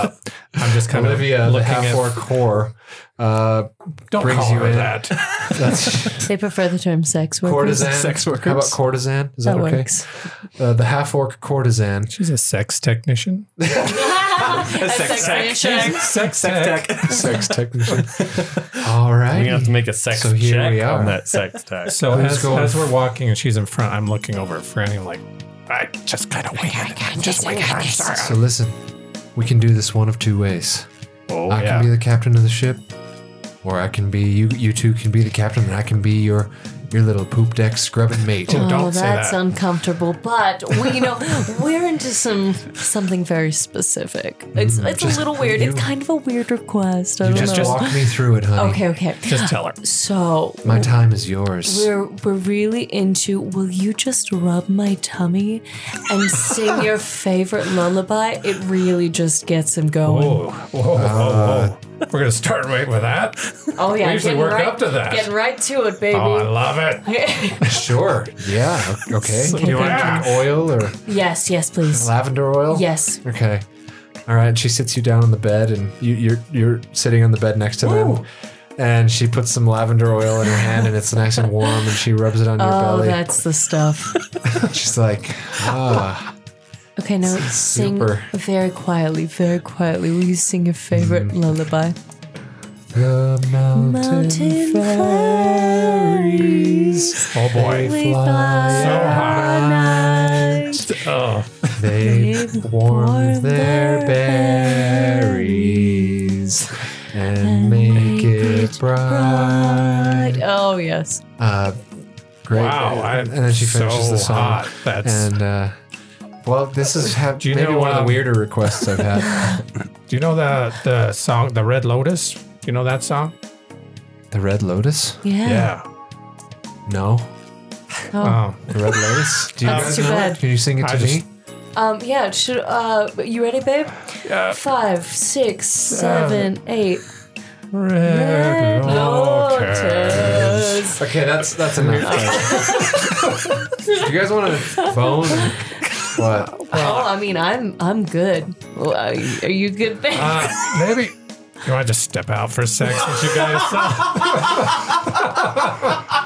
Speaker 1: right,
Speaker 5: I'm just kind
Speaker 1: Olivia,
Speaker 5: of
Speaker 1: uh, the
Speaker 5: looking at
Speaker 1: half orc whore, uh,
Speaker 7: Don't
Speaker 1: brings
Speaker 7: call
Speaker 1: you
Speaker 7: her
Speaker 1: in.
Speaker 7: that.
Speaker 1: That's
Speaker 6: They prefer the term sex workers.
Speaker 1: courtesan.
Speaker 2: Sex
Speaker 1: How about
Speaker 2: workers.
Speaker 1: courtesan? Is that,
Speaker 6: That
Speaker 1: okay?
Speaker 6: works.
Speaker 1: Uh, the half orc courtesan.
Speaker 7: She's a sex technician.
Speaker 6: A sex technician.
Speaker 7: Sex tech.
Speaker 1: sex technician. All
Speaker 8: We're gonna have
Speaker 1: right.
Speaker 8: to make a sex
Speaker 1: So here
Speaker 8: check
Speaker 1: we are.
Speaker 8: on that sex tag.
Speaker 7: So
Speaker 1: Who's
Speaker 7: as,
Speaker 1: going-
Speaker 7: as we're walking and she's in front, I'm looking over at Franny. I'm like, I just gotta wait. Just wait. I'm sorry.
Speaker 1: So listen, we can do this one of two ways.
Speaker 8: Oh
Speaker 1: I
Speaker 8: yeah.
Speaker 1: can be the captain of the ship, or I can be you. You two can be the captain, and I can be your your little poop deck scrubbing mate.
Speaker 6: Oh,
Speaker 7: Don't say
Speaker 6: that's
Speaker 7: that.
Speaker 6: uncomfortable. But we, you know, we're into some something very specific. It's
Speaker 7: Mm,
Speaker 6: it's a little weird. it's kind of a weird request. I don't
Speaker 1: Just
Speaker 6: know.
Speaker 1: walk me through it, honey.
Speaker 6: okay, okay.
Speaker 7: Just tell her.
Speaker 6: So
Speaker 1: My time is yours.
Speaker 6: we're we're really into. Will you just rub my tummy and sing your favorite lullaby? It really just gets him going.
Speaker 7: Whoa, whoa, whoa, whoa. We're gonna start right with that.
Speaker 6: Oh yeah,
Speaker 7: We usually
Speaker 6: getting
Speaker 7: work
Speaker 6: right,
Speaker 7: up to that.
Speaker 6: Getting right to it, baby.
Speaker 7: Oh, I love it.
Speaker 1: Sure. Yeah. o- Okay. Do you want
Speaker 7: thank
Speaker 1: some oil or
Speaker 6: yes, yes, please.
Speaker 1: lavender oil?
Speaker 6: Yes.
Speaker 1: Okay. All right. She sits you down on the bed, and you, you're you're sitting on the bed next to them. And she puts some lavender oil in her hand, and it's nice and warm. And she rubs it on your
Speaker 6: Oh,
Speaker 1: belly.
Speaker 6: that's the stuff.
Speaker 1: She's like, ah,
Speaker 6: Okay, now sing
Speaker 1: super.
Speaker 6: very quietly, very quietly. Will you sing your favorite lullaby?
Speaker 1: the mountain,
Speaker 6: Mountain
Speaker 1: fairies.
Speaker 7: Oh boy.
Speaker 1: They fly
Speaker 7: So high. Oh,
Speaker 1: They warm their berries and make it bright.
Speaker 6: Oh yes.
Speaker 1: Uh, great.
Speaker 7: wow. I,
Speaker 1: and then she finishes
Speaker 7: so
Speaker 1: the song.
Speaker 7: Hot. That's.
Speaker 1: And uh, well, this is ha-
Speaker 7: Do you
Speaker 1: maybe
Speaker 7: know,
Speaker 1: one of the
Speaker 7: um,
Speaker 1: weirder requests I've had.
Speaker 7: do you know the the song, the Red Lotus? Do you know that song?
Speaker 1: the Red Lotus?
Speaker 6: Yeah.
Speaker 1: No.
Speaker 7: Um,
Speaker 1: The Red Lotus? Do you
Speaker 6: That's
Speaker 1: guys
Speaker 6: too
Speaker 1: know
Speaker 6: bad.
Speaker 1: it? Can you sing it
Speaker 7: I
Speaker 1: to me?
Speaker 7: just-
Speaker 6: Um. Yeah. Should. Uh. You ready, babe?
Speaker 7: Yeah.
Speaker 6: Five, six, seven, eight.
Speaker 7: Red Lotus.
Speaker 6: Lotus.
Speaker 1: Okay, that's that's enough. Do you guys want to phone? What?
Speaker 6: Oh, I mean, I'm I'm good. Well, Are you- are you good, babe?
Speaker 7: Uh, maybe. You want to just step out for a sec since you guys saw?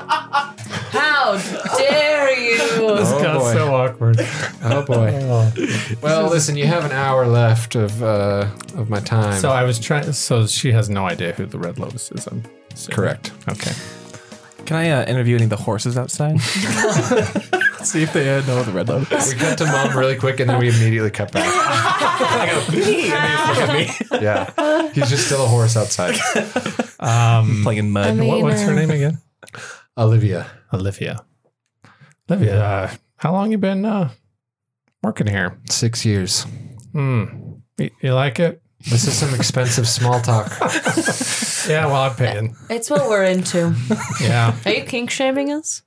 Speaker 6: How dare you?
Speaker 1: Oh, boy.
Speaker 7: so awkward.
Speaker 1: Oh boy. Well, listen, you have an hour left of uh, of my time.
Speaker 7: So I was trying. So she has no idea who the Red Lotus is. I'm assuming.
Speaker 1: Correct.
Speaker 7: Okay.
Speaker 2: Can I uh, interview any of the horses outside? See if they uh, know the red lotus.
Speaker 1: We cut to mom really quick, and then we immediately cut back. Yeah, he's just still a horse outside.
Speaker 7: Um,
Speaker 2: Playing mud.
Speaker 6: mean,
Speaker 7: what, what's her name again?
Speaker 1: Olivia,
Speaker 7: Olivia. Olivia, uh, how long you been uh, working here?
Speaker 1: six years.
Speaker 7: Hmm. Y- You like it?
Speaker 1: This is some expensive small talk.
Speaker 7: Yeah. Well, I'm paying.
Speaker 6: It's what we're into.
Speaker 7: Yeah.
Speaker 6: Are you kink shaming us?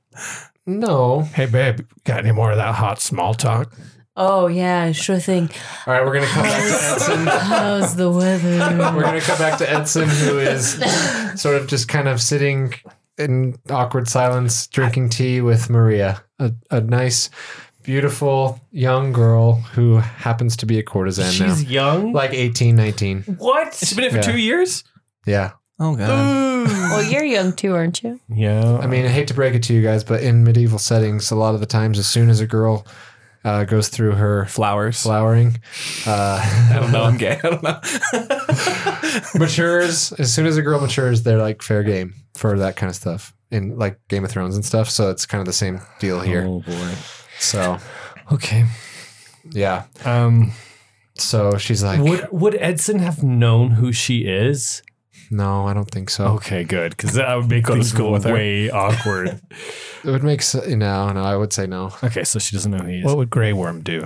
Speaker 1: No.
Speaker 7: Hey, babe. Got any more of that hot small talk?
Speaker 6: Oh yeah, sure thing.
Speaker 1: All right, we're gonna come back to Edson.
Speaker 6: How's the weather?
Speaker 1: We're gonna come back to Edson, who is sort of just kind of sitting in awkward silence, drinking tea with Maria, a, a nice, beautiful young girl who happens to be a courtesan now,
Speaker 8: young.
Speaker 1: like 18, 19.
Speaker 8: What? She's been in for
Speaker 1: Yeah.
Speaker 8: two years.
Speaker 1: Yeah.
Speaker 2: Oh god.
Speaker 6: well, you're young too, aren't you?
Speaker 8: Yeah.
Speaker 5: Oh,
Speaker 1: I mean, I hate to break it to you guys, but in medieval settings, a lot of the times, as soon as a girl uh, goes through her
Speaker 2: Flowers.
Speaker 1: flowering,
Speaker 2: I don't know. I'm gay. I don't know.
Speaker 1: matures, as soon as a girl matures, they're like fair game for that kind of stuff in like Game of Thrones and stuff. So it's kind of the same deal here.
Speaker 5: Oh boy.
Speaker 1: So
Speaker 5: Okay.
Speaker 1: yeah.
Speaker 5: Um.
Speaker 1: So she's like,
Speaker 5: Would Would Edson have known who she is?
Speaker 1: no, I don't think so.
Speaker 5: Okay, good, because that would make things
Speaker 2: school with her.
Speaker 5: way awkward.
Speaker 1: It would make s no, no. I would say no.
Speaker 5: Okay, so she doesn't know who he is.
Speaker 7: What would Grey Worm do?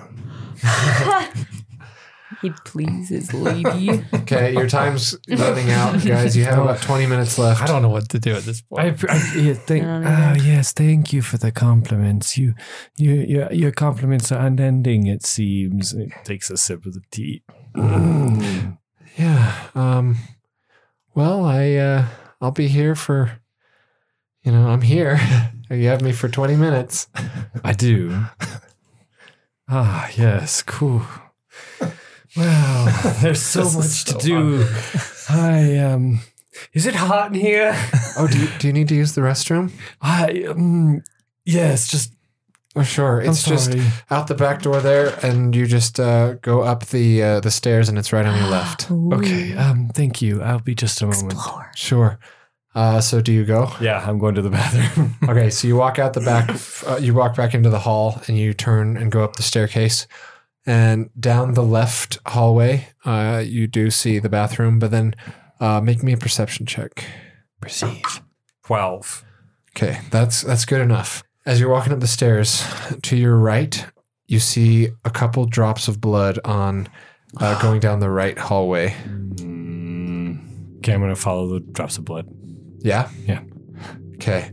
Speaker 4: He pleases lady.
Speaker 1: Okay, your time's running out, guys. You have about 20 minutes left.
Speaker 3: I don't know what to do at this point.
Speaker 5: I, appre- I yeah, thank,
Speaker 4: I don't
Speaker 5: ah, yes, thank you for the compliments. You, you, your, your compliments are unending. It seems. It takes a sip of the tea.
Speaker 1: Yeah. Um, well, I uh, I'll be here for, you know, I'm here. you have me for 20 minutes.
Speaker 5: I do. ah, yes, cool. Wow, there's so
Speaker 9: This is
Speaker 5: much
Speaker 9: so
Speaker 5: to do. I um, is it hot in here?
Speaker 1: Oh, do you, do you need to use the restroom?
Speaker 5: I um, yes, just
Speaker 1: Oh, sure.
Speaker 5: I'm
Speaker 1: It's just
Speaker 5: sorry.
Speaker 1: out the back door there, and you just uh, go up the uh, the stairs, and it's right on your left.
Speaker 5: okay. Um, thank you. I'll be just a moment.
Speaker 1: Sure. Uh, so do you go?
Speaker 5: Yeah, I'm going to the bathroom.
Speaker 1: Okay, so you walk out the back, uh, you walk back into the hall, and you turn and go up the staircase, and down the left hallway, uh, you do see the bathroom. But then, uh, make me a perception check.
Speaker 5: Perceive twelve.
Speaker 1: Okay, that's that's good enough. As you're walking up the stairs, to your right, you see a couple drops of blood on uh, going down the right hallway.
Speaker 5: Okay, I'm gonna follow the drops of blood.
Speaker 1: Yeah?
Speaker 5: Yeah.
Speaker 1: Okay.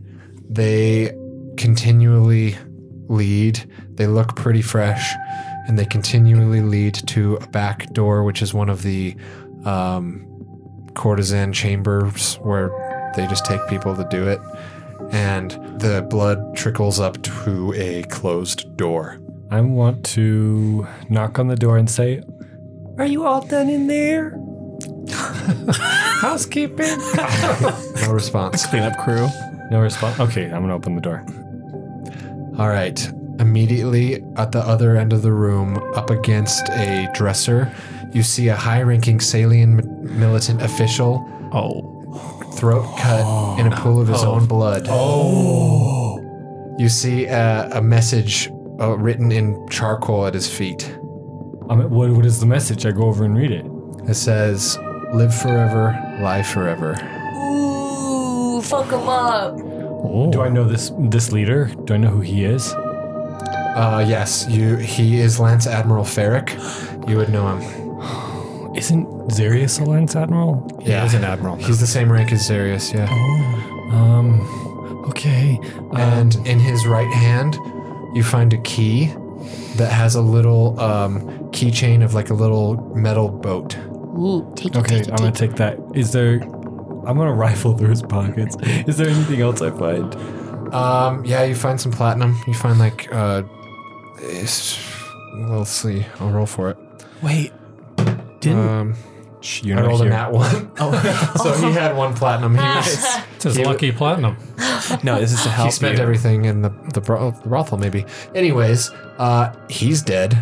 Speaker 1: They continually lead. They look pretty fresh and they continually lead to a back door, which is one of the um, courtesan chambers where they just take people to do it. And the blood trickles up to a closed door.
Speaker 5: I want to knock on the door and say, "Are you all done in there?" Housekeeping.
Speaker 1: No response.
Speaker 2: Cleanup crew.
Speaker 5: No response. Okay, I'm gonna open the door.
Speaker 1: All right. Immediately at the other end of the room, up against a dresser, you see a high ranking Salian mi- militant official. Oh. Throat cut in a pool of his own blood. Oh. You see a, a message uh, written in charcoal at his feet.
Speaker 5: I mean, what, what is the message? I go over and read it.
Speaker 1: It says, Live forever, lie forever.
Speaker 6: Ooh, fuck him up.
Speaker 7: Oh.
Speaker 5: Do I know this this leader? Do I know who he is?
Speaker 1: Uh, yes, you. he is Lance Admiral Ferrick. You would know him.
Speaker 5: Isn't Zarius a Lance Admiral?
Speaker 1: Yeah. He's an admiral. He's the same rank as Zarius, yeah.
Speaker 5: Um, okay. And
Speaker 1: and in his right hand you find a key that has a little um, keychain of like a little metal boat
Speaker 4: Ooh, take it,
Speaker 5: okay,
Speaker 4: take it,
Speaker 5: I'm gonna
Speaker 4: take it.
Speaker 5: take that. Is there? I'm gonna rifle through his pockets. Is there anything else I find?
Speaker 1: um, yeah you find some platinum you find like uh, it's- let's see i'll roll for it
Speaker 2: Wait. Didn't
Speaker 1: um,
Speaker 5: You're
Speaker 1: i rolled a
Speaker 5: here.
Speaker 1: nat one so he had one platinum he, was,
Speaker 3: It's his lucky platinum.
Speaker 2: no, this is to help
Speaker 1: he spent
Speaker 2: you.
Speaker 1: everything in the, the, bro- the brothel maybe anyways uh, he's dead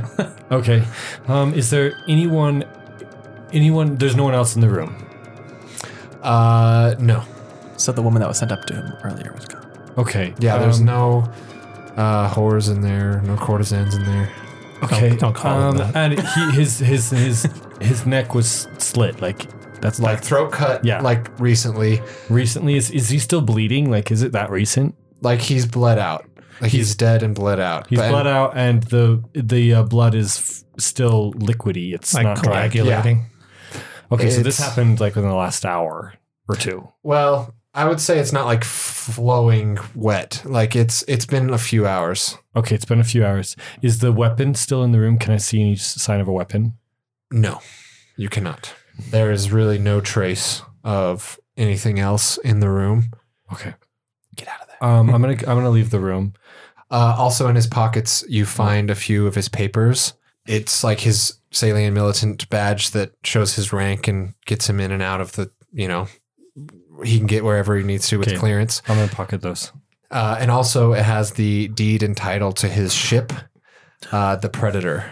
Speaker 5: Okay. Um, is there anyone? Anyone? There's no one else in the room.
Speaker 1: uh, no
Speaker 2: so the woman that was sent up to him earlier was gone.
Speaker 5: Okay.
Speaker 1: yeah there's
Speaker 5: um,
Speaker 1: no uh, whores in there no courtesans in there
Speaker 5: Okay. Um,
Speaker 3: don't call him that.
Speaker 5: And he, his his his his neck was slit. Like that's
Speaker 1: like
Speaker 5: like
Speaker 1: throat cut
Speaker 5: Yeah.
Speaker 1: like recently
Speaker 5: recently. Is is he still bleeding? Like is it that recent?
Speaker 1: like he's bled out like he's, dead and bled out
Speaker 5: He's
Speaker 1: But-
Speaker 5: bled out, and the the uh, blood is f- still liquidy. It's
Speaker 3: Like
Speaker 5: not coagulating.
Speaker 3: coagulating.
Speaker 5: Okay, so this
Speaker 1: It's-
Speaker 5: happened like within the last hour or two.
Speaker 1: well i would say it's not like flowing wet like it's it's been a few hours
Speaker 5: Okay, it's been a few hours. Is the weapon still in the room? Can I see any s- sign of a weapon?
Speaker 1: no you cannot there is really no trace of anything else in the room
Speaker 5: Okay, get out of there. Um, I'm gonna I'm gonna leave the room.
Speaker 1: uh, also in his pockets you find a few of his papers it's like his salient militant badge that shows his rank and gets him in and out of the you know he can get wherever he needs to with
Speaker 5: Okay.
Speaker 1: clearance
Speaker 5: I'm gonna pocket those.
Speaker 1: Uh, and also, it has the deed and title to his ship, uh, the Predator.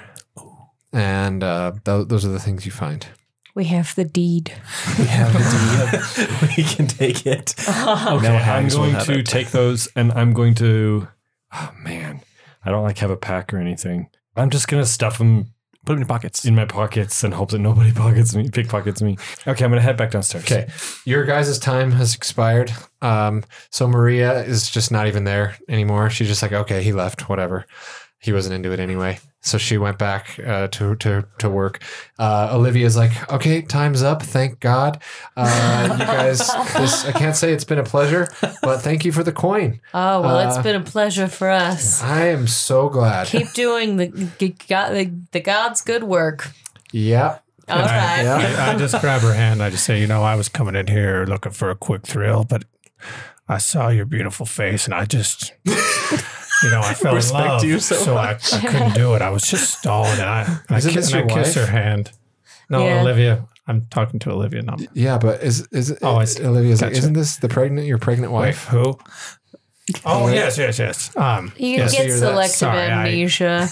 Speaker 1: And uh, tho- those are the things you find.
Speaker 4: We have the deed.
Speaker 2: We have the deal. we can take it.
Speaker 5: Okay, I'm
Speaker 2: hags will
Speaker 5: going
Speaker 2: have
Speaker 5: to
Speaker 2: it.
Speaker 5: take those, and I'm going to. Oh man, I don't like have a pack or anything. I'm just gonna stuff them
Speaker 2: Put it in your pockets.
Speaker 5: in my pockets and hope that nobody pockets me, pickpockets me. Okay, I'm gonna head back downstairs.
Speaker 1: Okay. Your guys' time has expired. Um, so Maria is just not even there anymore. She's just like, okay, he left, whatever. He wasn't into it anyway. So she went back uh, to, to to work. Uh, Olivia's like, okay, time's up. Thank God, uh, you guys. This, I can't say it's been a pleasure, but thank you for the coin.
Speaker 6: Uh-huh.
Speaker 4: Oh well, it's
Speaker 1: Uh,
Speaker 4: been a pleasure for us.
Speaker 1: I am so glad.
Speaker 4: Keep doing the g- God, the, the God's good work.
Speaker 1: yeah,
Speaker 4: All
Speaker 3: All
Speaker 4: right.
Speaker 3: right.
Speaker 1: yeah.
Speaker 3: I, I just grab her hand. I just say, you know, I was coming in here looking for a quick thrill, but I saw your beautiful face, and I just, you know, I fell
Speaker 2: Respect
Speaker 3: in love.
Speaker 2: you so
Speaker 3: I, I couldn't do it. I was just stalling, and I, and I,
Speaker 1: Isn't
Speaker 3: kiss,
Speaker 1: this
Speaker 3: and I
Speaker 1: your
Speaker 3: kiss her
Speaker 1: wife?
Speaker 3: hand. No,
Speaker 4: Yeah.
Speaker 3: Olivia. I'm talking to Olivia. Not
Speaker 1: Yeah, but is is
Speaker 3: Oh, I
Speaker 1: is-
Speaker 3: see.
Speaker 1: Olivia's like,
Speaker 3: Gotcha.
Speaker 1: isn't this the pregnant your pregnant
Speaker 3: wait,
Speaker 1: wife?
Speaker 3: who? Oh yes, yes, yes. Um,
Speaker 4: You
Speaker 3: yes.
Speaker 4: get
Speaker 1: you're that-
Speaker 4: selective
Speaker 3: sorry, I-
Speaker 4: amnesia.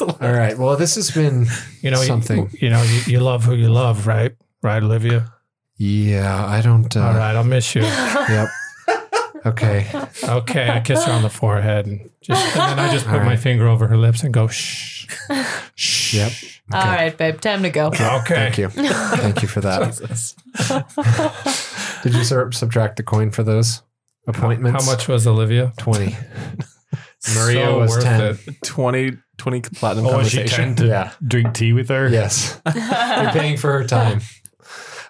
Speaker 1: All right. Well, this has been
Speaker 3: you know, you,
Speaker 1: something.
Speaker 3: you know, you, you love who you love, right? Right, Olivia.
Speaker 1: yeah, I don't.
Speaker 3: All
Speaker 1: Uh,
Speaker 3: right, I'll miss you.
Speaker 1: Yep. Okay.
Speaker 3: Okay, I kiss her on the forehead, and, just, and then I just put
Speaker 1: All
Speaker 3: my
Speaker 1: right.
Speaker 3: finger over her lips and go shh. shh.
Speaker 1: Yep.
Speaker 4: All right, babe, time to go.
Speaker 3: Okay.
Speaker 1: Thank you. Thank you for that. Did you sur- subtract the coin for those appointments?
Speaker 3: How much was Olivia?
Speaker 1: Twenty. Maria
Speaker 3: So
Speaker 1: was
Speaker 3: worth
Speaker 1: ten.
Speaker 3: it.
Speaker 2: 20, 20 platinum
Speaker 9: Oh, is she
Speaker 2: conversation.
Speaker 9: trying to
Speaker 1: Yeah.
Speaker 9: drink tea with her?
Speaker 1: Yes. You're paying for her time.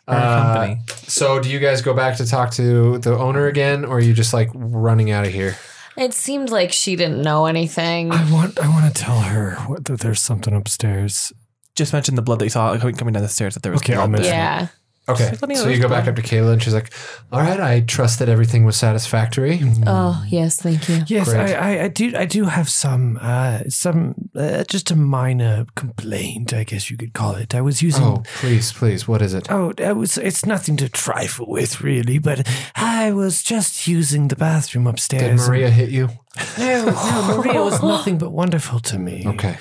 Speaker 1: Uh,
Speaker 2: company.
Speaker 1: so, do you guys go back to talk to the owner again, or are you just like running out of here?
Speaker 6: It seemed like she didn't know anything.
Speaker 5: I want I want to tell her what, that there's something upstairs.
Speaker 2: Just mention the blood that you saw coming coming down the stairs that there was
Speaker 5: Okay, I'll
Speaker 2: blood
Speaker 5: mention
Speaker 2: there.
Speaker 6: Yeah.
Speaker 1: Okay.
Speaker 2: let me
Speaker 1: So
Speaker 2: know
Speaker 1: you go
Speaker 2: what's
Speaker 1: back up to Kayla and she's like, All right, I trust that everything was satisfactory.
Speaker 6: Oh, yes, thank you.
Speaker 7: Yes,
Speaker 1: Great.
Speaker 7: I, I, I do. I do have some, uh, some, uh, just a minor complaint, I guess you could call it. I was using.
Speaker 1: Oh, please, please, what is it?
Speaker 7: Oh, it was, it's nothing to trifle with, really. But I was just using the bathroom
Speaker 1: Did
Speaker 7: upstairs.
Speaker 1: Maria hit you?
Speaker 7: No, no, Maria was nothing but wonderful to me.
Speaker 1: Okay.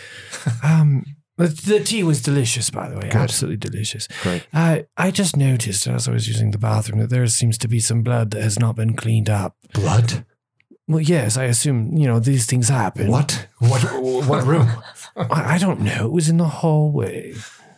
Speaker 7: Um, the, the tea was delicious, by the way. Absolutely delicious.
Speaker 1: Great.
Speaker 7: I I just noticed as I was using the bathroom that there seems to be some blood that has not been cleaned up.
Speaker 1: Blood?
Speaker 7: Well, yes, I assume you know these things happen.
Speaker 1: What? What what room?
Speaker 7: I, I don't know. It was in the hallway.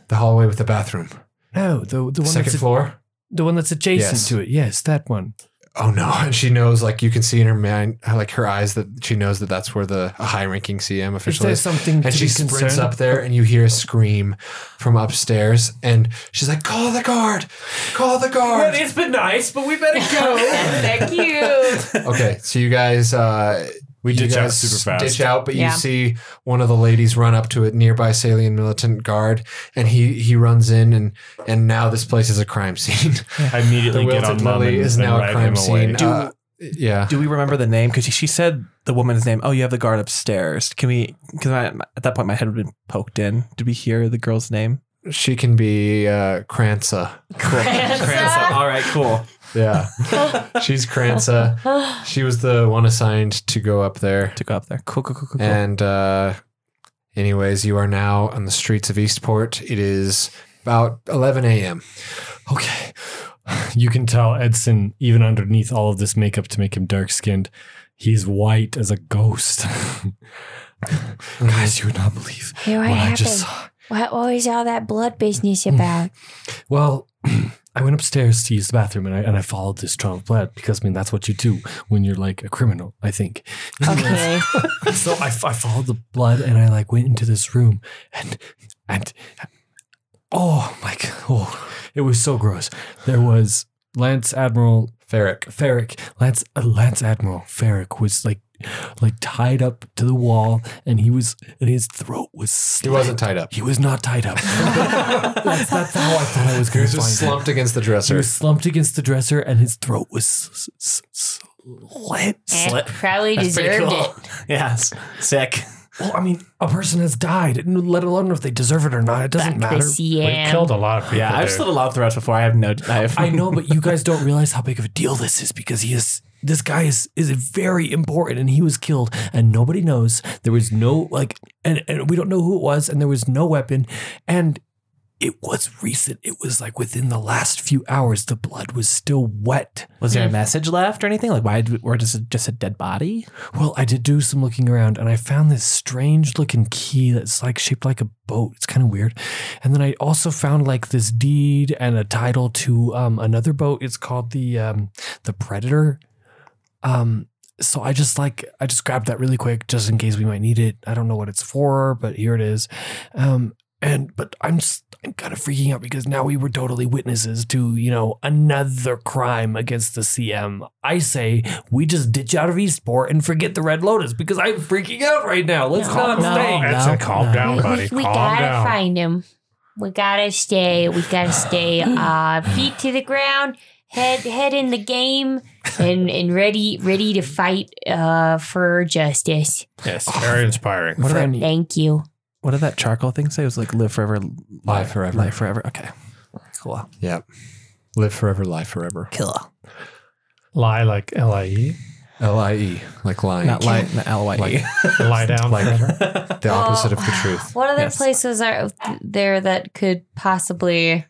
Speaker 1: The hallway with the bathroom.
Speaker 7: No, the the one
Speaker 1: Second
Speaker 7: that's a-
Speaker 1: floor?
Speaker 7: the one that's adjacent
Speaker 1: Yes.
Speaker 7: to it. Yes, that one.
Speaker 1: Oh no. And she knows like you can see in her mind like her eyes that she knows that that's where the high-ranking CM
Speaker 7: Is
Speaker 1: official
Speaker 7: there
Speaker 1: is.
Speaker 7: something
Speaker 1: And
Speaker 7: to
Speaker 1: she
Speaker 7: be
Speaker 1: sprints
Speaker 7: concerned?
Speaker 1: up there and you hear a scream from upstairs and she's like, "Call the guard. Call the guard."
Speaker 7: It's been nice, but we better go.
Speaker 4: Thank you.
Speaker 1: Okay, so you guys, uh, we
Speaker 9: ditch out super fast.
Speaker 1: Ditch out, but
Speaker 4: Yeah.
Speaker 1: you see one of the ladies run up to a nearby Salient militant guard, and he he runs in, and and now this place is a crime scene.
Speaker 9: I
Speaker 1: the
Speaker 9: immediately get on
Speaker 1: Wilton
Speaker 9: mom
Speaker 1: Lily
Speaker 9: and,
Speaker 1: is
Speaker 9: and
Speaker 1: now a
Speaker 9: drive
Speaker 1: crime
Speaker 9: him away.
Speaker 1: scene. Uh, yeah,
Speaker 2: Do we remember the name? Because she said the woman's name. Oh, you have the guard upstairs. Can we? Because at that point, my head would have been poked in. Did we hear the girl's name?
Speaker 1: she can be uh, Kranza.
Speaker 2: Kranza. All right, cool.
Speaker 1: Yeah, she's Kranza. She was the one assigned to go up there.
Speaker 2: To go up there. Cool, cool, cool, cool. cool.
Speaker 1: And uh, anyways, you are now on the streets of Eastport. It is about 11 a.m.
Speaker 5: Okay. You can tell Edson, even underneath all of this makeup to make him dark skinned, he's white as a ghost.
Speaker 1: Mm-hmm.
Speaker 5: Guys, you would not believe
Speaker 4: Hey,
Speaker 5: what I just saw.
Speaker 4: What was all that blood business about?
Speaker 5: Well, I went upstairs to use the bathroom and I, and I followed this trail of blood because, I mean, that's what you do when you're like a criminal, I think.
Speaker 4: Okay.
Speaker 5: so I, I followed the blood and I like went into this room and and oh my god, oh, it was so gross. There was Lance Admiral
Speaker 1: Ferric.
Speaker 5: Ferrick, Lance uh, Lance Admiral Ferrick was like like tied up to the wall, and he was and his throat was
Speaker 1: He
Speaker 5: slit.
Speaker 1: wasn't tied up.
Speaker 5: He was not tied up. that's, that's
Speaker 7: Oh,
Speaker 5: how I thought I was going to find him.
Speaker 1: slumped against the
Speaker 5: He
Speaker 1: dresser.
Speaker 5: was slumped against the dresser, and his throat was s- s- s- slit.
Speaker 4: Eh,
Speaker 5: slit.
Speaker 4: Probably deserved it.
Speaker 2: yes, sick.
Speaker 5: Well, I mean, a person has died, and let alone if they deserve it or not. It doesn't
Speaker 4: The
Speaker 5: matter.
Speaker 4: CM.
Speaker 3: We killed a lot of people.
Speaker 2: Yeah, I've
Speaker 3: dude.
Speaker 2: slid a lot of threats before. I have no. I, have,
Speaker 5: I know, but you guys don't realize how big of a deal this is because he is this guy is is very important and he was killed and nobody knows. There was no like and, and we don't know who it was and there was no weapon and it was recent. It was like within the last few hours the blood was still wet.
Speaker 2: Was there a message left or anything? Like, why? did- Or just a, just a dead body?
Speaker 5: Well, I did do some looking around and I found this strange looking key that's like shaped like a boat. It's kind of weird. And then I also found like this deed and a title to um, another boat. It's called the um, the Predator. Um,
Speaker 7: so I just like I just grabbed that really quick just in case we might need it. I don't know what it's for, but here it is. Um and but I'm just I'm kind of freaking out because now we were totally witnesses to, you know, another crime against the CM. I say we just ditch out of Eastport and forget the Red Lotus because I'm freaking out right now. Let's not
Speaker 4: no.
Speaker 7: stay.
Speaker 3: Edson, calm down,
Speaker 4: We-
Speaker 3: buddy.
Speaker 4: We, we
Speaker 3: calm
Speaker 4: gotta
Speaker 3: down.
Speaker 4: find him. We gotta stay. We gotta stay. Uh, feet to the ground, head head in the game, and and ready ready to fight uh, for justice.
Speaker 3: Yes, very inspiring.
Speaker 2: What did, that,
Speaker 7: Friend-
Speaker 4: Thank you.
Speaker 2: what did that charcoal thing say? It was like live forever,
Speaker 1: Live forever.
Speaker 2: live forever. Okay. Cool.
Speaker 1: Yep. Live forever, lie forever.
Speaker 3: Lie like L I E.
Speaker 1: L I E, like lying.
Speaker 2: Not light, not L Y E.
Speaker 3: Lie down. forever.
Speaker 1: The opposite of the truth.
Speaker 6: What other
Speaker 2: Yes.
Speaker 6: places are there that could possibly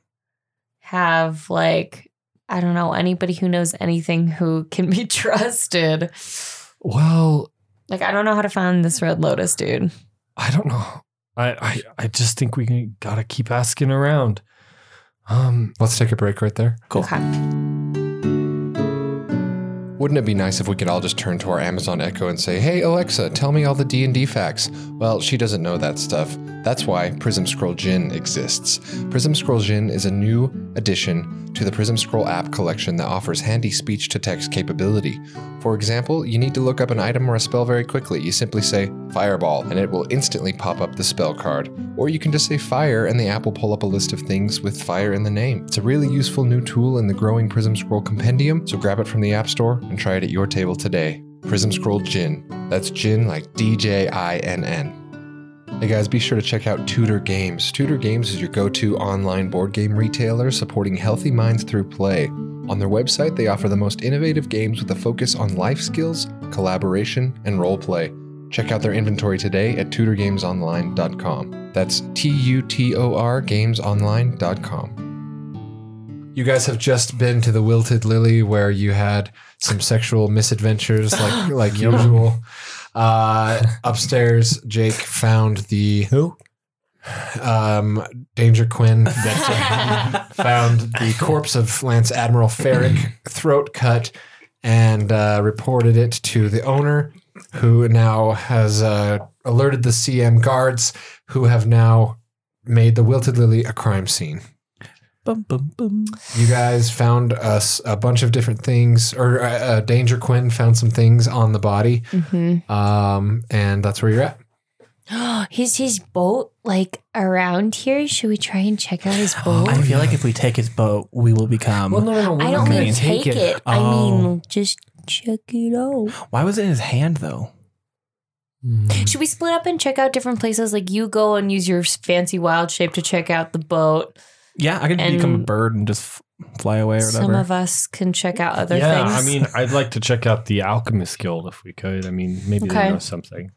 Speaker 6: have like I don't know anybody who knows anything who can be trusted?
Speaker 7: Well,
Speaker 6: Like I don't know how to find this red lotus dude.
Speaker 7: I don't know. I I, I just think we can- gotta keep asking around. Um
Speaker 1: Let's take a break right there.
Speaker 2: Cool.
Speaker 1: Wouldn't it be nice if we could all just turn to our Amazon Echo and say, "Hey Alexa, tell me all the D&D facts." Well, she doesn't know that stuff. That's why Prism Scroll Gin exists. Prism Scroll Gin is a new addition to the Prism Scroll app collection that offers handy speech-to-text capability. For example, you need to look up an item or a spell very quickly. You simply say "fireball" and it will instantly pop up the spell card. Or you can just say "fire" and the app will pull up a list of things with fire in the name. It's a really useful new tool in the growing Prism Scroll compendium, so grab it from the App Store and try it at your table today. Prism Scroll Gin. That's gin like D J I N N. Hey guys, be sure to check out Tutor Games. Tutor Games is your go to online board game retailer supporting healthy minds through play. On their website, they offer the most innovative games with a focus on life skills, collaboration, and role play. Check out their inventory today at tutorgamesonline.com. That's T U T O R gamesonline.com. You guys have just been to the Wilted Lily where you had some sexual misadventures like like usual. Uh, upstairs, Jake found the who? Um, Danger Quinn found the corpse of Lance Admiral Ferrick, throat cut, and uh, reported it to the owner, who now has uh, alerted the CM guards, who have now made the Wilted Lily a crime scene.
Speaker 2: Bum, bum, bum.
Speaker 1: You guys found us a bunch of different things, or uh, uh, Danger Quinn found some things on the body,
Speaker 6: Mm-hmm.
Speaker 1: um, and that's where you're at.
Speaker 4: Is his boat like around here? Should we try and check out his boat?
Speaker 2: I feel like if we take his boat, we will become.
Speaker 7: well, no, no, no. we're not
Speaker 4: I don't
Speaker 7: gonna
Speaker 4: mean take it. I mean just check it out.
Speaker 2: Why was it in his hand though?
Speaker 6: Should we split up and check out different places? Like you go and use your fancy wild shape to check out the boat.
Speaker 2: Yeah, I could become a
Speaker 6: And-
Speaker 2: bird and just f- fly away or
Speaker 6: Some
Speaker 2: whatever.
Speaker 6: of us can check out other
Speaker 5: yeah,
Speaker 6: things.
Speaker 5: I mean, I'd like to check out the Alchemist Guild if we could. I mean, maybe
Speaker 6: Okay.
Speaker 5: they know something.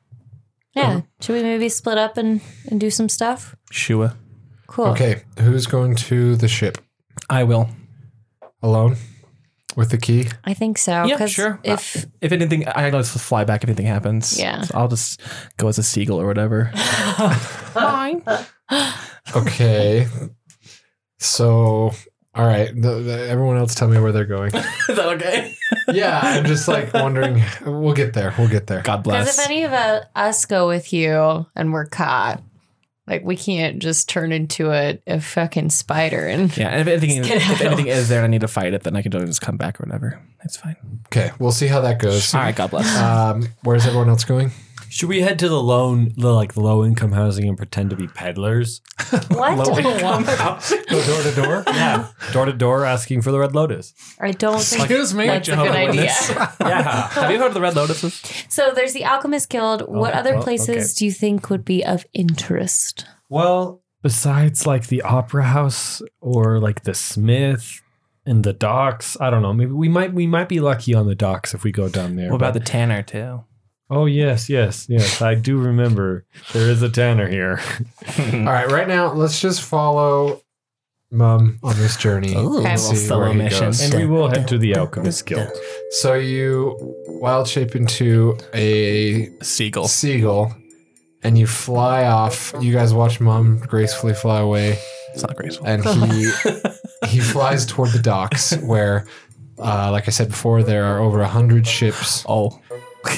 Speaker 5: uh,
Speaker 6: yeah. Should we maybe split up and, and do some stuff?
Speaker 2: Shua,
Speaker 6: Cool.
Speaker 1: Okay, who's going to the ship
Speaker 2: I will.
Speaker 1: alone with the key?
Speaker 6: I think so.
Speaker 2: Yeah,
Speaker 6: 'cause
Speaker 2: sure.
Speaker 6: If
Speaker 2: If anything, I know just fly back if anything happens.
Speaker 6: Yeah.
Speaker 2: So I'll just go as a seagull or whatever.
Speaker 1: Okay. So, all right. The, the- everyone else, tell me where they're going.
Speaker 2: Is that okay?
Speaker 1: yeah, I'm just like wondering. We'll get there. We'll get there.
Speaker 2: God
Speaker 6: because
Speaker 2: bless.
Speaker 6: if any of uh, us go with you and we're caught, like we can't just turn into a, a fucking spider and
Speaker 2: yeah, and if anything,
Speaker 6: Get
Speaker 2: if
Speaker 6: out.
Speaker 2: anything is there and I need to fight it, then I can just come back or whatever. It's fine.
Speaker 1: Okay, we'll see how that goes.
Speaker 2: All right, God bless.
Speaker 1: Um, where's everyone else going?
Speaker 5: Should we head to the loan, the like low income housing, and pretend to be peddlers?
Speaker 6: what?
Speaker 1: Go Oh, door to door.
Speaker 5: Yeah, door to door asking for the Red Lotus.
Speaker 6: I don't think
Speaker 1: Excuse me.
Speaker 6: that's a good idea.
Speaker 5: Yeah,
Speaker 2: Have you heard of the Red Lotuses?
Speaker 6: So there's the Alchemist Guild. what other
Speaker 5: well,
Speaker 6: places
Speaker 5: okay.
Speaker 6: do you think would be of interest?
Speaker 5: Well, besides like the opera house or like the Smith and the docks, I don't know. Maybe we might we might be lucky on the docks if we go down there.
Speaker 2: What about
Speaker 5: but-
Speaker 2: the Tanner too?
Speaker 5: Oh yes, yes, yes. I do remember there is a tanner here.
Speaker 1: All right, right now, let's just follow um, Mum on this journey.
Speaker 2: Ooh,
Speaker 1: and
Speaker 2: little
Speaker 1: see
Speaker 2: solo
Speaker 1: where he
Speaker 2: mission.
Speaker 1: goes.
Speaker 5: And we will head to the Alchemist Guild.
Speaker 1: So you wild shape into a
Speaker 2: Seagull.
Speaker 1: seagull, and you fly off. You guys watch Mum gracefully fly away.
Speaker 2: It's not graceful.
Speaker 1: and he he flies toward the docks where Uh, like I said before, there are over 100 ships
Speaker 2: Oh,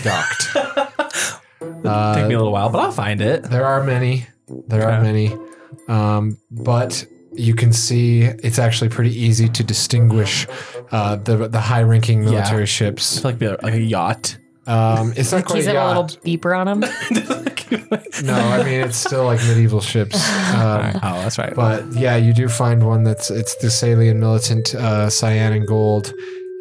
Speaker 1: docked.
Speaker 2: take
Speaker 1: Uh,
Speaker 2: me a little while, but I'll find it.
Speaker 1: There are many. There are
Speaker 2: Okay.
Speaker 1: many. Um, but you can see it's actually pretty easy to distinguish uh, the the high ranking military
Speaker 2: It's
Speaker 1: ships.
Speaker 2: like a, like a yacht.
Speaker 1: Um, it's not quite
Speaker 6: He's
Speaker 1: a
Speaker 6: have a little
Speaker 1: yacht.
Speaker 6: beeper on him.
Speaker 1: No, I mean it's still like medieval ships. Um,
Speaker 2: Oh, that's right.
Speaker 1: but yeah, you do find one that's it's the Salian militant uh, cyan and gold,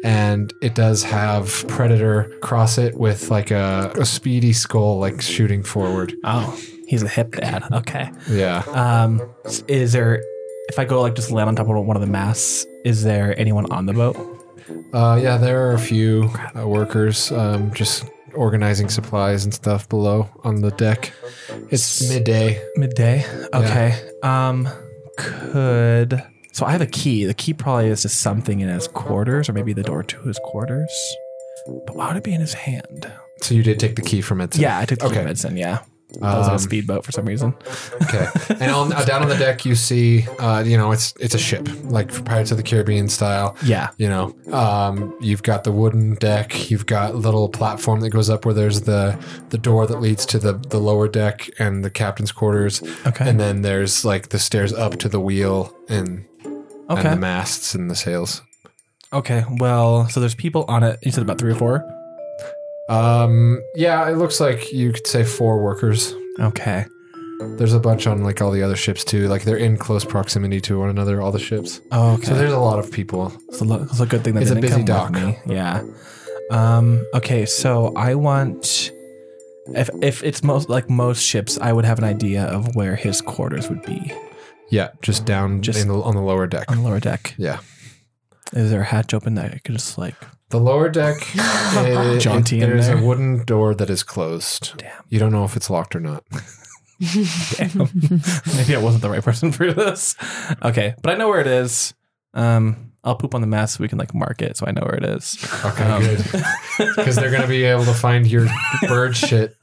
Speaker 1: and it does have predator cross it with like a, a speedy skull like shooting forward.
Speaker 2: Oh, he's a hip dad. Okay.
Speaker 1: Yeah.
Speaker 2: Um, is there? If I go like just land on top of one of the masts, is there anyone on the boat?
Speaker 1: Uh, yeah, there are a few uh, workers um, just organizing supplies and stuff below on the deck. It's midday.
Speaker 2: Midday. Okay. Um, could. So I have a key. The key probably is just something in his quarters, or maybe the door to his quarters. But why would it be in his hand?
Speaker 1: So you did take the key from it.
Speaker 2: Yeah, I took the
Speaker 1: Okay.
Speaker 2: okay. medicine. Yeah, that was on
Speaker 1: Um,
Speaker 2: a speedboat for some reason.
Speaker 1: Okay. And on, uh, down on the deck, you see, uh, you know, it's it's a ship, like Pirates of the Caribbean style.
Speaker 2: Yeah.
Speaker 1: You know, um, you've got the wooden deck. You've got a little platform that goes up where there's the the door that leads to the the lower deck and the captain's quarters.
Speaker 2: Okay.
Speaker 1: And then there's like the stairs up to the wheel and and
Speaker 2: Okay.
Speaker 1: the masts and the sails.
Speaker 2: okay. Well, so there's people on it. You said about three or four.
Speaker 1: Um, yeah, it looks like you could say four workers.
Speaker 2: Okay.
Speaker 1: There's a bunch on like all the other ships too. Like they're in close proximity to one another, all the ships.
Speaker 2: Okay.
Speaker 1: So there's a lot of people.
Speaker 2: It's a, lo- it's a good thing that
Speaker 1: It's a
Speaker 2: didn't
Speaker 1: busy dock.
Speaker 2: come with me. Yeah. Um, okay, so I want if if it's most like most ships, I would have an idea of where his quarters would be
Speaker 1: Yeah, just down
Speaker 2: Just-
Speaker 1: in the, on the lower deck.
Speaker 2: on the lower deck.
Speaker 1: Yeah,
Speaker 2: Is there a hatch open that I could just like?
Speaker 1: the lower deck. eh,
Speaker 2: Jaunty in
Speaker 1: there's
Speaker 2: there.
Speaker 1: a wooden door that is closed.
Speaker 2: Damn.
Speaker 1: You don't know if it's locked or not.
Speaker 2: Maybe I wasn't the right person for this. Okay, but I know where it is. Um, I'll poop on the mess so we can like mark it so I know where it is.
Speaker 1: Okay, good. Because Um, they're gonna be able to find your bird shit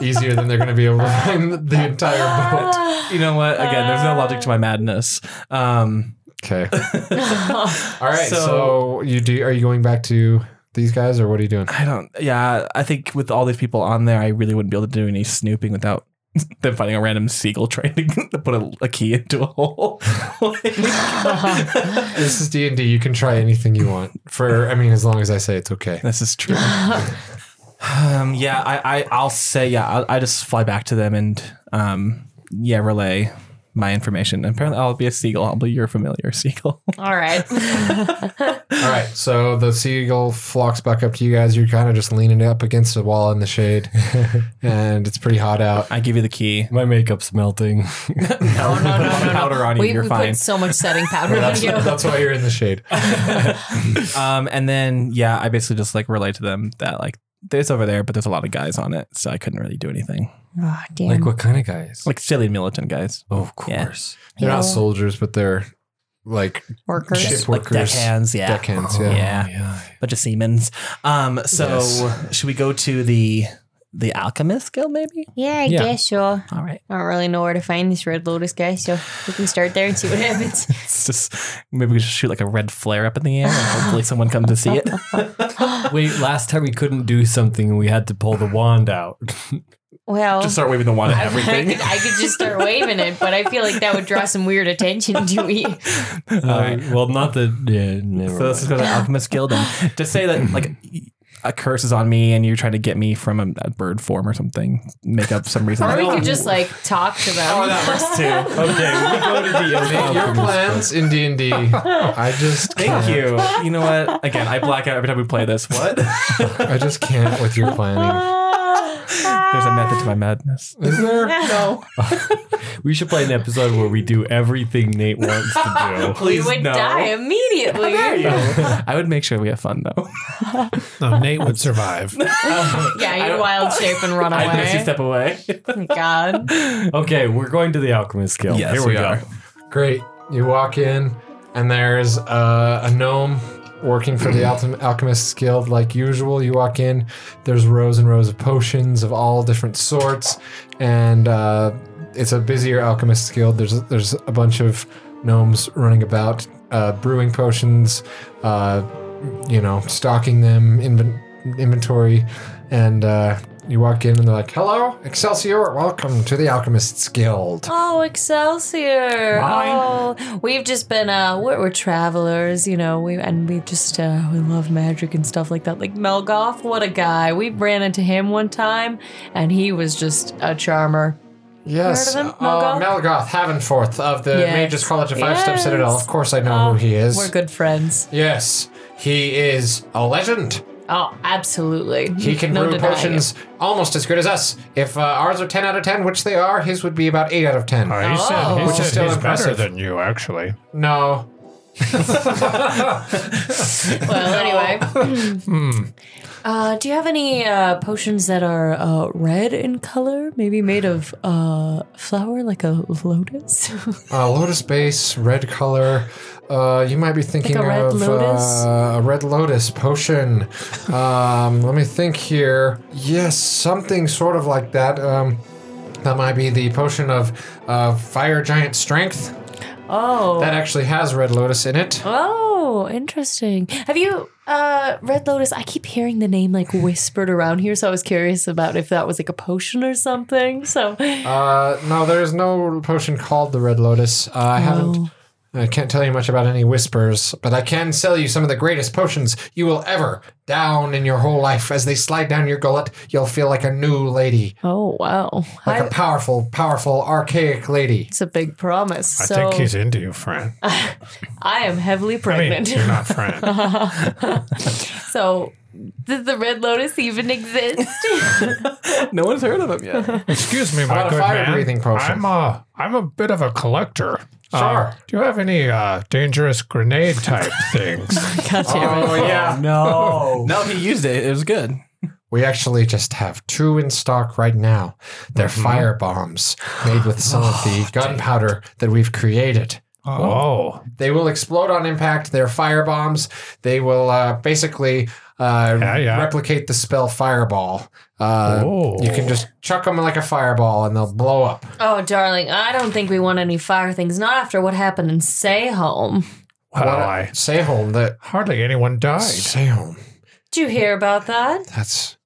Speaker 1: easier than they're gonna be able to find the entire boat.
Speaker 2: You know what? Again, there's no logic to my madness. Um,
Speaker 1: Okay. All right. So,
Speaker 2: So-
Speaker 1: you do? Are you going back to these guys, or what are you doing?
Speaker 2: I don't. Yeah, I think with all these people on there, I really wouldn't be able to do any snooping without them finding a random seagull trying to put a, a key into a hole. Like,
Speaker 1: This is D and D. You can try anything you want. For I mean, as long as I say it's okay.
Speaker 2: this is true. um, yeah, I, I, I'll say yeah. I, I just fly back to them and um, yeah, relay my information. Apparently, I'll be a seagull. I'll be your familiar seagull.
Speaker 6: All right.
Speaker 1: All right. So the seagull flocks back up to you guys. You're kind of just leaning up against the wall in the shade, and it's pretty hot out.
Speaker 2: I give you the key.
Speaker 5: My makeup's melting.
Speaker 2: No, no,
Speaker 6: no, no, no.
Speaker 2: powder on you.
Speaker 6: we
Speaker 2: you're
Speaker 6: we
Speaker 2: fine.
Speaker 6: put so much setting powder on
Speaker 1: That's,
Speaker 6: you.
Speaker 1: that's why you're in the shade.
Speaker 2: Um, and then yeah, I basically just like relate to them that like there's over there, but there's a lot of guys on it, so I couldn't really do anything.
Speaker 4: Ah,
Speaker 6: Oh, damn.
Speaker 5: Like what kind of guys?
Speaker 2: Like silly militant guys,
Speaker 5: Oh, of
Speaker 2: Yeah.
Speaker 5: course.
Speaker 1: They're
Speaker 6: Yeah.
Speaker 1: not soldiers, but they're like
Speaker 6: Workers.
Speaker 1: ship
Speaker 2: like
Speaker 1: workers,
Speaker 2: deckhands, yeah,
Speaker 1: deckhands. Yeah.
Speaker 2: Oh, yeah, bunch of seamens. Um, so
Speaker 1: Yes.
Speaker 2: should we go to the the alchemist guild maybe?
Speaker 4: Yeah, I
Speaker 5: Yeah.
Speaker 4: guess so.
Speaker 2: All right,
Speaker 4: I don't really know where to find this Red Lotus guy, so we can start there and see what happens.
Speaker 2: it's just maybe we should shoot like a red flare up in the air, and hopefully someone comes to see it.
Speaker 5: Wait, last time we couldn't do something and we had to pull the wand out.
Speaker 4: Well,
Speaker 2: Just start waving the wand at
Speaker 4: I
Speaker 2: everything.
Speaker 4: could, I could just start waving it, but I feel like that would draw some weird attention to me.
Speaker 5: Uh, Well, not the. Yeah, never
Speaker 2: So let's
Speaker 5: mind.
Speaker 2: just go to the alchemist guild and to say that like a curse is on me and you're trying to get me from a, a bird form or something, make up some reason.
Speaker 6: or we could just like talk to them.
Speaker 2: too.
Speaker 5: Okay, we go to the
Speaker 1: Make your plans in D and D. I just
Speaker 2: Thank
Speaker 1: can't.
Speaker 2: you. You know what? Again, I black out every time we play this. What? There's
Speaker 1: I just can't with your planning.
Speaker 2: a method to my madness.
Speaker 1: Is there?
Speaker 2: No.
Speaker 5: We should play an episode where we do everything Nate wants to do.
Speaker 6: we
Speaker 2: Please
Speaker 6: would
Speaker 2: no.
Speaker 6: die immediately.
Speaker 2: I would make sure we have fun though.
Speaker 3: No, Nate would survive.
Speaker 6: Yeah,
Speaker 2: I
Speaker 6: you
Speaker 2: don't-
Speaker 6: wild shape and run
Speaker 2: I'd make you
Speaker 6: away.
Speaker 2: step away.
Speaker 6: God.
Speaker 5: Okay, we're going to the alchemist guild.
Speaker 2: Yes,
Speaker 5: Here
Speaker 2: we
Speaker 5: we, go.
Speaker 2: are.
Speaker 1: Great. You walk in, and there's uh, a gnome working for the Alchem- Alchemist's Guild like usual. You walk in, there's rows and rows of potions of all different sorts, and uh, it's a busier Alchemist's Guild. There's there's a bunch of gnomes running about, uh, brewing potions, uh, you know, stocking them inven- inventory, and uh, you walk in and they're like, "Hello, Excelsior! Welcome to the Alchemists Guild."
Speaker 6: Oh, Excelsior!
Speaker 1: Mine.
Speaker 6: Oh, we've just been uh, we're, we're travelers, you know. We and we just uh, we love magic and stuff like that. Like Melgoth, what a guy! We ran into him one time, and he was just a charmer.
Speaker 1: Yes,
Speaker 6: Heard of him,
Speaker 1: uh, Melgoth Havenforth of the
Speaker 6: Yes.
Speaker 1: Mages College of Five Step
Speaker 6: Yes.
Speaker 1: Citadel. Of course, I know
Speaker 6: Oh,
Speaker 1: who he is.
Speaker 6: We're good friends.
Speaker 1: Yes, he is a legend.
Speaker 6: Oh, absolutely.
Speaker 1: He can
Speaker 6: No
Speaker 1: brew
Speaker 6: denying
Speaker 1: potions almost as good as us. If uh, ours are 10 out of 10, which they are, his would be about 8 out of 10.
Speaker 3: Oh, he
Speaker 6: Oh.
Speaker 3: said, he
Speaker 6: Which
Speaker 1: is
Speaker 3: said
Speaker 1: still
Speaker 3: he's
Speaker 1: impressive.
Speaker 3: better than you, actually.
Speaker 1: No.
Speaker 6: it. Well, anyway,
Speaker 1: Hmm.
Speaker 6: uh, do you have any uh, potions that are uh, red in color? Maybe made of uh, flower, like a lotus.
Speaker 1: Uh, lotus base, red color. Uh, you might be thinking
Speaker 6: red
Speaker 1: of
Speaker 6: lotus?
Speaker 1: Uh, a red lotus potion. Um, let me think here. Yes, something sort of like that. Um, that might be the potion of uh, fire giant strength.
Speaker 6: oh,
Speaker 1: That actually has red lotus in it.
Speaker 6: Oh, interesting. Have you uh Red Lotus? I keep hearing the name like whispered around here, so I was curious about if that was like a potion or something. So
Speaker 1: Uh, no, there's no potion called the Red Lotus. Uh, I haven't. I can't tell you much about any whispers, but I can sell you some of the greatest potions you will ever down in your whole life. As they slide down your gullet, you'll feel like a new lady,
Speaker 6: Oh wow.
Speaker 1: like a
Speaker 6: I-
Speaker 1: powerful, powerful, archaic lady.
Speaker 6: it's a big promise.
Speaker 3: I
Speaker 6: so
Speaker 3: think he's into you, Fran. I
Speaker 6: I am heavily
Speaker 3: mean,
Speaker 6: pregnant.
Speaker 3: you're not Fran.
Speaker 6: so does the Red Lotus even exist?
Speaker 2: No one's heard of him yet.
Speaker 3: Excuse me, my
Speaker 1: about a
Speaker 3: good man.
Speaker 1: fire-breathing potion?
Speaker 3: I'm a, I'm a bit of a collector. Uh,
Speaker 1: Sure.
Speaker 3: do you have any uh, dangerous grenade type things?
Speaker 6: God damn it.
Speaker 1: Oh yeah,
Speaker 2: no. no, he used it. It was good.
Speaker 1: we actually just have two in stock right now. They're
Speaker 6: Mm-hmm.
Speaker 1: fire bombs made with some of the gunpowder that we've created.
Speaker 3: oh,
Speaker 1: They will explode on impact. They're fire bombs. They will uh, basically uh,
Speaker 3: Yeah, yeah.
Speaker 1: replicate the spell fireball. Uh,
Speaker 3: oh.
Speaker 1: you can just chuck them like a fireball and they'll blow up.
Speaker 6: Oh darling, I don't think we want any fire things. Not after what happened in Say Home.
Speaker 3: Well,
Speaker 1: What a-
Speaker 3: I-
Speaker 1: Say home. That
Speaker 3: hardly anyone died.
Speaker 1: say home.
Speaker 6: Did you hear about that?
Speaker 1: That's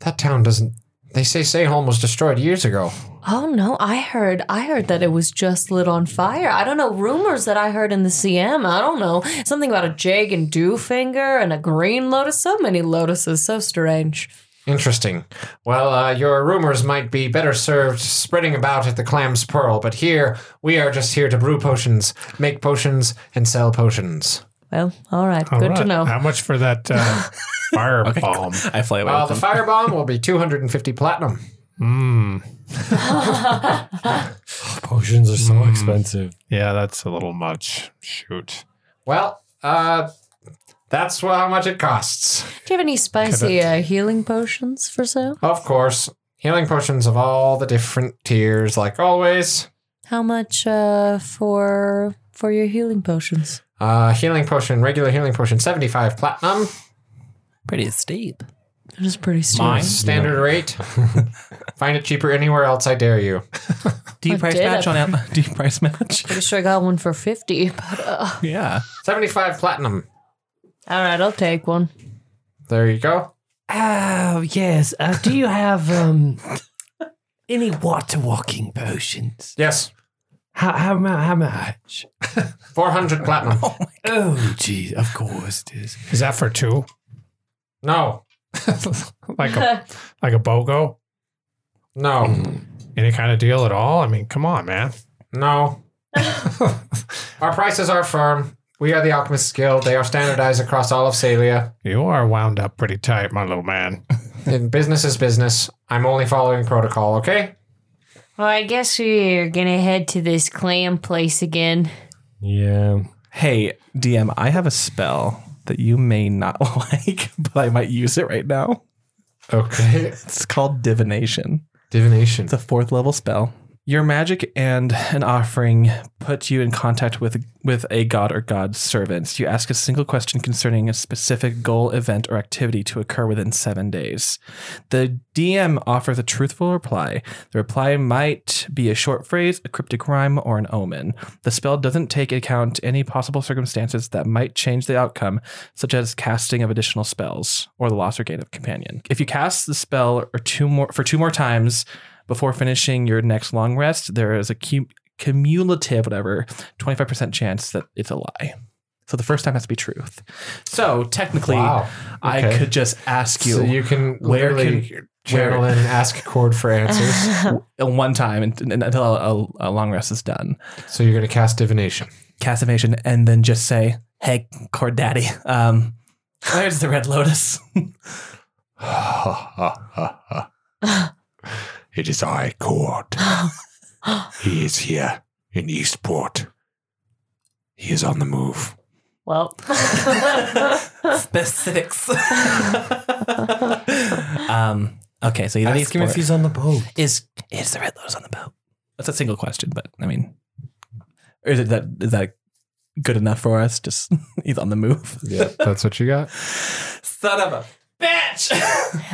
Speaker 1: that town doesn't. They say say home was destroyed years ago.
Speaker 6: Oh no, I heard I heard that it was just lit on fire. I don't know rumors that I heard in the CM. I don't know. Something about a jag and dew finger and a green lotus. So many lotuses, so strange.
Speaker 1: Interesting. Well, uh, your rumors might be better served spreading about at the Clam's Pearl, but here we are just here to brew potions, make potions, and sell potions.
Speaker 6: Well, all right.
Speaker 3: All
Speaker 6: Good to
Speaker 3: right.
Speaker 6: know.
Speaker 3: How much for that uh, fire bomb?
Speaker 2: I fly away.
Speaker 1: Uh,
Speaker 2: with
Speaker 1: the
Speaker 2: him.
Speaker 1: firebomb will be 250 platinum.
Speaker 5: Potions are so expensive.
Speaker 3: Yeah, that's a little much. Shoot.
Speaker 1: Well, uh, that's wha- how much it costs.
Speaker 6: Do you have any spicy uh, healing potions for sale?
Speaker 1: Of course, healing potions of all the different tiers, like always.
Speaker 6: How much uh, for for your healing potions?
Speaker 1: Uh, healing potion, regular healing potion, 75 platinum,
Speaker 2: pretty steep.
Speaker 6: That is pretty steep.
Speaker 1: standard rate. Find it cheaper anywhere else, I dare you.
Speaker 2: Deep price
Speaker 6: did
Speaker 2: match
Speaker 6: it.
Speaker 2: on Am- deep price match.
Speaker 6: Pretty sure I got one for fifty. But uh,
Speaker 2: Yeah.
Speaker 1: 75 platinum.
Speaker 6: all right, I'll take one.
Speaker 1: There you go.
Speaker 7: Oh yes. Uh, do you have um any water walking potions?
Speaker 1: Yes,
Speaker 7: How how, mu- how much?
Speaker 1: 400 platinum.
Speaker 7: Oh geez, of course it is.
Speaker 3: Is that for two?
Speaker 1: No,
Speaker 3: Like a like a BOGO?
Speaker 1: no,
Speaker 3: Any kind of deal at all? I mean, come on, man.
Speaker 1: no. Our prices are firm. We are the Alchemist's Guild. They are standardized across all of Salia.
Speaker 3: You are wound up pretty tight, my little man.
Speaker 1: And business is business. I'm only following protocol, okay?
Speaker 4: Well, I guess we're gonna head to this clam place again.
Speaker 5: Yeah.
Speaker 2: Hey, DM, I have a spell that you may not like, but I might use it right now.
Speaker 1: Okay.
Speaker 2: It's called divination.
Speaker 1: Divination.
Speaker 2: It's a fourth level spell. Your magic and an offering put you in contact with with a god or god's servants. You ask a single question concerning a specific goal, event, or activity to occur within seven days. The DM offers a truthful reply. The reply might be a short phrase, a cryptic rhyme, or an omen. The spell doesn't take account any possible circumstances that might change the outcome, such as casting of additional spells or the loss or gain of companion. If you cast the spell or two more for two more times before finishing your next long rest, there is a cu- cumulative whatever 25% chance that it's a lie. So the first time has to be truth. So technically,
Speaker 1: Wow.
Speaker 2: I
Speaker 1: Okay.
Speaker 2: could just ask you,
Speaker 1: So you can
Speaker 2: Where
Speaker 1: literally channel in and ask Cord for answers.
Speaker 2: w- one time and, and- until a, a- a long rest is done.
Speaker 1: so you're going to cast divination.
Speaker 2: Cast evasion and then just say, "Hey, Cord Daddy, um, where's the Red Lotus?"
Speaker 1: It is I, Cord. he is here in Eastport. He is on the move.
Speaker 4: Well,
Speaker 2: Specifics. um. Okay, so
Speaker 5: Ask
Speaker 2: either
Speaker 5: him if
Speaker 2: Eastport-
Speaker 5: he's on the boat.
Speaker 2: is is the Red Lotus on the boat? That's a single question, but I mean, or is it that is that good enough for us? Just he's on the move.
Speaker 1: Yeah, that's what you got.
Speaker 2: Son of a bitch.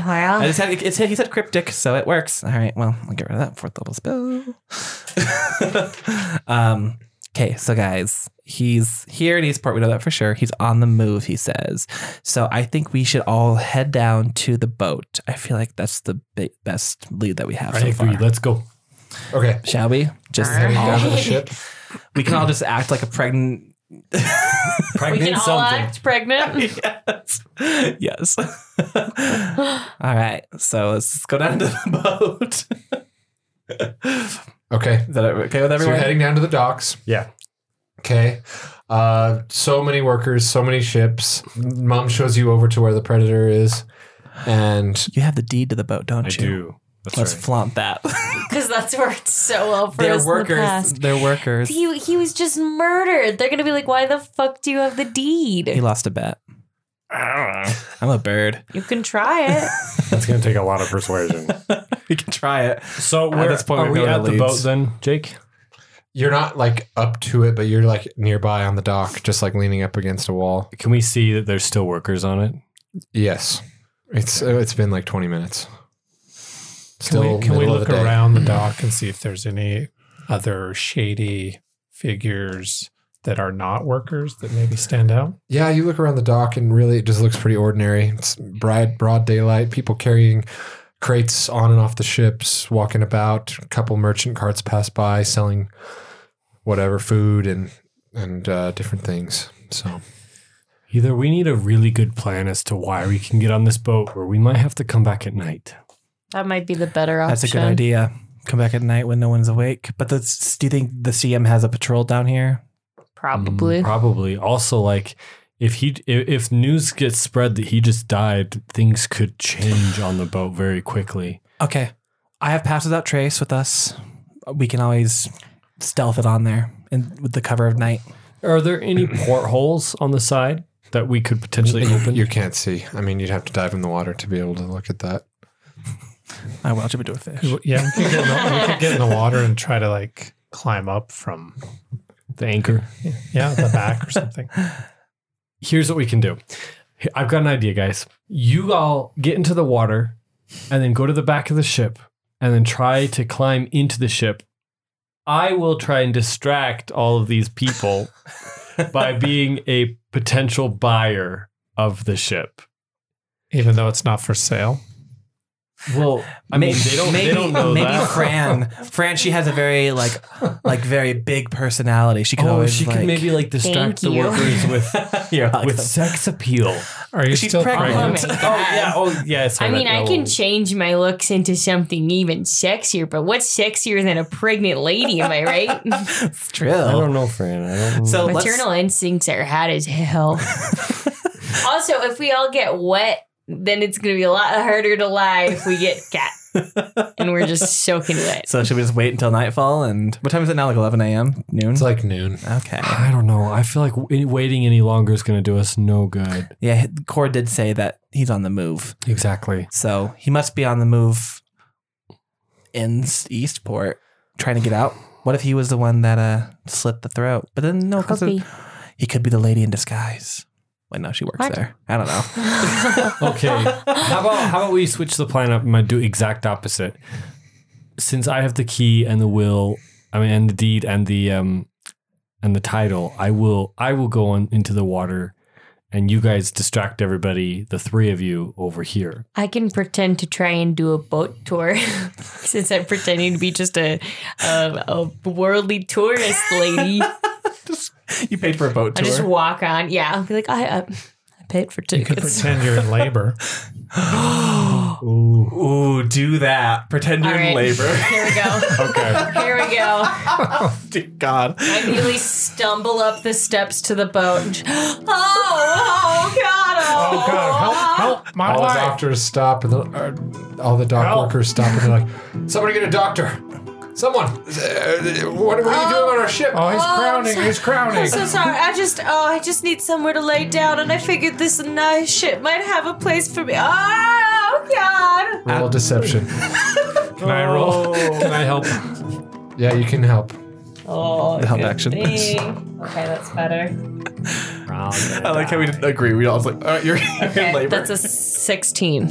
Speaker 2: I
Speaker 4: well,
Speaker 2: just had, it's, he said cryptic, so it works. All right, well, I'll get rid of that fourth level spell. um, okay, so guys, he's here in Eastport. We know that for sure. He's on the move, he says. So I think we should all head down to the boat. I feel like that's the bi- best lead that we have
Speaker 5: I
Speaker 2: so far.
Speaker 5: agree. Let's go.
Speaker 1: Okay.
Speaker 2: Shall we? Just
Speaker 4: All right.
Speaker 1: Down to the
Speaker 2: all,
Speaker 1: ship.
Speaker 2: we can all just act like a pregnant.
Speaker 4: we can
Speaker 5: Pregnant
Speaker 4: all
Speaker 5: something.
Speaker 4: act pregnant.
Speaker 2: yes. Yes. all right. So let's go down to the boat.
Speaker 1: Okay.
Speaker 2: Is that okay with
Speaker 1: So you're
Speaker 2: everyone?
Speaker 1: heading down to the docks.
Speaker 9: Yeah.
Speaker 1: Okay. Uh, so many workers, so many ships. Mom shows you over to where the predator is, and
Speaker 2: you have the deed to the boat, don't
Speaker 9: I
Speaker 2: you?
Speaker 9: do. That's
Speaker 2: Let's
Speaker 9: right.
Speaker 2: flaunt that.
Speaker 6: because that's worked so well for us in the past.
Speaker 2: They're workers. He,
Speaker 6: He, he was just murdered. They're gonna be like, why the fuck do you have the deed?
Speaker 2: lost a bet. I'm a bird.
Speaker 6: You can try it.
Speaker 9: That's going to take a lot of persuasion.
Speaker 2: we can try it.
Speaker 5: So
Speaker 2: At
Speaker 5: we're,
Speaker 2: this point,
Speaker 5: are
Speaker 2: we're
Speaker 5: we
Speaker 2: going to
Speaker 5: at the
Speaker 2: Leeds.
Speaker 5: boat then, Jake?
Speaker 1: you're not like up to it, but you're like nearby on the dock, just like leaning up against a wall.
Speaker 5: Can we see that there's still workers on it?
Speaker 1: Yes. It's uh, it's been like 20 minutes.
Speaker 3: Can
Speaker 1: Still
Speaker 3: we, can we
Speaker 1: middle of
Speaker 3: look
Speaker 1: the day.
Speaker 3: around the dock and see if there's any other shady figures that are not workers that maybe stand out?
Speaker 1: Yeah, you look around the dock and really it just looks pretty ordinary. It's bright, broad daylight, people carrying crates on and off the ships, walking about, a couple merchant carts pass by selling whatever food and and uh, different things. So
Speaker 5: Either we need a really good plan as to why we can get on this boat, or we might have to come back at night.
Speaker 6: That might be the better option.
Speaker 2: That's a good idea. Come back at night when no one's awake. But that's, do you think the CM has a patrol down here?
Speaker 6: Probably.
Speaker 5: Mm, probably. Also, like if he if, if news gets spread that he just died, things could change on the boat very quickly.
Speaker 2: Okay. I have Pass Without Trace with us. We can always stealth it on there and with the cover of night.
Speaker 5: Are there any portholes on the side that we could potentially open?
Speaker 1: you can't see. I mean, you'd have to dive in the water to be able to look at that.
Speaker 2: I will jump into a fish.
Speaker 3: Yeah, we could, get in the, we could get in the water and try to like climb up from
Speaker 5: the anchor.
Speaker 3: yeah the back or something.
Speaker 5: Here's what we can do. I've got an idea, guys. You all get into the water and then go to the back of the ship and then try to climb into the ship. I will try and distract all of these people by being a potential buyer of the ship.
Speaker 3: Even though it's not for sale,
Speaker 5: Well, I mean, they don't, they don't know
Speaker 2: maybe
Speaker 5: that.
Speaker 2: Fran. Fran, she has a very like, like very big personality. She can
Speaker 5: oh,
Speaker 2: always
Speaker 5: she
Speaker 2: like,
Speaker 5: could maybe like
Speaker 6: Thank
Speaker 5: distract the
Speaker 6: you.
Speaker 5: workers with oh,
Speaker 2: You're welcome.
Speaker 5: with sex appeal.
Speaker 3: are you
Speaker 2: She's
Speaker 3: still
Speaker 2: pregnant.
Speaker 3: pregnant?
Speaker 4: Oh my
Speaker 2: Oh,
Speaker 4: God.
Speaker 5: Oh yeah,
Speaker 4: I mean, I can
Speaker 5: check.
Speaker 4: change my looks into something even sexier, but what's sexier than a pregnant lady? Am I right?
Speaker 2: it's true.
Speaker 5: I don't know, Fran. I don't know.
Speaker 2: So let's-
Speaker 4: Maternal instincts are hot as hell. also, if we all get wet, then it's going to be a lot harder to lie if we get cat. and we're just soaking wet.
Speaker 2: So should we just wait until nightfall? And what time is it now? Like 11 a.m. Noon.
Speaker 1: It's like noon.
Speaker 2: okay.
Speaker 5: I don't know. I feel like w- waiting any longer is going to do us no good.
Speaker 2: Yeah, Cord did say that he's on the move,
Speaker 5: Exactly.
Speaker 2: so he must be on the move in S- Eastport. trying to get out? What if he was the one that uh, slit the throat? But then no, because
Speaker 6: Copy.
Speaker 2: he could be the lady in disguise. Wait, no, she works there. I don't know.
Speaker 5: Okay. how about how about we switch the plan up and I do exact opposite? Since I have the key and the will, I mean, and the deed and the um and the title, I will I will go on into the water, and you guys distract everybody, the three of you over here.
Speaker 6: I can pretend to try and do a boat tour since I'm pretending to be just a um, a worldly tourist lady.
Speaker 2: you paid for a boat
Speaker 6: I
Speaker 2: tour.
Speaker 6: just walk on. Yeah, I'll be like, I uh, I paid for
Speaker 3: You could
Speaker 6: tickets.
Speaker 3: pretend you're in labor.
Speaker 2: Ooh, do that. Pretend you're
Speaker 6: All
Speaker 2: in
Speaker 6: right.
Speaker 2: labor.
Speaker 6: Here we go. okay. Here we go.
Speaker 2: Dear God.
Speaker 6: I nearly stumble up the steps to the boat. and- Oh, oh God! Oh,
Speaker 3: help, help, my
Speaker 1: all the
Speaker 3: wife.
Speaker 1: doctors stop and the, uh, all the dock
Speaker 3: Help.
Speaker 1: workers stop and they're like, "Somebody get a doctor! Someone! Uh, what, what are you doing on our ship?"
Speaker 3: Oh, he's
Speaker 6: Oh,
Speaker 3: crowning. He's crowning.
Speaker 6: I'm so sorry. I just, oh, I just need somewhere to lay down, and I figured this nice ship might have a place for me. Oh God!
Speaker 1: Roll deception.
Speaker 3: Can I roll?
Speaker 5: Can I help?
Speaker 1: Yeah, you can help.
Speaker 6: Oh,
Speaker 2: help action.
Speaker 6: Okay, that's better.
Speaker 2: I like how we didn't agree. We all was like, all right, you're in labor.
Speaker 6: That's a sixteen.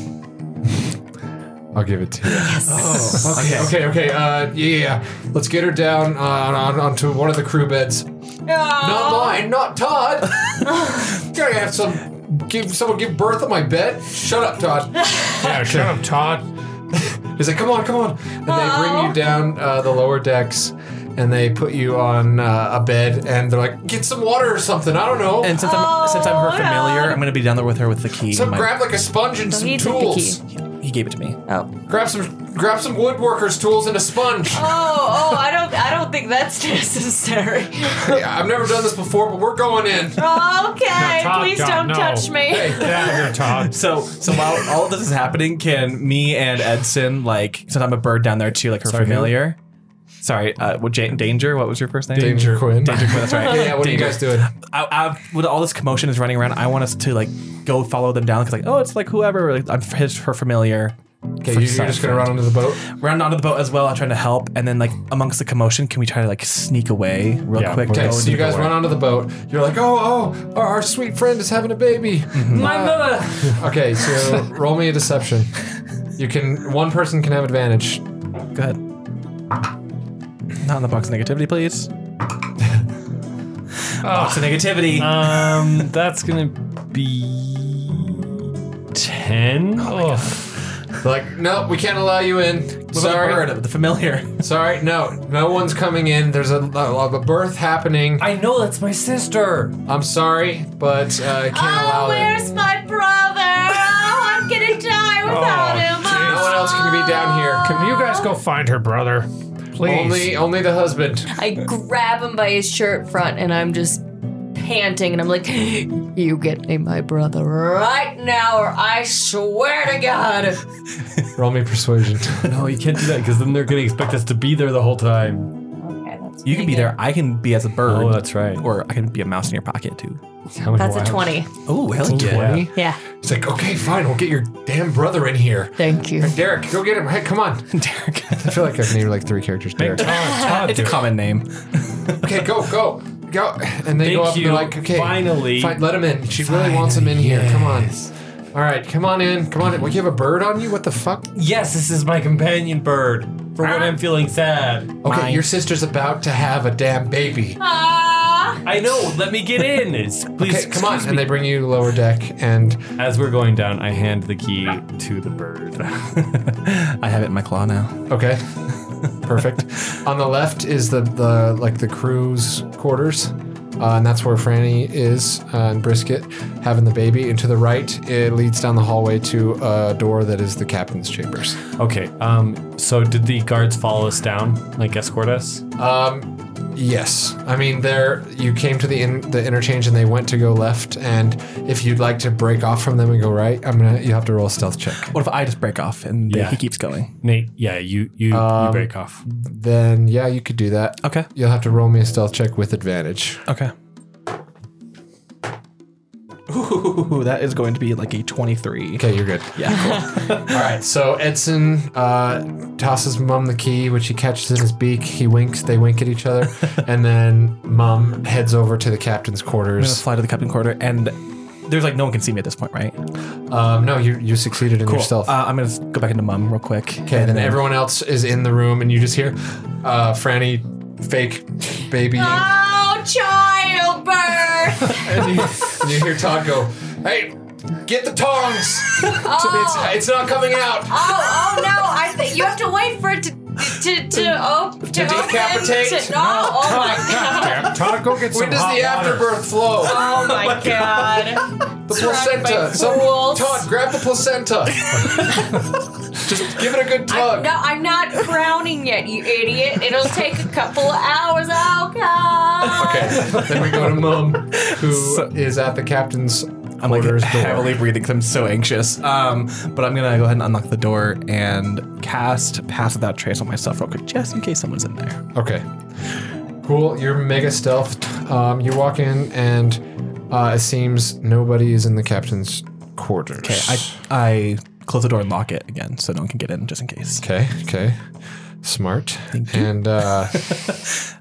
Speaker 1: I'll give it to you. okay, okay, okay. Uh, yeah, yeah, yeah. Let's get her down uh, on, on, onto one of the crew beds. Not
Speaker 3: Oh.
Speaker 1: mine, not Todd. Gotta have some. Give someone give birth on my bed. Shut up, Todd.
Speaker 3: yeah, shut up, Todd.
Speaker 1: He's like, come on, come on. And they bring you down uh, the lower decks and they put you on uh, a bed and they're like, get some water or something. I don't know.
Speaker 2: and since I'm, since I'm her familiar, I'm going to be down there with her with the key.
Speaker 1: some
Speaker 2: My-
Speaker 1: grab like a sponge and some
Speaker 6: he took the
Speaker 1: tools.
Speaker 2: he gave it to me.
Speaker 1: Grab some grab some woodworkers tools and a sponge.
Speaker 6: Oh, oh, I don't, I don't think that's necessary.
Speaker 1: Yeah, I've never done this before, but we're going in.
Speaker 6: Okay,
Speaker 3: Todd,
Speaker 6: please
Speaker 3: Todd,
Speaker 6: don't
Speaker 3: no.
Speaker 6: touch me.
Speaker 3: Get out of here, Todd.
Speaker 2: So, so while all of this is happening, can me and Edson, like, since I'm a bird down there too, like her familiar? Sorry, uh, well, Jan- Danger, what was your first name?
Speaker 1: Danger Quinn.
Speaker 2: Danger Quinn, that's right.
Speaker 1: Yeah, yeah, what are you
Speaker 2: Danger.
Speaker 1: guys doing?
Speaker 2: I, I, with all this commotion is running around, I want us to like go follow them down because like, oh, it's like whoever. Like, I'm his, her familiar.
Speaker 1: Okay, you, you're just gonna run onto the boat.
Speaker 2: Round onto the boat as well, trying to help, and then like amongst the commotion, can we try to like sneak away real
Speaker 5: Yeah,
Speaker 2: quick?
Speaker 5: okay,
Speaker 2: go
Speaker 1: Okay, so
Speaker 2: into
Speaker 1: you
Speaker 2: the
Speaker 1: guys
Speaker 2: door?
Speaker 1: run onto the boat. You're like, oh, oh, our, our sweet friend is having a baby. My mother. Okay, so roll me a deception. You can one person can have advantage.
Speaker 2: Go ahead. Not in the box of negativity, please. box of negativity.
Speaker 5: Um, that's gonna be ten.
Speaker 1: They're Like, no, we can't allow you in.
Speaker 2: What about the
Speaker 1: Sorry,
Speaker 2: bird, the familiar.
Speaker 1: sorry, no, no one's coming in. There's a, a, a birth happening.
Speaker 5: I know that's my sister.
Speaker 1: I'm sorry, but uh, I can't
Speaker 6: Oh,
Speaker 1: allow it.
Speaker 6: where's my brother? Oh, I'm gonna die without him.
Speaker 1: No one else can be down here.
Speaker 3: Can you guys go find her brother? Please.
Speaker 1: Only, only the husband.
Speaker 6: Oh.
Speaker 10: I grab him by his shirt front and I'm just panting and I'm like,
Speaker 6: You get me my brother right now, or I swear to God.
Speaker 1: Roll me persuasion.
Speaker 5: No, you can't do that because then they're gonna expect us to be there the whole time.
Speaker 2: You can be there. I can be as a bird.
Speaker 5: Oh, that's right.
Speaker 2: Or I can be a mouse in your pocket too.
Speaker 5: How many
Speaker 6: That's
Speaker 5: do I
Speaker 6: a
Speaker 5: have?
Speaker 6: 20.
Speaker 2: Oh, hell yeah.
Speaker 5: Yeah.
Speaker 6: Yeah.
Speaker 1: It's like, okay, fine, we'll get your damn brother in here.
Speaker 6: Thank you.
Speaker 1: Derek, go get him. Hey, come on.
Speaker 2: Derek.
Speaker 1: I feel like I've named like three characters. Derek.
Speaker 5: Ah,
Speaker 2: it's a common name.
Speaker 1: okay, go, go, go. And they
Speaker 5: Thank
Speaker 1: go up
Speaker 5: you.
Speaker 1: and they're like, okay,
Speaker 5: Finally.
Speaker 1: fine, let him in. She really wants him in here. Come on. All right, come on in. Come on in. What, you have a bird on you? What the fuck? Okay,
Speaker 5: Yes, this is my companion bird. For when I'm feeling sad.
Speaker 1: your sister's about to have a damn baby.
Speaker 5: I know. Let me get in. It's- Please,
Speaker 1: Okay, come on.
Speaker 5: excuse
Speaker 1: And
Speaker 5: me.
Speaker 1: they bring you to lower deck and
Speaker 5: As we're going down, I hand the key to the bird.
Speaker 2: I have it in my claw now.
Speaker 1: okay. Perfect. on the left is the, the like the crew's quarters. Uh, and that's where Franny is uh, and Brisket having the baby. And to the right, it leads down the hallway to a door that is the captain's chambers.
Speaker 5: okay. Um. So did the guards follow us down, like escort us?
Speaker 1: Yes, I mean there. You came to the in, the interchange and they went to go left. And if you'd like to break off from them and go right, I'm gonna. You have to roll a stealth check.
Speaker 2: What if I just break off and
Speaker 5: Yeah.
Speaker 2: he keeps going?
Speaker 5: Nate. Yeah. You. You. you break off.
Speaker 1: Then yeah, you could do that.
Speaker 2: Okay.
Speaker 1: You'll have to roll me a stealth check with advantage.
Speaker 2: Okay. Ooh, that is going to be like a 23.
Speaker 1: Okay, you're good.
Speaker 2: Yeah.
Speaker 1: All right. So Edson uh, tosses Mum the key, which he catches in his beak. He winks. They wink at each other, and then Mum heads over to the captain's
Speaker 2: I'm gonna
Speaker 1: quarters.
Speaker 2: fly to the captain quarter, and there's like no one can see me at this point, right?
Speaker 1: Um, no, you you succeeded in your stealth.
Speaker 2: Uh, I'm gonna s- go back into mum real quick.
Speaker 1: okay. Then everyone else is in the room, and you just hear uh, Franny fake baby,
Speaker 6: Ah.
Speaker 1: and
Speaker 4: Oh, childbirth!
Speaker 1: you, and you hear Todd go, "Hey, get the tongs! It's, it's not coming out."
Speaker 4: Oh, oh no! I think you have to wait for it to to to op- to, open.
Speaker 1: decapitate?
Speaker 4: To, no, oh my god!
Speaker 9: Todd, go get
Speaker 1: When
Speaker 9: some
Speaker 1: does
Speaker 9: hot
Speaker 1: the
Speaker 9: water.
Speaker 1: afterbirth flow?
Speaker 4: Oh my god!
Speaker 1: The placenta. Some,
Speaker 4: fools.
Speaker 1: Todd, grab the placenta. Just give it a good tug.
Speaker 4: No, I'm not crowning yet, you idiot. It'll take a couple of hours. Oh god!
Speaker 1: Okay. then we go to Mum, who is at the captain's
Speaker 2: I'm like
Speaker 1: quarters door.
Speaker 2: heavily breathing 'cause I'm so anxious. Um, but I'm gonna go ahead and unlock the door and cast Pass Without Trace on myself real quick, just in case someone's in there.
Speaker 1: Okay. Cool. You're mega stealth. Um, you walk in, and uh, it seems nobody is in the captain's quarters.
Speaker 2: Okay, I I close the door and lock it again so no one can get in, just in case.
Speaker 1: Okay. Okay. Smart. And uh,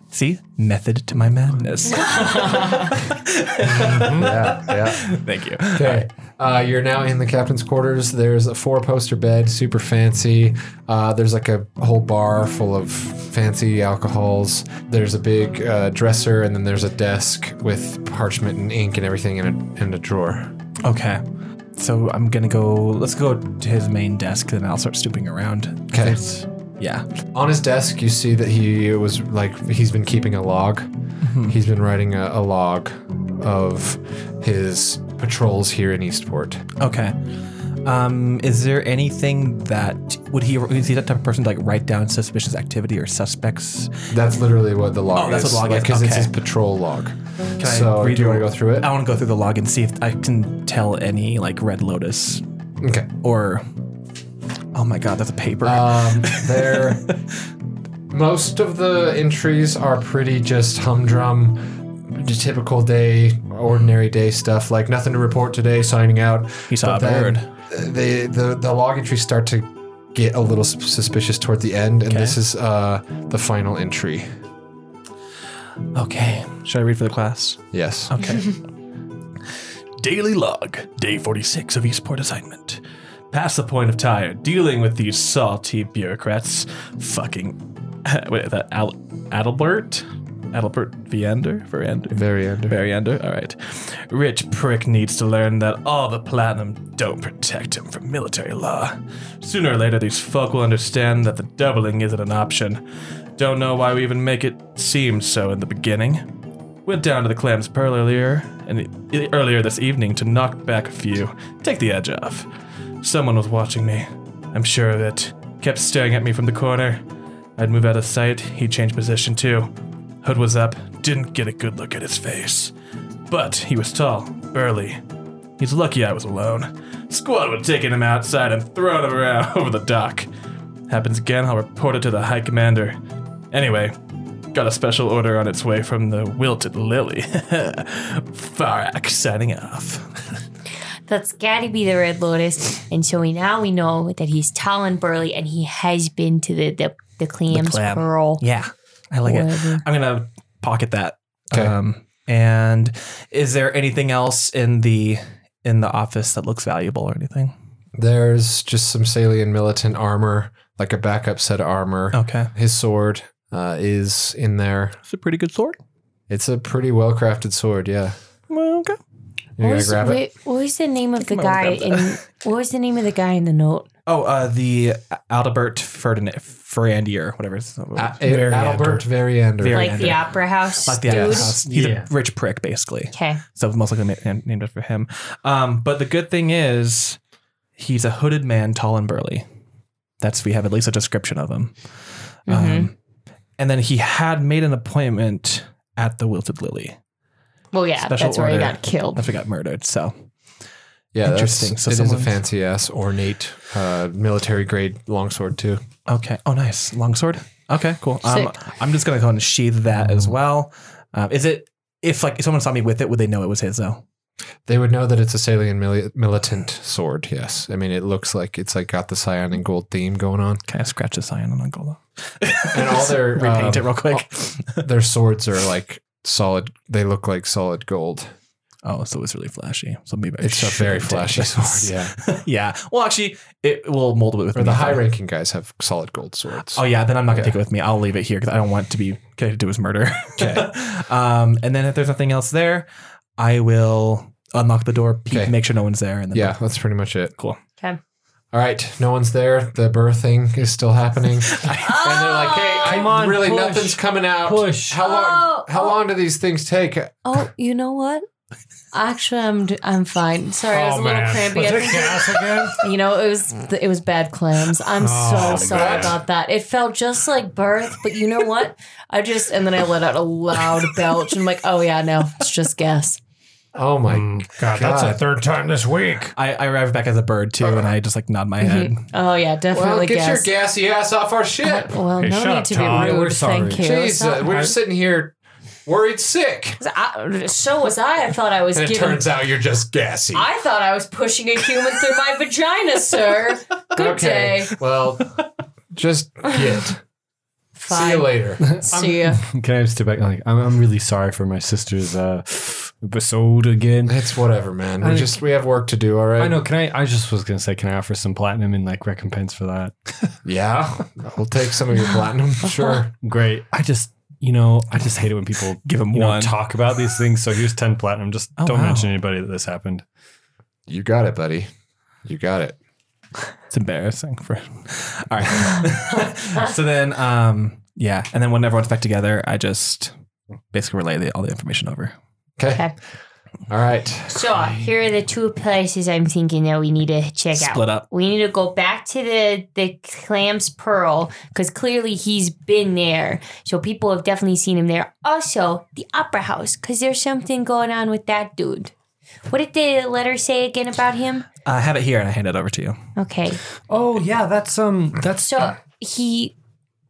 Speaker 2: See, method to my madness. Mm-hmm.
Speaker 1: yeah, yeah.
Speaker 2: Thank you.
Speaker 1: Okay. Uh, you're now in the captain's quarters. There's a four poster bed, super fancy. Uh, there's like a whole bar full of fancy alcohols. There's a big uh, dresser, and then there's a desk with parchment and ink and everything in a, in a drawer.
Speaker 2: Okay. So I'm gonna go. Let's go to his main desk, then I'll start snooping around.
Speaker 1: Okay.
Speaker 2: There's- Yeah.
Speaker 1: On his desk, you see that he was like, he's been keeping a log. He's been writing a, a log of his patrols here in Eastport.
Speaker 2: Okay. Um, is there anything that would he is he that type of person to like write down suspicious activity or suspects?
Speaker 1: That's literally what the log
Speaker 2: Oh,
Speaker 1: is.
Speaker 2: that's what the log is.
Speaker 1: Because it's
Speaker 2: Okay.
Speaker 1: his patrol log.
Speaker 2: Can
Speaker 1: so, do you want to go through it?
Speaker 2: I want to go through the log and see if I can tell any like Red Lotus
Speaker 1: Okay.
Speaker 2: or. Oh my God, that's a paper.
Speaker 1: Um, they're most of the entries are pretty just humdrum, the typical day, ordinary day stuff. Like nothing to report today. Signing out.
Speaker 2: He saw a
Speaker 1: then,
Speaker 2: bird.
Speaker 1: uh, The the the log entries start to get a little sus- suspicious toward the end, and
Speaker 2: Okay.
Speaker 1: this is uh, the final entry.
Speaker 2: okay. Should I read for the class?
Speaker 1: Yes.
Speaker 2: Okay. Daily log, day 46 of Eastport assignment. Past the point of tire, dealing with these salty bureaucrats. Fucking. Wait, that Al- Adelbert? Adelbert Viander? Verander?
Speaker 1: Very end.
Speaker 2: Variander? Alright. Rich prick needs to learn that all the platinum don't protect him from military law. Sooner or later, these folk will understand that the doubling isn't an option. Don't know why we even make it seem so in the beginning. Went down to the Clams Pearl earlier and e- earlier this evening to knock back a few, take the edge off. Someone was watching me. I'm sure of it. Kept staring at me from the corner. I'd move out of sight. He changed position too. Hood was up. Didn't get a good look at his face, but he was tall, burly. He's lucky I was alone. Squad would have taken him outside and thrown him around over the dock. Happens again, I'll report it to the High Commander. Anyway, Got a special order on its way from the Wilted Lily. Farak signing off.
Speaker 4: That's gotta be the Red Lotus. And so we now we know that he's tall and burly, and he has been to the the, the clams
Speaker 2: clam.
Speaker 4: pearl.
Speaker 2: Yeah, I like
Speaker 4: Whatever.
Speaker 2: it. I'm gonna pocket that.
Speaker 1: 'Kay.
Speaker 2: Um, and is there anything else in the in the office that looks valuable or anything?
Speaker 1: There's just some Salian militant armor, like a backup set of armor.
Speaker 2: Okay,
Speaker 1: His sword uh, is in there.
Speaker 2: it's a pretty good sword.
Speaker 1: It's a pretty well crafted sword. Yeah.
Speaker 2: Well, okay.
Speaker 1: You
Speaker 4: What
Speaker 1: gotta
Speaker 4: was,
Speaker 1: grab it.
Speaker 4: wait, what was the name of the
Speaker 2: I might
Speaker 4: guy
Speaker 2: wanna
Speaker 4: in? What was the name of the guy in the note?
Speaker 2: Oh, uh, the Albert Ferdinand Ferrandier, whatever. It's,
Speaker 1: A- Albert Variander.
Speaker 2: Very-
Speaker 4: Like the Opera House.
Speaker 2: like the
Speaker 1: dude.
Speaker 2: house. He's
Speaker 5: Yeah.
Speaker 2: a rich prick, basically.
Speaker 4: Okay.
Speaker 2: So most likely na- named after him. Um, but the good thing is he's a hooded man, tall and burly. That's we have at least a description of him. Um, and then he had made an appointment at the Wilted Lily.
Speaker 4: Well, yeah,
Speaker 2: Special
Speaker 4: that's where he
Speaker 2: order.
Speaker 4: got killed.
Speaker 2: That's we got murdered. So
Speaker 1: Yeah,
Speaker 2: Interesting.
Speaker 1: That's,
Speaker 2: So
Speaker 1: it is
Speaker 2: someone's-
Speaker 1: a fancy ass, ornate, uh, military grade longsword too.
Speaker 2: okay. Oh, nice longsword. Okay, cool. Um,
Speaker 4: Sick.
Speaker 2: I'm just gonna go and sheathe that as well. Um, is it if like if someone saw me with it, would they know it was his though?
Speaker 1: They would know that it's a Salian mili- militant sword. Yes, I mean it looks like it's like got the cyan and gold theme going on,
Speaker 2: Can I scratch this iron on Angola?
Speaker 1: and all their
Speaker 2: Repaint
Speaker 1: um,
Speaker 2: it real quick.
Speaker 1: Their swords are like solid. They look like solid gold.
Speaker 2: Oh, so it's really flashy. So maybe I
Speaker 1: It's a
Speaker 2: shouldn't
Speaker 1: very
Speaker 2: take
Speaker 1: flashy
Speaker 2: this.
Speaker 1: sword. Yeah,
Speaker 2: yeah. Well, actually, it will mold it with
Speaker 1: or
Speaker 2: me.
Speaker 1: the high-ranking guys have solid gold swords.
Speaker 2: Oh yeah, then I'm not gonna
Speaker 1: Yeah.
Speaker 2: take it with me. I'll leave it here because I don't want it to be connected to his murder. Okay. um, and then if there's nothing else there, I will unlock the door, peek,
Speaker 1: Okay.
Speaker 2: make sure no one's there, and then
Speaker 1: Yeah, that's pretty much it.
Speaker 2: Cool.
Speaker 4: 'Kay.
Speaker 1: All right, no one's there. The birthing is still happening, and they're like, "Hey, I
Speaker 5: Come on,
Speaker 1: really
Speaker 5: push.
Speaker 1: nothing's coming out.
Speaker 5: Push.
Speaker 1: How long?
Speaker 6: Oh,
Speaker 1: How
Speaker 6: oh.
Speaker 1: long do these things take?
Speaker 6: Oh, you know what? Actually, I'm d- I'm fine. Sorry,
Speaker 3: Oh,
Speaker 6: I was a little crampy. I think-
Speaker 3: gas again?
Speaker 6: you know, it was it was bad clams. I'm so
Speaker 3: Oh,
Speaker 6: sorry
Speaker 3: man.
Speaker 6: about that. It felt just like birth, but you know what? I just and then I let out a loud belch and I'm like, oh yeah, no, it's just gas.
Speaker 1: Oh my!
Speaker 3: God, that's the
Speaker 1: God.
Speaker 3: third time this week.
Speaker 2: I, I arrive back as a bird too, and I just like nod my head.
Speaker 6: Oh yeah,
Speaker 1: Well,
Speaker 6: definitely
Speaker 1: get
Speaker 6: gas.
Speaker 1: your gassy ass off our ship.
Speaker 6: well,
Speaker 3: Hey,
Speaker 6: no
Speaker 3: shut
Speaker 6: need
Speaker 3: up,
Speaker 6: to
Speaker 3: Todd.
Speaker 6: be rude.
Speaker 5: We're sorry.
Speaker 6: Thank you. It's
Speaker 1: Jesus,
Speaker 6: not-
Speaker 1: uh, we're sitting here worried sick,
Speaker 6: I- so was I. I thought I was
Speaker 1: and it
Speaker 6: giving.
Speaker 1: turns out you're just gassy.
Speaker 6: I thought I was pushing a human through my vagina, sir. Good day.
Speaker 1: Well, just get. See you
Speaker 6: Fine.
Speaker 1: later.
Speaker 6: See ya.
Speaker 5: Can I step back? Like, I'm, I'm really sorry for my sister's uh, episode again.
Speaker 1: It's whatever, man. We
Speaker 5: I-
Speaker 1: just we have work to do. All right.
Speaker 5: I know. Can I? I just was gonna say, can I offer some platinum in like recompense for that?
Speaker 1: Yeah, we'll take some of your platinum. Sure.
Speaker 5: Great. I just, you know, I just hate it when people
Speaker 2: Give him
Speaker 5: you know,
Speaker 2: one.
Speaker 5: talk about these things. So here's ten platinum. Just
Speaker 2: Oh,
Speaker 5: don't
Speaker 2: wow.
Speaker 5: mention anybody that this happened.
Speaker 1: You got it, buddy. You got it.
Speaker 2: It's embarrassing for. All right. so then, um, yeah, and then when everyone's back together, I just basically relay the, all the information over.
Speaker 1: Okay.
Speaker 4: Okay.
Speaker 1: All right.
Speaker 4: So here are the two places I'm thinking that we need to check out.
Speaker 2: Split up.
Speaker 4: We need to go back to the the clams pearl because clearly he's been there, so people have definitely seen him there. Also, the opera house because there's something going on with that dude. What did the letter say again about him?
Speaker 2: I have it here, and I hand it over to you.
Speaker 4: Okay,
Speaker 5: Oh yeah, that's um, that's
Speaker 4: so he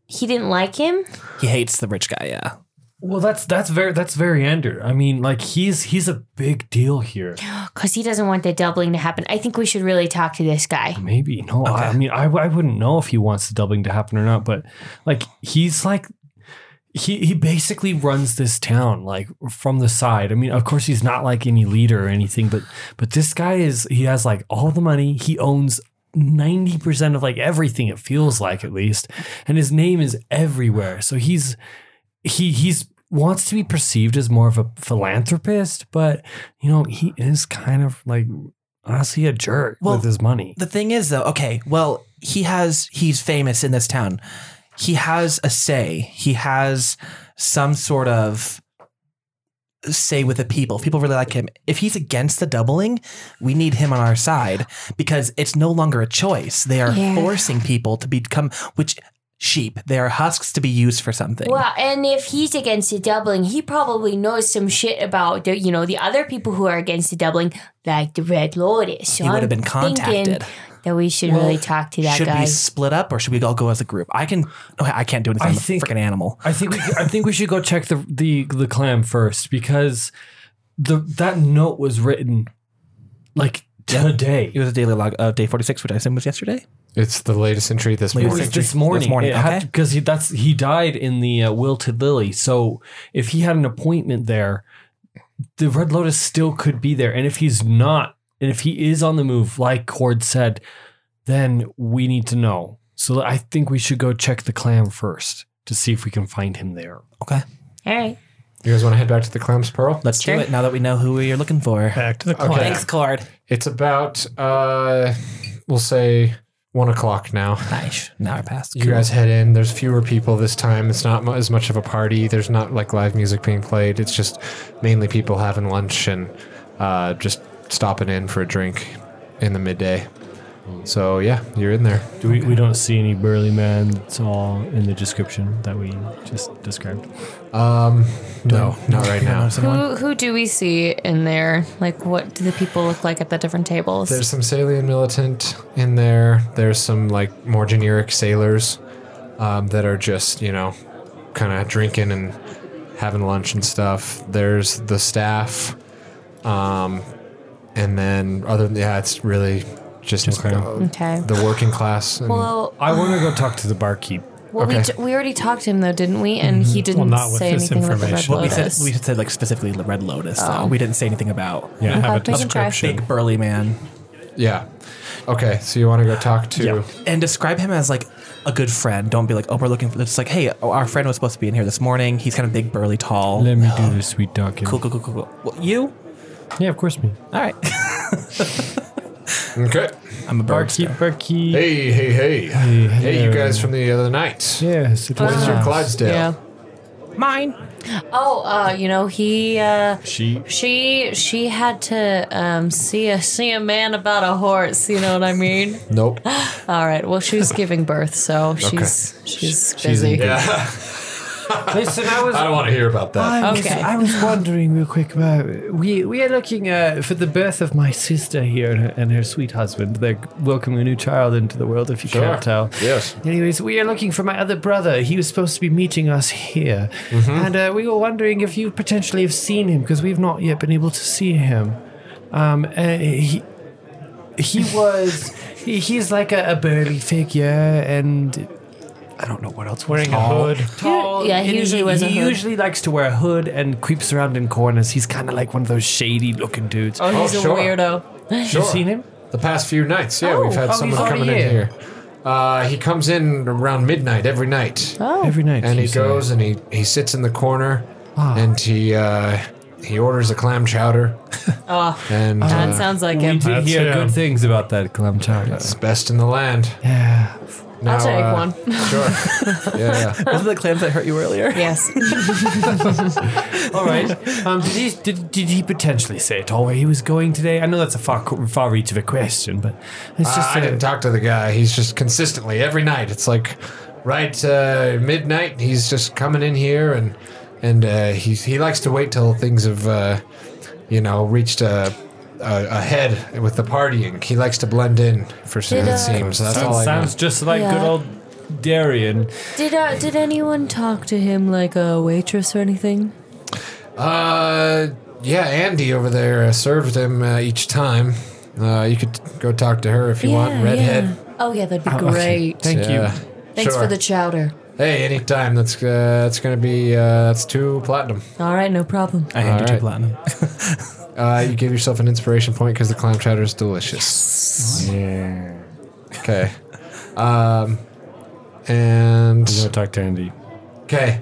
Speaker 4: he didn't like him.
Speaker 2: He hates the rich guy. Yeah.
Speaker 5: well, that's that's very that's very Ender. I mean, like he's he's a big deal here.
Speaker 4: Because he doesn't want the doubling to happen. I think we should really talk to this guy.
Speaker 5: Maybe no. I, I mean, I, I wouldn't know if he wants the doubling to happen or not, but like he's like he he basically runs this town like from the side. I mean, of course he's not like any leader or anything, but but this guy is he has like all the money. He owns 90% of like everything it feels like at least. And his name is everywhere. So he's he he's wants to be perceived as more of a philanthropist, but you know, he is kind of like honestly a jerk
Speaker 2: Well,
Speaker 5: with his money.
Speaker 2: The thing is, though, okay, well, he has, he's famous in this town. He has a say. He has some sort of say with the people. If people really like him, if he's against the doubling, we need him on our side because it's no longer a choice. They are
Speaker 4: Yeah.
Speaker 2: forcing people to become, which sheep, they are husks to be used for something.
Speaker 4: Well, and if he's against the doubling, he probably knows some shit about the you know the other people who are against the doubling, like the Red Lotus. So
Speaker 2: he would
Speaker 4: I'm
Speaker 2: have been contacted.
Speaker 4: thinking that we should
Speaker 2: Well,
Speaker 4: really talk to that
Speaker 2: Should
Speaker 4: guy.
Speaker 2: we split up or should we all go as a group? I can, okay, I can't do anything.
Speaker 5: I
Speaker 2: I'm a
Speaker 5: think-
Speaker 2: freaking animal.
Speaker 5: I think we, I think we should go check the the the clam first because the that note was written like today.
Speaker 2: It was a daily log of day 46, which I assume was yesterday.
Speaker 1: It's the latest entry this
Speaker 5: It
Speaker 2: Latest
Speaker 5: was
Speaker 1: morning.
Speaker 2: entry.
Speaker 5: this morning.
Speaker 2: This morning, okay.
Speaker 5: because he that's he died in the uh, wilted lily. So if he had an appointment there, the red lotus still could be there. And if he's not, and if he is on the move, like Cord said, then we need to know. So I think we should go check the clam first to see if we can find him there.
Speaker 2: Okay.
Speaker 4: All right.
Speaker 1: You guys want to head back to the Clams Pearl?
Speaker 2: Let's
Speaker 4: Sure.
Speaker 2: do it now that we know who we are looking for.
Speaker 3: Back to the
Speaker 1: Okay.
Speaker 3: club.
Speaker 2: Thanks, Cord.
Speaker 1: It's about uh, we'll say one o'clock now.
Speaker 2: Nice. Now we're past.
Speaker 1: You guys head in. There's fewer people this time. It's not mu- as much of a party. There's not like live music being played. It's just mainly people having lunch and uh, just stopping in for a drink in the midday. So yeah, you're in there.
Speaker 5: Do we, we don't see any burly man that's all in the description that we just described.
Speaker 1: No, not right now.
Speaker 6: Who who do we see in there? Like, what do the people look like at the different tables?
Speaker 1: There's some Salian militant in there. There's some like more generic sailors um, that are just you know kind of drinking and having lunch and stuff. There's the staff. Um, and then other than yeah, it's really just uh,
Speaker 6: Okay.
Speaker 1: the working class. And
Speaker 6: Well,
Speaker 7: I want to go talk to the barkeep.
Speaker 6: well we,
Speaker 1: okay.
Speaker 6: t- we already talked to him though, didn't we? And he didn't
Speaker 3: not with
Speaker 6: say
Speaker 3: this
Speaker 6: anything with the red
Speaker 3: information.
Speaker 2: But we said
Speaker 6: lotus. Oh.
Speaker 2: we said like specifically the Red Lotus though. We didn't say anything about
Speaker 3: Yeah, have a
Speaker 6: we can try.
Speaker 3: description.
Speaker 2: big burly man.
Speaker 1: yeah. Okay, so you want to go talk to?
Speaker 2: And describe him as like a good friend. Don't be like, oh, we're looking for this. Like, hey, our friend was supposed to be in here this morning. He's kind of big, burly, tall.
Speaker 7: Let me do this, sweet docking.
Speaker 2: Cool, cool, cool, cool, cool. Well, you?
Speaker 7: Yeah, of course, me.
Speaker 2: All right.
Speaker 1: Okay.
Speaker 2: I'm a bird.
Speaker 7: Barkeep, barkeep.
Speaker 1: Hey, hey, hey, hey, you guys from the other night.
Speaker 7: Yes, it
Speaker 1: Where's
Speaker 7: was.
Speaker 1: your Clydesdale?
Speaker 6: yeah.
Speaker 2: Mine.
Speaker 6: Oh, uh, you know, he uh,
Speaker 7: She.
Speaker 6: she she had to um, see a see a man about a horse. You know what I mean?
Speaker 1: Nope.
Speaker 6: All right. Well, she's giving birth, so she's she's busy.
Speaker 1: Yeah.
Speaker 7: Listen, I was.
Speaker 1: I don't want to hear about that.
Speaker 6: Okay.
Speaker 7: I was wondering real quick about we we are looking uh, for the birth of my sister here and her, and her sweet husband. They're welcoming a new child into the world. If you can't tell,
Speaker 1: Yes.
Speaker 7: Anyways, we are looking for my other brother. He was supposed to be meeting us here, and uh, we were wondering if you potentially have seen him because we've not yet been able to see him. Um, uh, he he was he, he's like a, a burly figure and. I don't know what else. Wearing a hood, tall.
Speaker 6: Yeah, he
Speaker 7: and
Speaker 6: usually wears a
Speaker 7: He
Speaker 6: hood.
Speaker 7: usually likes to wear a hood and creeps around in corners. He's kind of like one of those shady-looking dudes.
Speaker 6: Oh, he's
Speaker 1: Oh,
Speaker 6: a
Speaker 1: sure.
Speaker 6: weirdo.
Speaker 1: Sure.
Speaker 7: You've seen him?
Speaker 1: The past few nights, yeah,
Speaker 7: Oh,
Speaker 1: we've had
Speaker 7: oh,
Speaker 1: someone
Speaker 7: he's
Speaker 1: coming
Speaker 7: already
Speaker 1: in
Speaker 7: here.
Speaker 1: here. Uh, he comes in around midnight every night,
Speaker 6: Oh.
Speaker 7: Every night.
Speaker 1: and he
Speaker 7: he's there.
Speaker 1: goes and he, he sits in the corner,
Speaker 6: Ah.
Speaker 1: and he uh, he orders a clam chowder,
Speaker 6: Ah.
Speaker 1: and
Speaker 6: That
Speaker 1: uh,
Speaker 6: sounds like
Speaker 7: We
Speaker 6: him.
Speaker 7: did hear
Speaker 3: him.
Speaker 7: good things about that clam chowder.
Speaker 1: it's best in the land.
Speaker 7: Yeah.
Speaker 1: Now,
Speaker 6: take
Speaker 1: uh,
Speaker 6: one.
Speaker 1: Sure. Yeah. yeah.
Speaker 2: Those are the clams that hurt you earlier.
Speaker 6: Yes.
Speaker 7: All right. Um, did, he, did, did he potentially say at all where he was going today? I know that's a far co- far reach of a question, but it's
Speaker 1: Uh,
Speaker 7: just
Speaker 1: I
Speaker 7: a-
Speaker 1: didn't talk to the guy. He's just consistently every night. It's like right uh, midnight. He's just coming in here, and and uh, he he likes to wait till things have uh, you know reached a, a a head with the partying. He likes to blend in for some
Speaker 6: Did, uh,
Speaker 1: it seems. That's all
Speaker 7: sounds,
Speaker 1: I know.
Speaker 7: sounds just like
Speaker 6: Yeah.
Speaker 7: good old Darian.
Speaker 6: did uh, did anyone talk to him like a waitress or anything?
Speaker 1: Uh, yeah, Andy over there uh, served him uh, each time. Uh, you could go talk to her if you want. Redhead.
Speaker 6: Yeah. Oh yeah, that'd be great.
Speaker 7: Thank
Speaker 1: Yeah,
Speaker 7: you.
Speaker 6: Thanks
Speaker 1: sure.
Speaker 6: for the chowder.
Speaker 1: Hey, anytime. That's uh, that's gonna be uh, that's two platinum.
Speaker 6: All right, no problem.
Speaker 2: I handed you
Speaker 1: right.
Speaker 2: platinum.
Speaker 1: Uh, you gave yourself an inspiration point because the clam chowder is delicious. Yeah. Okay. Um,
Speaker 7: I'm
Speaker 1: and
Speaker 7: gonna talk to Andy.
Speaker 1: okay.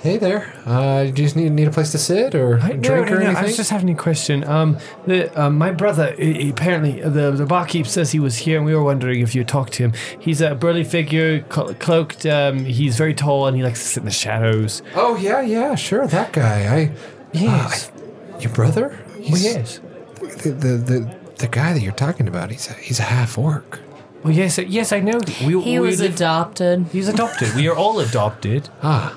Speaker 1: Hey there. Uh, do you just need, need a place to sit or a drink or anything?
Speaker 7: I was just having a question. Um, the, um, my brother, i- apparently, uh, the, the barkeep says he was here, and we were wondering if you talked to him. He's a burly figure, clo- cloaked. Um, he's very tall, and he likes to sit in the shadows.
Speaker 1: oh yeah, yeah, sure. That guy. I.
Speaker 7: Yes.
Speaker 1: Your brother?
Speaker 7: well,
Speaker 1: He's-
Speaker 7: yes.
Speaker 1: The, the the the guy that you're talking about. He's a, he's a half orc.
Speaker 7: Well, yes. uh, Yes, I know. We,
Speaker 6: He was adopted.
Speaker 7: He's adopted. We are all adopted.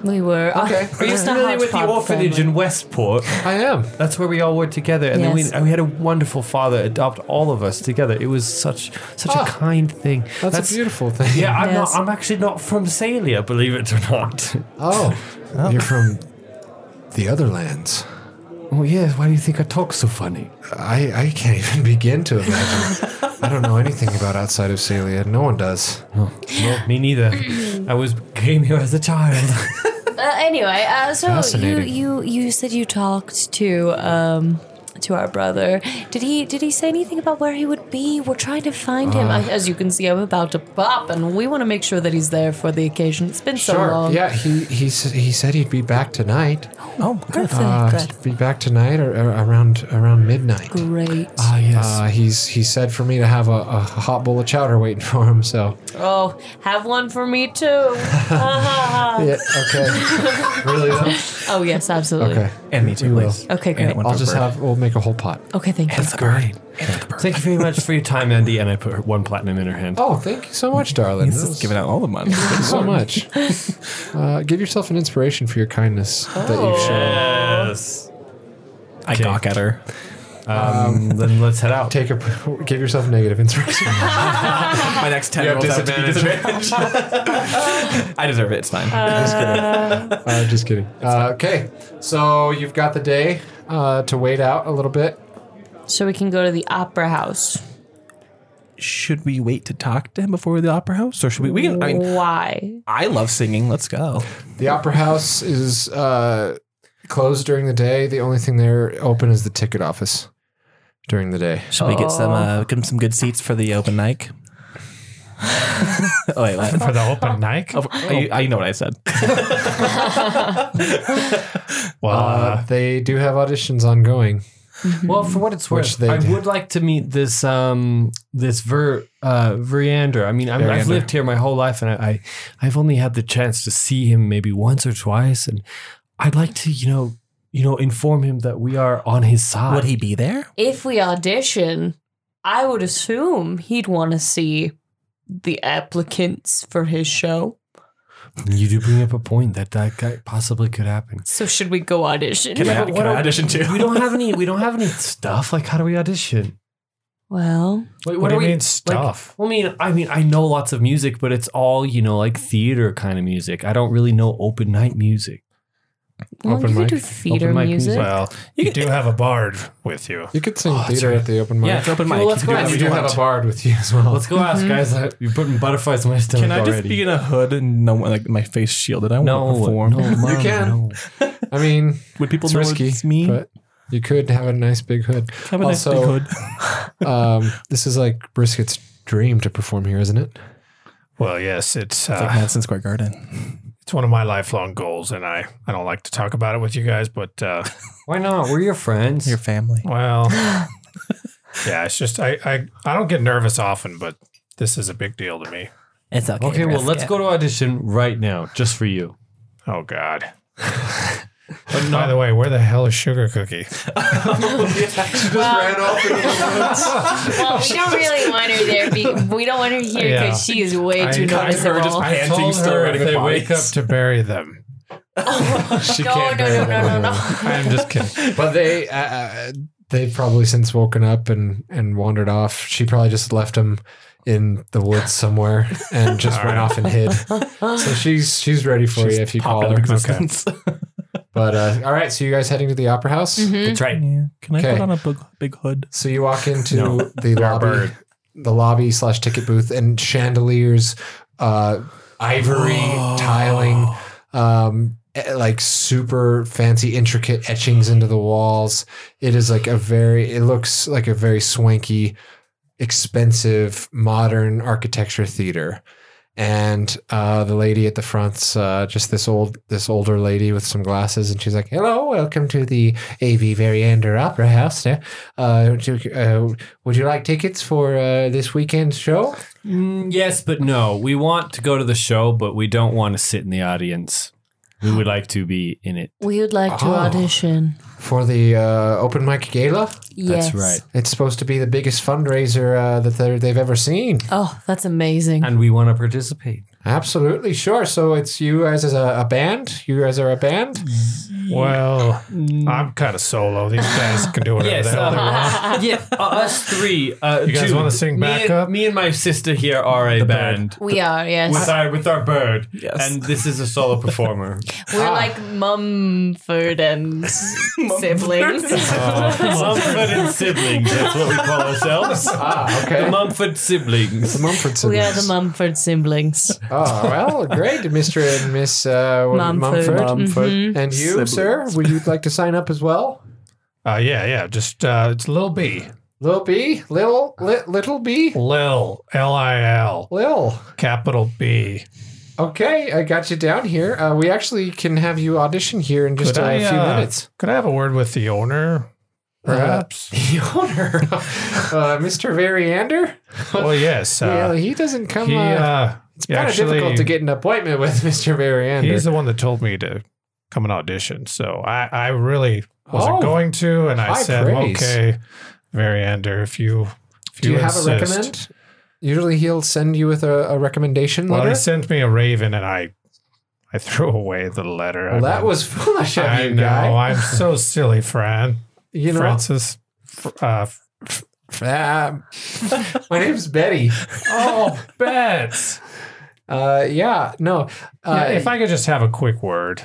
Speaker 6: We were.
Speaker 1: Okay.
Speaker 6: Are
Speaker 7: in Westport?
Speaker 1: I am.
Speaker 7: That's where we all were together, and
Speaker 6: Yes.
Speaker 7: then we, and we had a wonderful father adopt all of us together. It was such such
Speaker 1: Ah.
Speaker 7: a kind thing.
Speaker 1: That's, a beautiful thing.
Speaker 7: Yeah, I'm
Speaker 6: Yes.
Speaker 7: not. I'm actually not from Salia, believe it or not.
Speaker 1: Oh, you're from the other lands.
Speaker 7: Oh yes. Why do you think I talk so funny?
Speaker 1: I, I can't even begin to imagine. I don't know anything about outside of Celia. No one does.
Speaker 7: Me neither. I was came here as a child.
Speaker 6: Uh, anyway, uh, so you,
Speaker 1: Fascinating.
Speaker 6: you you said you talked to um to our brother. Did he did he say anything about where he would be? We're trying to find him. I, as you can see, I'm about to pop, and we want to make sure that he's there for the occasion. It's been so long.
Speaker 1: Yeah, he he s- he said he'd be back tonight.
Speaker 2: Oh, good.
Speaker 6: Perfect.
Speaker 1: Uh, he'd be back tonight or, or around around midnight.
Speaker 6: Great.
Speaker 2: Ah,
Speaker 1: Uh, he's he said for me to have a, a hot bowl of chowder waiting for him. So
Speaker 6: oh, have one for me too. oh
Speaker 1: yeah, okay, really though.
Speaker 6: yes, absolutely.
Speaker 1: Okay,
Speaker 2: And me too,
Speaker 1: will.
Speaker 2: please.
Speaker 6: Okay,
Speaker 2: And
Speaker 6: great.
Speaker 2: one for
Speaker 1: I'll just
Speaker 2: bird.
Speaker 1: have we'll make a whole pot.
Speaker 6: Okay, thank you.
Speaker 7: great. Thank you very much for your time, Andy. And I put her- one platinum in her hand.
Speaker 1: Oh, thank you so much, darling.
Speaker 2: This
Speaker 1: That
Speaker 2: is
Speaker 1: was-
Speaker 2: giving out all the money.
Speaker 1: thank you so much. Uh, give yourself an inspiration for your kindness that you've
Speaker 2: Oh.
Speaker 1: shown.
Speaker 7: Yes.
Speaker 2: I gawk at her.
Speaker 7: Um, then let's head out.
Speaker 1: Take a give yourself negative inspiration.
Speaker 2: My next ten rolls have to be disadvantage. I deserve it. It's fine.
Speaker 1: Uh, just kidding. Uh, okay, so you've got the day uh, to wait out a little bit.
Speaker 6: so we can go to the opera house.
Speaker 2: Should we wait to talk to him before the opera house, or should we? We can. I mean,
Speaker 6: Why?
Speaker 2: I love singing. Let's go.
Speaker 1: The opera house is uh, closed during the day. The only thing there open is the ticket office during the day.
Speaker 2: Should we get some uh, get some good seats for the open mic? oh wait, what?
Speaker 3: for the open mic.
Speaker 2: Oh, I, I know what I said.
Speaker 3: Well,
Speaker 1: Uh, they do have auditions ongoing.
Speaker 7: Well, for what it's
Speaker 1: Which
Speaker 7: worth,
Speaker 1: they
Speaker 7: I
Speaker 1: did.
Speaker 7: would like to meet this um this Ver uh Veriander. I mean, I'm, I've
Speaker 1: Veriander.
Speaker 7: lived here my whole life, and I, I I've only had the chance to see him maybe once or twice, and I'd like to you know you know inform him that we are on his side.
Speaker 2: Would he be there?
Speaker 6: If we audition, I would assume he'd want to see the applicants for his show.
Speaker 7: you do bring up a point that that guy possibly could happen.
Speaker 6: So should we go audition?
Speaker 2: Can, I,
Speaker 7: but
Speaker 2: can
Speaker 7: what
Speaker 2: I
Speaker 7: do-
Speaker 2: audition too?
Speaker 7: We don't have any. We don't have any stuff. Like, how do we audition?
Speaker 6: Well,
Speaker 7: Wait,
Speaker 3: what do
Speaker 7: are
Speaker 3: you
Speaker 7: we-
Speaker 3: mean
Speaker 7: like,
Speaker 3: stuff?
Speaker 7: Well, I mean, I mean, I know lots of music, but it's all you know, like theater kind of music. I don't really know open night music.
Speaker 6: well
Speaker 1: Open
Speaker 6: you
Speaker 1: mic.
Speaker 6: could do theater
Speaker 7: Open mic
Speaker 6: music.
Speaker 7: music.
Speaker 3: well, you, do have a bard with you.
Speaker 1: You could sing
Speaker 2: Oh,
Speaker 1: theater at the open mic.
Speaker 2: Yeah, it's open mic.
Speaker 7: Well, let's
Speaker 2: You
Speaker 7: go
Speaker 2: do
Speaker 7: ahead.
Speaker 1: And you
Speaker 2: whatever
Speaker 7: if
Speaker 1: do
Speaker 2: you
Speaker 1: have
Speaker 2: want.
Speaker 1: a bard with you as well.
Speaker 7: Let's go ask
Speaker 3: Mm-hmm.
Speaker 7: guys. I- You're putting butterflies in my stomach
Speaker 2: Can I just
Speaker 7: already.
Speaker 2: be in a hood and no one like my face shielded? I
Speaker 7: no,
Speaker 2: want to perform.
Speaker 7: no, Mom,
Speaker 1: You can.
Speaker 7: no.
Speaker 1: I mean,
Speaker 2: Would people
Speaker 1: it's
Speaker 2: know
Speaker 1: risky,
Speaker 2: it's me?
Speaker 1: but you could have a nice big hood.
Speaker 2: Have a nice big
Speaker 1: Also-
Speaker 2: hood.
Speaker 1: Um, this is like Brisket's dream to perform here, isn't it?
Speaker 3: Well, yes,
Speaker 2: It's
Speaker 3: it's
Speaker 2: like
Speaker 3: uh,
Speaker 2: Madison Square Garden.
Speaker 3: it's one of my lifelong goals, and I I don't like to talk about it with you guys, but uh,
Speaker 7: Why not? We're your friends.
Speaker 2: Your family.
Speaker 3: well, yeah, it's just I, I I don't get nervous often, but this is a big deal to me.
Speaker 2: It's okay.
Speaker 7: okay, well, let's go to audition right now, just for you.
Speaker 3: Oh God. But by the way, where the hell is Sugar Cookie?
Speaker 6: Well, we don't really want her there. Be- we don't want her here because
Speaker 3: Yeah.
Speaker 6: she is way
Speaker 3: I-
Speaker 6: too
Speaker 3: I- I
Speaker 6: noticeable.
Speaker 3: I
Speaker 2: Panting,
Speaker 3: told
Speaker 2: still
Speaker 3: her
Speaker 2: running
Speaker 3: if they
Speaker 2: with
Speaker 3: wake up
Speaker 2: bodies.
Speaker 3: to bury them.
Speaker 1: She
Speaker 6: no, no, no, no, no, no.
Speaker 3: I'm just kidding.
Speaker 1: But they uh, uh, they've probably since woken up and and wandered off. She probably just left him in the woods somewhere and just went off and hid. So she's she's ready for you if you
Speaker 2: Pop
Speaker 1: call
Speaker 2: out of
Speaker 1: her.
Speaker 2: existence.
Speaker 1: But uh, all right, so you guys heading to the opera house.
Speaker 6: Mm-hmm.
Speaker 7: That's right.
Speaker 2: Yeah. Can I
Speaker 1: Okay.
Speaker 2: put on a big, big hood?
Speaker 1: So you walk into the lobby,
Speaker 3: bird.
Speaker 1: the lobby slash ticket booth, and chandeliers, uh, ivory tiling, um, eh, like super fancy, intricate etchings into the walls. It is like a very, it looks like a very swanky, expensive, modern architecture theater. And uh, the lady at the front's uh, just this old, this older lady with some glasses, and she's like, "Hello, welcome to the AV Variander Opera House. Uh, uh, do- uh, would you like tickets for uh, this weekend's show?
Speaker 7: Mm, yes, but no. We want to go to the show, but we don't want to sit in the audience. We would like to be in it.
Speaker 6: We would like to
Speaker 1: Oh.
Speaker 6: audition.
Speaker 1: For the uh, open mic gala?
Speaker 6: Yes.
Speaker 7: That's right.
Speaker 1: It's supposed to be the biggest fundraiser uh, that they're- they've ever seen.
Speaker 6: Oh, that's amazing.
Speaker 7: And we want to participate.
Speaker 1: Absolutely, sure. So it's you guys as a, a band. You guys are a band.
Speaker 3: Well,
Speaker 1: Mm.
Speaker 3: I'm kind of solo. These guys can do whatever the
Speaker 7: Yes,
Speaker 3: hell they want.
Speaker 7: uh, yeah, uh, us three. Uh,
Speaker 3: You guys
Speaker 7: two.
Speaker 3: wanna sing
Speaker 7: Me and-
Speaker 3: backup?
Speaker 7: Me and my sister here are a band
Speaker 6: we are,
Speaker 7: with
Speaker 6: yes.
Speaker 7: our with our bird,
Speaker 2: Yes.
Speaker 7: and this is a solo performer.
Speaker 6: We're like Mumford and siblings.
Speaker 11: uh,
Speaker 7: Mumford and siblings. That's what we call ourselves.
Speaker 11: Um,
Speaker 1: Ah, okay.
Speaker 7: Mumford
Speaker 1: The
Speaker 7: siblings.
Speaker 1: Mumford
Speaker 6: we are
Speaker 1: siblings.
Speaker 6: the Mumford siblings.
Speaker 1: oh well, great, Mr. and Miss uh, Mumford.
Speaker 6: Mumford. Mm-hmm.
Speaker 1: Mumford. And you, sir,
Speaker 2: Siblings.
Speaker 1: would you like to sign up as well?
Speaker 3: Uh, yeah, yeah. Just uh, it's Lil B.
Speaker 1: Lil B, Lil, li, Little B,
Speaker 3: Lil L I L
Speaker 1: Lil.
Speaker 3: capital B.
Speaker 1: Okay, I got you down here. Uh, we actually can have you audition here in just
Speaker 3: Could
Speaker 1: a
Speaker 3: I,
Speaker 1: few
Speaker 3: uh,
Speaker 1: minutes. Uh,
Speaker 3: Could I have a word with the owner? Perhaps.
Speaker 1: The owner, uh, Mr. Variander.
Speaker 3: well, yes.
Speaker 1: yeah,
Speaker 3: Uh,
Speaker 1: he doesn't come.
Speaker 3: he,
Speaker 1: uh,
Speaker 3: uh,
Speaker 1: it's
Speaker 3: he
Speaker 1: kind of
Speaker 3: actually-
Speaker 1: difficult to get an appointment with Mr. Variander.
Speaker 3: he's the one that told me to come and audition. So I, I really wasn't
Speaker 1: Oh,
Speaker 3: going to, and I
Speaker 1: high
Speaker 3: said,
Speaker 1: praise.
Speaker 3: okay, Variander, if you, if
Speaker 1: Do you have a
Speaker 3: insist."
Speaker 1: recommend? Usually he'll send you with a, a recommendation
Speaker 3: Well, he
Speaker 1: letter.
Speaker 3: sent me a raven, and I, I threw away the letter.
Speaker 1: Well,
Speaker 3: I
Speaker 1: that
Speaker 3: mean,
Speaker 1: was foolish of
Speaker 3: I
Speaker 1: you,
Speaker 3: know.
Speaker 1: guy.
Speaker 3: I'm so silly, Fran.
Speaker 1: You know,
Speaker 3: Francis. Fr- Uh,
Speaker 1: Ah, my name's Betty.
Speaker 3: oh, Bets.
Speaker 1: Uh, yeah, no. Uh,
Speaker 3: if I could just have a quick word.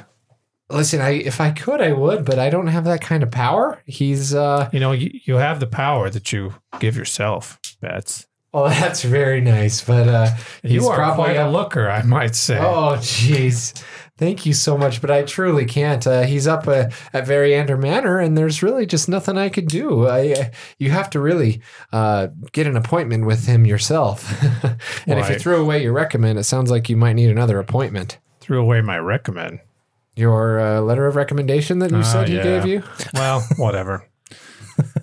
Speaker 1: listen, I if I could, I would, but I don't have that kind of power. He's uh
Speaker 3: You know, you, you have the power that you give yourself, Bets.
Speaker 1: well, oh, that's very nice, but uh
Speaker 3: You
Speaker 1: He's
Speaker 3: are
Speaker 1: probably
Speaker 3: quite a
Speaker 1: up-
Speaker 3: looker, I might say.
Speaker 1: Oh, jeez. Thank you so much, but I truly can't. Uh, he's up uh, at Variander Manor, and there's really just nothing I could do. I, uh, you have to really uh, get an appointment with him yourself. and if you
Speaker 3: Right.
Speaker 1: throw away your recommend, it sounds like you might need another appointment.
Speaker 3: Threw away my recommend.
Speaker 1: Your uh, letter of recommendation that you
Speaker 3: Ah,
Speaker 1: said he
Speaker 3: yeah.
Speaker 1: gave you.
Speaker 3: Well, whatever.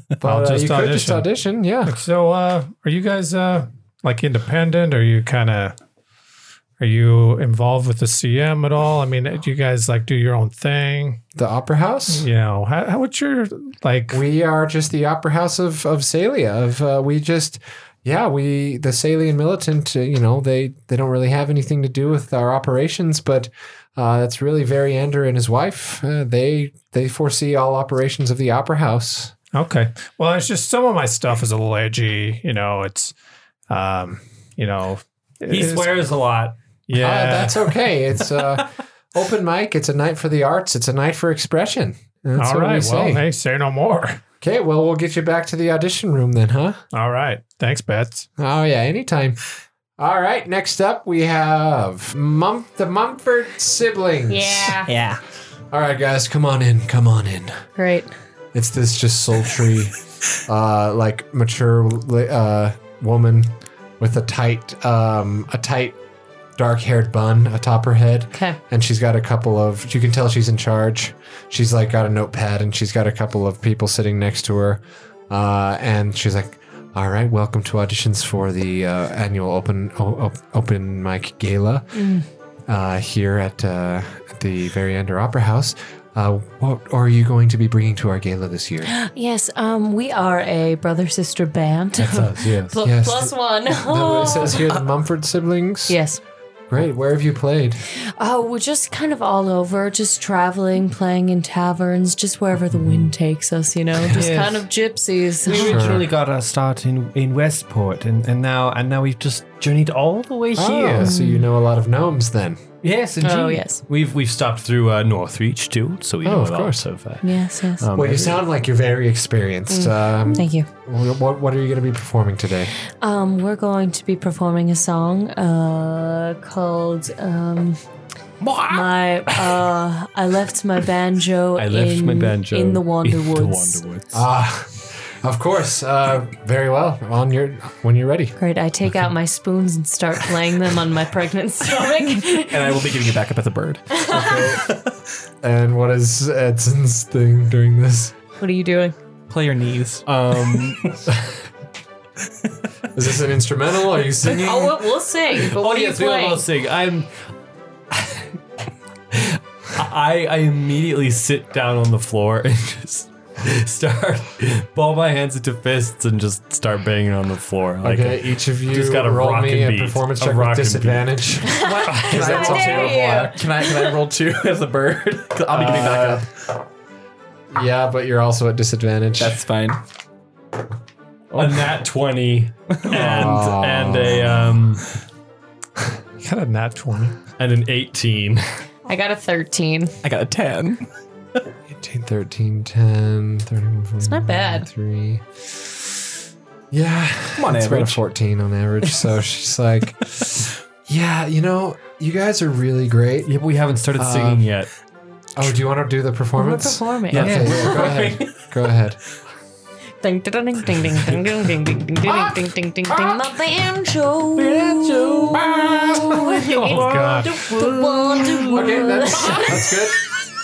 Speaker 1: But
Speaker 3: I'll
Speaker 1: uh,
Speaker 3: just
Speaker 1: you could just audition. Yeah.
Speaker 3: So, uh, are you guys uh, like independent? Are you kind of are you involved with the CM at all? I mean, do you guys like do your own thing?
Speaker 1: The Opera House.
Speaker 3: You know, how, how what's your like?
Speaker 1: We are just the opera house of of Salia. Of uh, we just, yeah, we the Salian militant. Uh, you know, they they don't really have anything to do with our operations, but uh, it's really Variander and his wife. Uh, they they foresee all operations of the opera house.
Speaker 3: Okay, well, it's just some of my stuff is a little edgy. You know, it's um, you know,
Speaker 5: He
Speaker 3: it's-
Speaker 5: swears a lot.
Speaker 3: Yeah,
Speaker 1: Uh, that's okay. It's uh, open mic. It's a night for the arts. It's a night for expression. That's
Speaker 3: all
Speaker 1: what
Speaker 3: right.
Speaker 1: we
Speaker 3: well,
Speaker 1: say.
Speaker 3: hey, say no more.
Speaker 1: Okay, well, we'll get you back to the audition room then, huh?
Speaker 3: All right, thanks, Bets.
Speaker 1: Oh yeah, anytime. All right, next up we have Mum the Mumford siblings.
Speaker 4: Yeah.
Speaker 2: Yeah.
Speaker 1: All right, guys, come on in. Come on in.
Speaker 6: Right.
Speaker 1: It's this just sultry, uh, like mature uh, woman with a tight, um, a tight, dark-haired bun atop her head,
Speaker 4: Okay.
Speaker 1: and she's got a couple of. You can tell she's in charge. She's like got a notepad, and she's got a couple of people sitting next to her, uh, and she's like. All right, welcome to auditions for the uh, annual open o- op- open mic gala uh, here at, uh, at the Variander Opera House. Uh, what are you going to be bringing to our gala this year?
Speaker 6: Yes, um, we are a brother sister band.
Speaker 5: us, yes.
Speaker 6: Pl-
Speaker 1: Yes.
Speaker 6: plus one.
Speaker 1: The- it says here the Mumford siblings.
Speaker 6: yes.
Speaker 1: Great. Where have you played?
Speaker 6: Oh, we're just kind of all over, just traveling, playing in taverns, just wherever the wind takes us, you know, just
Speaker 5: Yes.
Speaker 6: kind of gypsies.
Speaker 5: We originally got our start in, in Westport, and, and now and now we've just journeyed all the way
Speaker 1: Oh,
Speaker 5: here.
Speaker 1: so you know a lot of gnomes then.
Speaker 5: Yes, indeed.
Speaker 6: Oh, yes.
Speaker 11: We've we've stopped through uh, Northreach too, so we
Speaker 1: Oh,
Speaker 11: know
Speaker 1: of
Speaker 11: a lot
Speaker 1: course.
Speaker 11: of. Uh,
Speaker 6: Yes, yes.
Speaker 11: um,
Speaker 1: Well, you sound like you're very experienced. Um,
Speaker 6: Thank you.
Speaker 1: wh- what, what are you going to be performing today?
Speaker 6: Um, we're going to be performing a song uh, called um, "My uh, I Left My Banjo."
Speaker 11: I left
Speaker 6: in,
Speaker 11: my banjo
Speaker 6: in the Wander
Speaker 11: in the
Speaker 6: Woods.
Speaker 11: Wanderwoods.
Speaker 1: Ah, of course. Uh, very well. On your when you're ready.
Speaker 6: Great. I take out my spoons and start playing them on my pregnant stomach.
Speaker 11: and I will be giving it back up at the bird.
Speaker 1: And what is Edson's thing during this?
Speaker 6: what are you doing?
Speaker 2: Play your knees.
Speaker 11: Um,
Speaker 1: Is this an instrumental? Are you singing?
Speaker 6: Oh, we'll, we'll sing. But
Speaker 11: oh
Speaker 6: what are you
Speaker 11: yes, we all
Speaker 6: playing?
Speaker 11: sing. I'm. I I immediately sit down on the floor and just start ball my hands into fists and just start banging on the floor. Like
Speaker 1: Okay, each of you
Speaker 11: just gotta
Speaker 1: roll
Speaker 11: rock
Speaker 1: me
Speaker 11: and
Speaker 1: a
Speaker 11: beat.
Speaker 1: performance
Speaker 11: A
Speaker 1: check
Speaker 11: rock and
Speaker 1: with
Speaker 11: beat.
Speaker 1: disadvantage. Because that's a
Speaker 11: Uh, can I can I roll two as a bird? 'Cause I'll be giving back up.
Speaker 1: terrible- Uh, Yeah, but you're also at disadvantage.
Speaker 2: That's fine.
Speaker 11: A nat twenty and and a um
Speaker 3: You got a nat twenty.
Speaker 11: and an eighteen.
Speaker 4: I got a 13.
Speaker 2: I got a 10.
Speaker 1: 18, 13, 10, 31, It's
Speaker 6: not bad.
Speaker 1: 3. Yeah.
Speaker 2: Come on,
Speaker 1: it's about a
Speaker 2: average.
Speaker 1: 14 on average. So she's like, yeah, you know, you guys are really great.
Speaker 11: Yeah, but we haven't started singing
Speaker 1: Um,
Speaker 11: yet.
Speaker 1: Oh, do you want to do the
Speaker 6: We're
Speaker 1: performance?
Speaker 6: performing.
Speaker 1: Yeah, okay, yeah, go ahead. Go ahead.
Speaker 6: Ding ding ding ding ding ding ding ding ding ding ding ding ding ding ding. My banjo.
Speaker 3: Oh God,
Speaker 1: Okay, that's, that's good.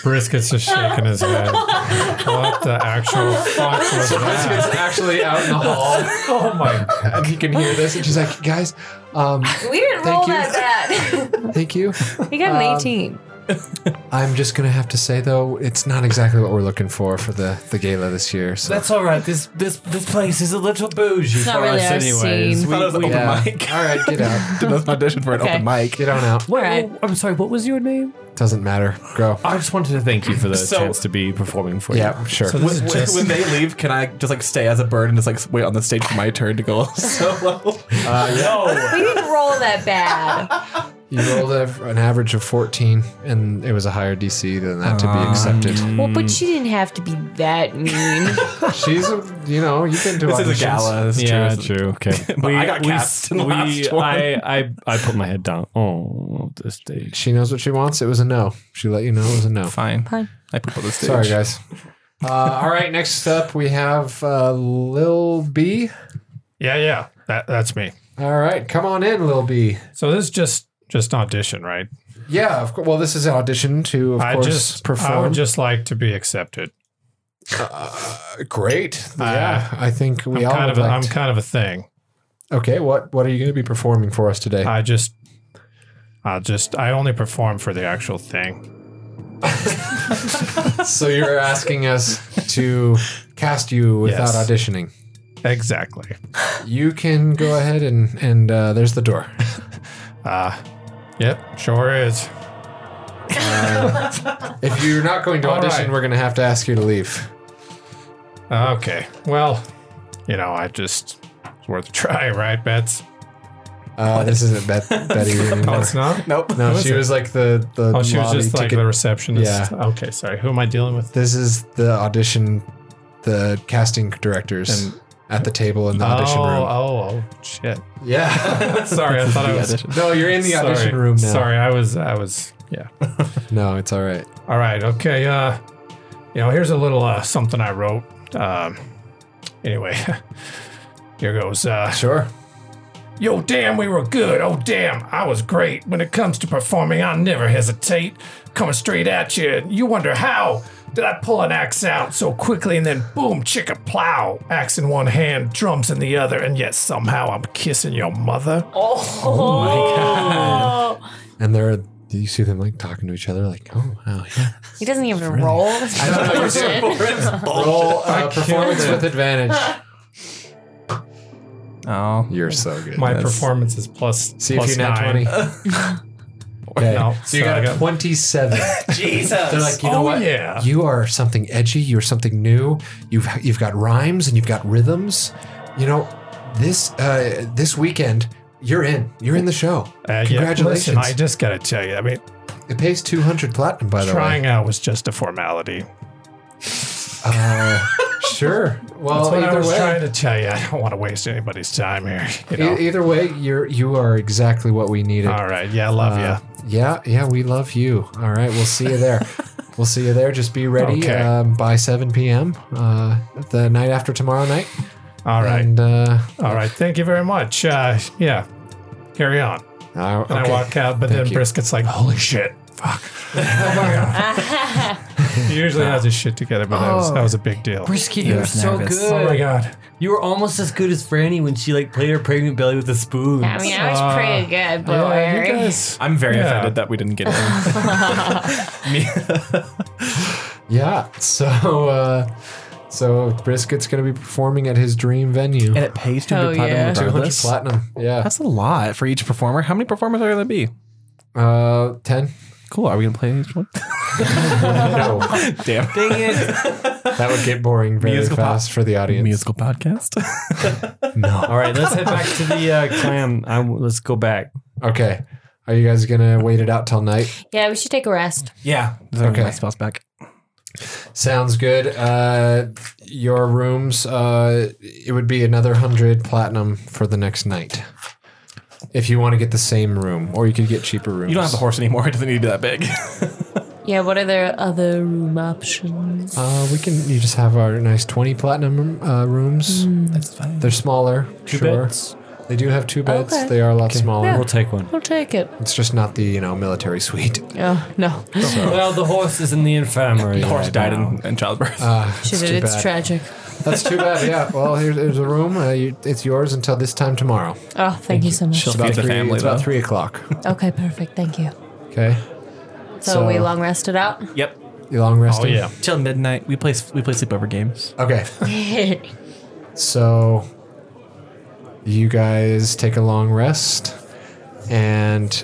Speaker 3: Brisket's just shaking his head. what the actual fuck was that?
Speaker 1: It's actually out in the hall.
Speaker 3: Oh my
Speaker 1: And he can hear this. And she's like, guys, um,
Speaker 6: We didn't
Speaker 1: Thank
Speaker 6: roll
Speaker 1: you.
Speaker 6: that
Speaker 1: thank you.
Speaker 6: bad. We got an 18.
Speaker 1: I'm just going to have to say, though, it's not exactly what we're looking for for the, the gala this year. So
Speaker 5: That's all right. This this this place is a little bougie
Speaker 6: not
Speaker 5: for
Speaker 6: really
Speaker 5: us,
Speaker 6: our
Speaker 5: anyways.
Speaker 6: scene.
Speaker 5: We- we-
Speaker 1: yeah. All right, get out.
Speaker 2: Did not audition for an
Speaker 6: Okay.
Speaker 2: open mic.
Speaker 1: Get on out.
Speaker 5: Wait,
Speaker 6: Right.
Speaker 5: wait, I'm sorry. What Oh, was your name?
Speaker 1: Doesn't matter. Go.
Speaker 11: I just wanted to thank you for the
Speaker 2: So-
Speaker 11: chance to be performing for you.
Speaker 1: Yeah, sure.
Speaker 3: So this is
Speaker 2: When,
Speaker 3: just
Speaker 2: when they leave, can I just like stay as a bird and just like wait on the stage for my turn to go solo?
Speaker 6: We didn't roll that bad.
Speaker 1: You rolled a, an average of 14, and it was a higher DC than that to be accepted.
Speaker 4: Well, but she didn't have to be that mean.
Speaker 1: She's, a- you know, you've been to auditions.
Speaker 2: That's
Speaker 11: yeah, true. Okay.
Speaker 2: But I got cast in the last one.
Speaker 11: I, I, I put my head down. Oh, this stage.
Speaker 1: She knows what she wants. It was a no. She let you know it was a no.
Speaker 2: Fine. I poop on the stage.
Speaker 1: Sorry, guys. Uh, all right, next up we have uh, Lil B.
Speaker 3: Yeah, yeah. That, that's me.
Speaker 1: All right, come on in, Lil B.
Speaker 3: So this is just just an audition, right?
Speaker 1: Yeah, of course. Well, this is an audition to, of
Speaker 3: I
Speaker 1: course,
Speaker 3: just I
Speaker 1: perform.
Speaker 3: would just like to be accepted.
Speaker 1: Great. Yeah, I think we
Speaker 3: I'm
Speaker 1: all
Speaker 3: kind of
Speaker 1: would
Speaker 3: a, I'm
Speaker 1: like to-
Speaker 3: kind of a thing.
Speaker 1: Okay, what what are you going to be performing for us today?
Speaker 3: I just I just I only perform for the actual thing.
Speaker 1: so you're asking us to cast you without
Speaker 3: Yes.
Speaker 1: auditioning.
Speaker 3: Exactly.
Speaker 1: You can go ahead and and uh, there's the door.
Speaker 3: Yep, sure is.
Speaker 1: If you're not going to
Speaker 3: All
Speaker 1: audition,
Speaker 3: right.
Speaker 1: we're going to have to ask you to leave.
Speaker 3: Okay. Well, you know, I just it's worth a try, right, Bets?
Speaker 1: Uh, this isn't Bet- Betty. anymore.
Speaker 3: not. No.
Speaker 1: No, she was like the the
Speaker 3: Oh, she was
Speaker 1: lobby
Speaker 3: just like
Speaker 1: ticket.
Speaker 3: the receptionist.
Speaker 1: Yeah.
Speaker 3: Okay, sorry. Who am I dealing with?
Speaker 1: this is the audition, the casting directors at the table in the audition
Speaker 3: oh,
Speaker 1: room.
Speaker 3: oh, oh, shit.
Speaker 1: Yeah.
Speaker 3: Sorry, I thought I was
Speaker 1: no, you're in the
Speaker 3: sorry.
Speaker 1: audition room now.
Speaker 3: Sorry, I was I was yeah.
Speaker 1: No, it's all right.
Speaker 3: All right. Okay. Uh, you know, here's a little uh, something I wrote. Um, anyway, here goes. Uh,
Speaker 1: Sure.
Speaker 3: Yo, damn, we were good. Oh, damn, I was great. When it comes to performing, I never hesitate. Coming straight at you, and you wonder how did I pull an axe out so quickly, and then boom, chicka plow. Axe in one hand, drums in the other, and yet somehow I'm kissing your mother.
Speaker 1: Oh, And they're you see them like talking to each other, like, oh wow, yeah.
Speaker 6: He doesn't even roll.
Speaker 1: Roll uh, performance with advantage.
Speaker 2: Oh.
Speaker 1: You're so good.
Speaker 3: My performance is plus.
Speaker 1: see if you nat twenty. okay.
Speaker 3: No,
Speaker 1: so you
Speaker 3: sorry,
Speaker 1: got
Speaker 3: I
Speaker 1: a
Speaker 3: got-
Speaker 1: twenty-seven.
Speaker 2: Jesus.
Speaker 1: They're like, you know
Speaker 3: Oh,
Speaker 1: what?
Speaker 3: yeah.
Speaker 1: You are something edgy. You're something new. You've you've got rhymes and you've got rhythms. You know, this uh, this weekend you're in. You're in the show. Congratulations!
Speaker 3: Uh, listen, I just gotta tell you, I mean,
Speaker 1: it pays two hundred platinum, by the way.
Speaker 3: trying out was just a formality.
Speaker 1: Uh, sure.
Speaker 3: That's
Speaker 1: Well,
Speaker 3: what I
Speaker 1: either
Speaker 3: was
Speaker 1: way,
Speaker 3: trying to tell you. I don't want to waste anybody's time here. You know.
Speaker 1: e- either way, you're you are exactly what we needed.
Speaker 3: All right. Yeah, love
Speaker 1: Uh, yeah, yeah, we love you. All right, we'll see you there. we'll see you there. Just be ready
Speaker 3: Okay.
Speaker 1: um, by 7 p.m. Uh, the night after tomorrow night.
Speaker 3: you. All right.
Speaker 1: And uh,
Speaker 3: All right. Thank you very much. Uh, yeah. Carry on.
Speaker 1: I, okay.
Speaker 3: And I walk out, but then
Speaker 1: you.
Speaker 3: Brisket's like, holy shit. Fuck. he usually has his shit together, but that, was, that was a big deal.
Speaker 11: Brisket, you were so good.
Speaker 3: Oh my God.
Speaker 11: You were almost as good as Franny when she like played her pregnant belly with a spoon.
Speaker 4: I mean, I was pretty good, but
Speaker 3: Yeah, you
Speaker 4: where-
Speaker 3: guys.
Speaker 2: I'm very
Speaker 3: Yeah.
Speaker 2: offended that we didn't get in.
Speaker 1: Yeah. So uh, so Brisket's going to be performing at his dream venue.
Speaker 2: and it pays 200
Speaker 4: Oh,
Speaker 2: platinum
Speaker 4: yeah.
Speaker 1: 200
Speaker 2: regardless.
Speaker 1: platinum. Yeah.
Speaker 2: That's a lot for each performer. How many performers are there going to be?
Speaker 1: Uh, 10.
Speaker 2: Cool. Are we going to play each one?
Speaker 1: no,
Speaker 2: Damn. Dang it.
Speaker 1: that would get boring very
Speaker 2: Musical pop-
Speaker 1: fast for the audience.
Speaker 2: Musical podcast.
Speaker 11: All right, let's head back to the uh, clam. i let's go back.
Speaker 1: Okay. Are you guys going to wait it out till night?
Speaker 4: yeah, we should take a rest.
Speaker 2: yeah. Okay.
Speaker 1: Okay.
Speaker 2: My spells back.
Speaker 1: Sounds good. Uh, your rooms, uh, it would be another 100 platinum for the next night. If you want to get the same room, or you could get cheaper rooms.
Speaker 2: You don't have the horse anymore. It doesn't need to be that big.
Speaker 6: yeah, what are their other room options?
Speaker 1: Uh, we can. You just have our nice 20 platinum uh, rooms.
Speaker 2: That's fine.
Speaker 1: They're smaller.
Speaker 11: Two
Speaker 1: sure.
Speaker 11: beds.
Speaker 1: They do have two beds.
Speaker 6: Okay.
Speaker 1: They are a lot smaller.
Speaker 11: We'll take one.
Speaker 6: I'll take it.
Speaker 1: It's just not the you know military suite.
Speaker 6: Oh, no.
Speaker 11: Well, the horse is in the infirmary.
Speaker 2: The horse
Speaker 11: right
Speaker 2: died
Speaker 11: now.
Speaker 2: in, in childbirth.
Speaker 6: Shit,
Speaker 1: too
Speaker 6: it's
Speaker 1: bad.
Speaker 6: tragic.
Speaker 1: That's too bad. Yeah. Well, here's, here's a room. Uh, you, it's yours until this time tomorrow. It's
Speaker 6: Oh, thank, you so much.
Speaker 2: She'll feed the
Speaker 1: three,
Speaker 2: family,
Speaker 1: it's about
Speaker 2: though.
Speaker 1: three o'clock.
Speaker 6: Okay, perfect. Thank you.
Speaker 1: Okay.
Speaker 6: So,
Speaker 1: So-
Speaker 6: we long rested out?
Speaker 2: Yep.
Speaker 1: You long
Speaker 3: Oh,
Speaker 1: resting.
Speaker 3: yeah.
Speaker 2: Till midnight. We play, we play sleepover games.
Speaker 1: Okay. so you guys take a long rest and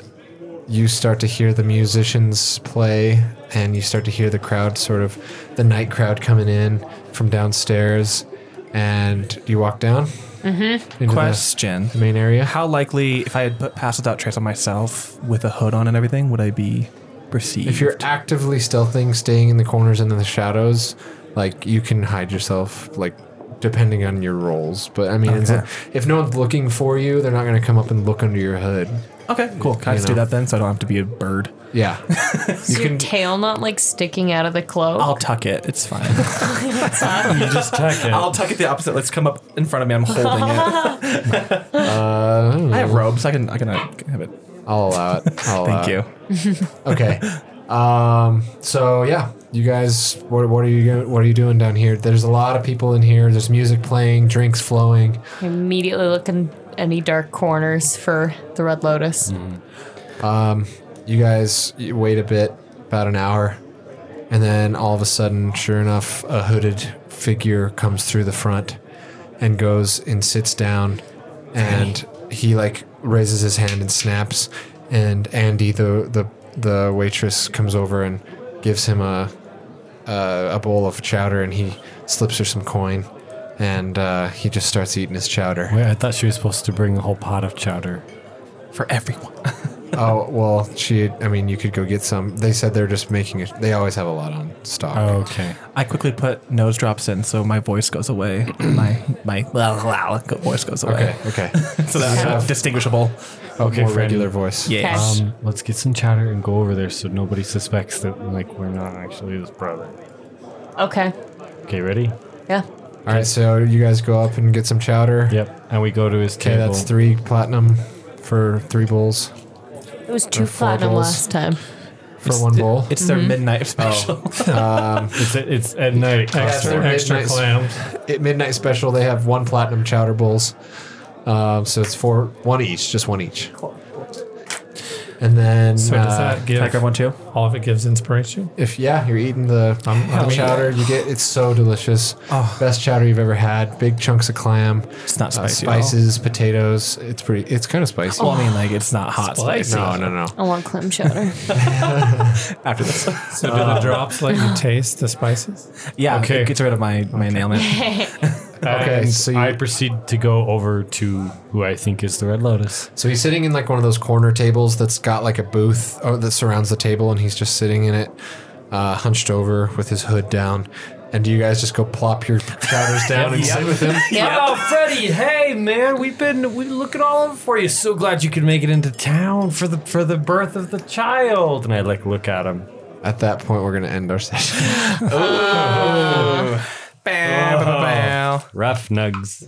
Speaker 1: you start to hear the musicians play and you start to hear the crowd sort of the night crowd coming in from downstairs and you walk down. Mm-hmm. Into the,
Speaker 2: Question.
Speaker 1: the main area.
Speaker 2: How likely, if I had put Pass Without Trace on myself with a hood on and everything, would I be perceived?
Speaker 1: If you're actively stealthing, staying in the corners and in the shadows, like you can hide yourself, like depending on your roles. But I mean, it's
Speaker 2: Okay.
Speaker 1: like- if no one's looking for you, they're not going to come up and look under your hood.
Speaker 2: okay, cool. Can I
Speaker 1: you
Speaker 2: just do
Speaker 1: know.
Speaker 2: that then, so I don't have to be a bird?
Speaker 1: Yeah, you
Speaker 6: Your
Speaker 1: can. Oh.
Speaker 6: tail not like sticking out of the cloak.
Speaker 2: I'll tuck it. It's fine.
Speaker 5: You just tuck it.
Speaker 2: I'll tuck it the opposite. Let's come up in front of me. I'm holding it. I have robes. I can. I can uh, have it.
Speaker 1: I'll allow it. I'll allow
Speaker 2: Thank
Speaker 1: it.
Speaker 2: you.
Speaker 1: Okay. Um, so yeah, you guys, what, what are you go- what are you doing down here? There's a lot of people in here. There's music playing, drinks flowing.
Speaker 6: Immediately look in any dark corners for the red lotus.
Speaker 1: Mm. You guys you wait a bit, about an hour, and then all of a sudden, sure enough, a hooded figure comes through the front and goes and sits down, and he like raises his hand and snaps, and Andy, the the the waitress, comes over and gives him a a, a bowl of chowder, and he slips her some coin, and uh, he just starts eating his chowder.
Speaker 5: Wait, I thought she was supposed to bring a whole pot of chowder.
Speaker 2: For everyone.
Speaker 1: Oh well, she. I mean, you could go get some. They said they're just making it. They always have a lot on stock.
Speaker 5: Okay.
Speaker 2: I quickly put nose drops in, so my voice goes away. my my voice goes away.
Speaker 1: Okay. Okay.
Speaker 2: So that I have distinguishable.
Speaker 5: Okay,
Speaker 1: More
Speaker 5: Franny.
Speaker 1: regular voice.
Speaker 2: Yeah.
Speaker 5: Um, let's get some chowder and go over there so nobody suspects that like we're not actually his brother.
Speaker 6: Okay.
Speaker 5: Okay, ready?
Speaker 6: Yeah.
Speaker 1: All right. So you guys go up and get some chowder.
Speaker 5: Yep. And we go to his
Speaker 1: Okay,
Speaker 5: table.
Speaker 1: that's three platinum for three bowls
Speaker 6: It was two
Speaker 1: four
Speaker 6: platinum
Speaker 1: bowls.
Speaker 6: last time.
Speaker 1: for one bowl.
Speaker 2: It's their midnight special.
Speaker 5: It's, it's at night.
Speaker 1: their
Speaker 5: Extra, extra
Speaker 1: midnight-
Speaker 5: clams.
Speaker 1: At midnight special, they have one platinum chowder bowls. Um, so it's four, one each, just one each. And then
Speaker 3: So does
Speaker 1: uh,
Speaker 3: that
Speaker 2: Can I grab
Speaker 3: give
Speaker 2: one too?
Speaker 3: all of it gives inspiration?
Speaker 1: if yeah, you're eating the,
Speaker 3: I'm-
Speaker 1: the
Speaker 3: I'm eating
Speaker 1: chowder, you get it's so delicious.
Speaker 2: Oh.
Speaker 1: Best chowder you've ever had. Big chunks of clam,
Speaker 2: It's not
Speaker 1: uh,
Speaker 2: spicy. at all. Oh,
Speaker 1: spices, potatoes. It's pretty. It's kind of spicy.
Speaker 2: Well, I mean, like it's not hot.
Speaker 3: Spicy.
Speaker 1: no, no, no.
Speaker 6: I want clam chowder.
Speaker 2: After this,
Speaker 3: So do the drops let you taste the spices?
Speaker 2: yeah,
Speaker 5: Okay.
Speaker 2: it gets rid of my my nail man.
Speaker 1: Okay,
Speaker 5: And
Speaker 1: so you-
Speaker 5: I proceed to go over to who I think is the Red Lotus.
Speaker 1: So he's sitting in like one of those corner tables that's got like a booth or that surrounds the table, and he's just sitting in it, uh, hunched over with his hood down. And do you guys just go plop your chowders down and sit with him?
Speaker 11: Oh, Freddie! Hey, man, we've been we looking all over for you. So glad you could make it into town for the for the birth of the child. And I like look at him.
Speaker 1: At that point, we're gonna end our session.
Speaker 5: Rough nugs.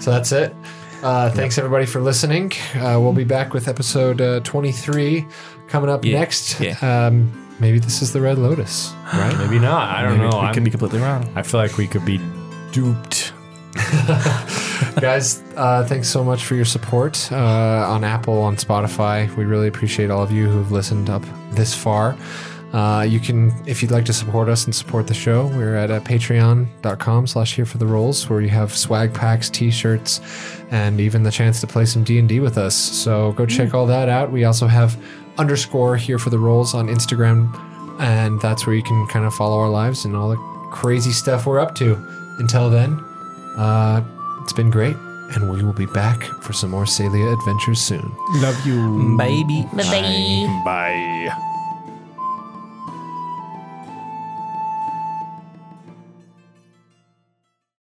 Speaker 1: So that's it. Uh, thanks everybody for listening. Uh, we'll be back with episode uh, 23 coming up next.
Speaker 2: yeah.
Speaker 1: Um, maybe this is the Red Lotus, right?
Speaker 5: Maybe not. I
Speaker 3: Oh,
Speaker 5: don't know.
Speaker 2: I
Speaker 5: I'm,
Speaker 2: can be completely wrong.
Speaker 5: I feel like we could be duped.
Speaker 1: guys uh, thanks so much for your support uh, on apple on spotify we really appreciate all of you who've listened up this far uh, you can if you'd like to support us and support the show we're at uh, patreon.com slash here for the rolls where you have swag packs t-shirts and even the chance to play some d&d with us so go check all that out we also have underscore here for the rolls on instagram and that's where you can kind of follow our lives and all the crazy stuff we're up to until then uh, it's been great, and we will be back for some more Celia adventures soon.
Speaker 2: Baby.
Speaker 6: Bye.
Speaker 5: Bye.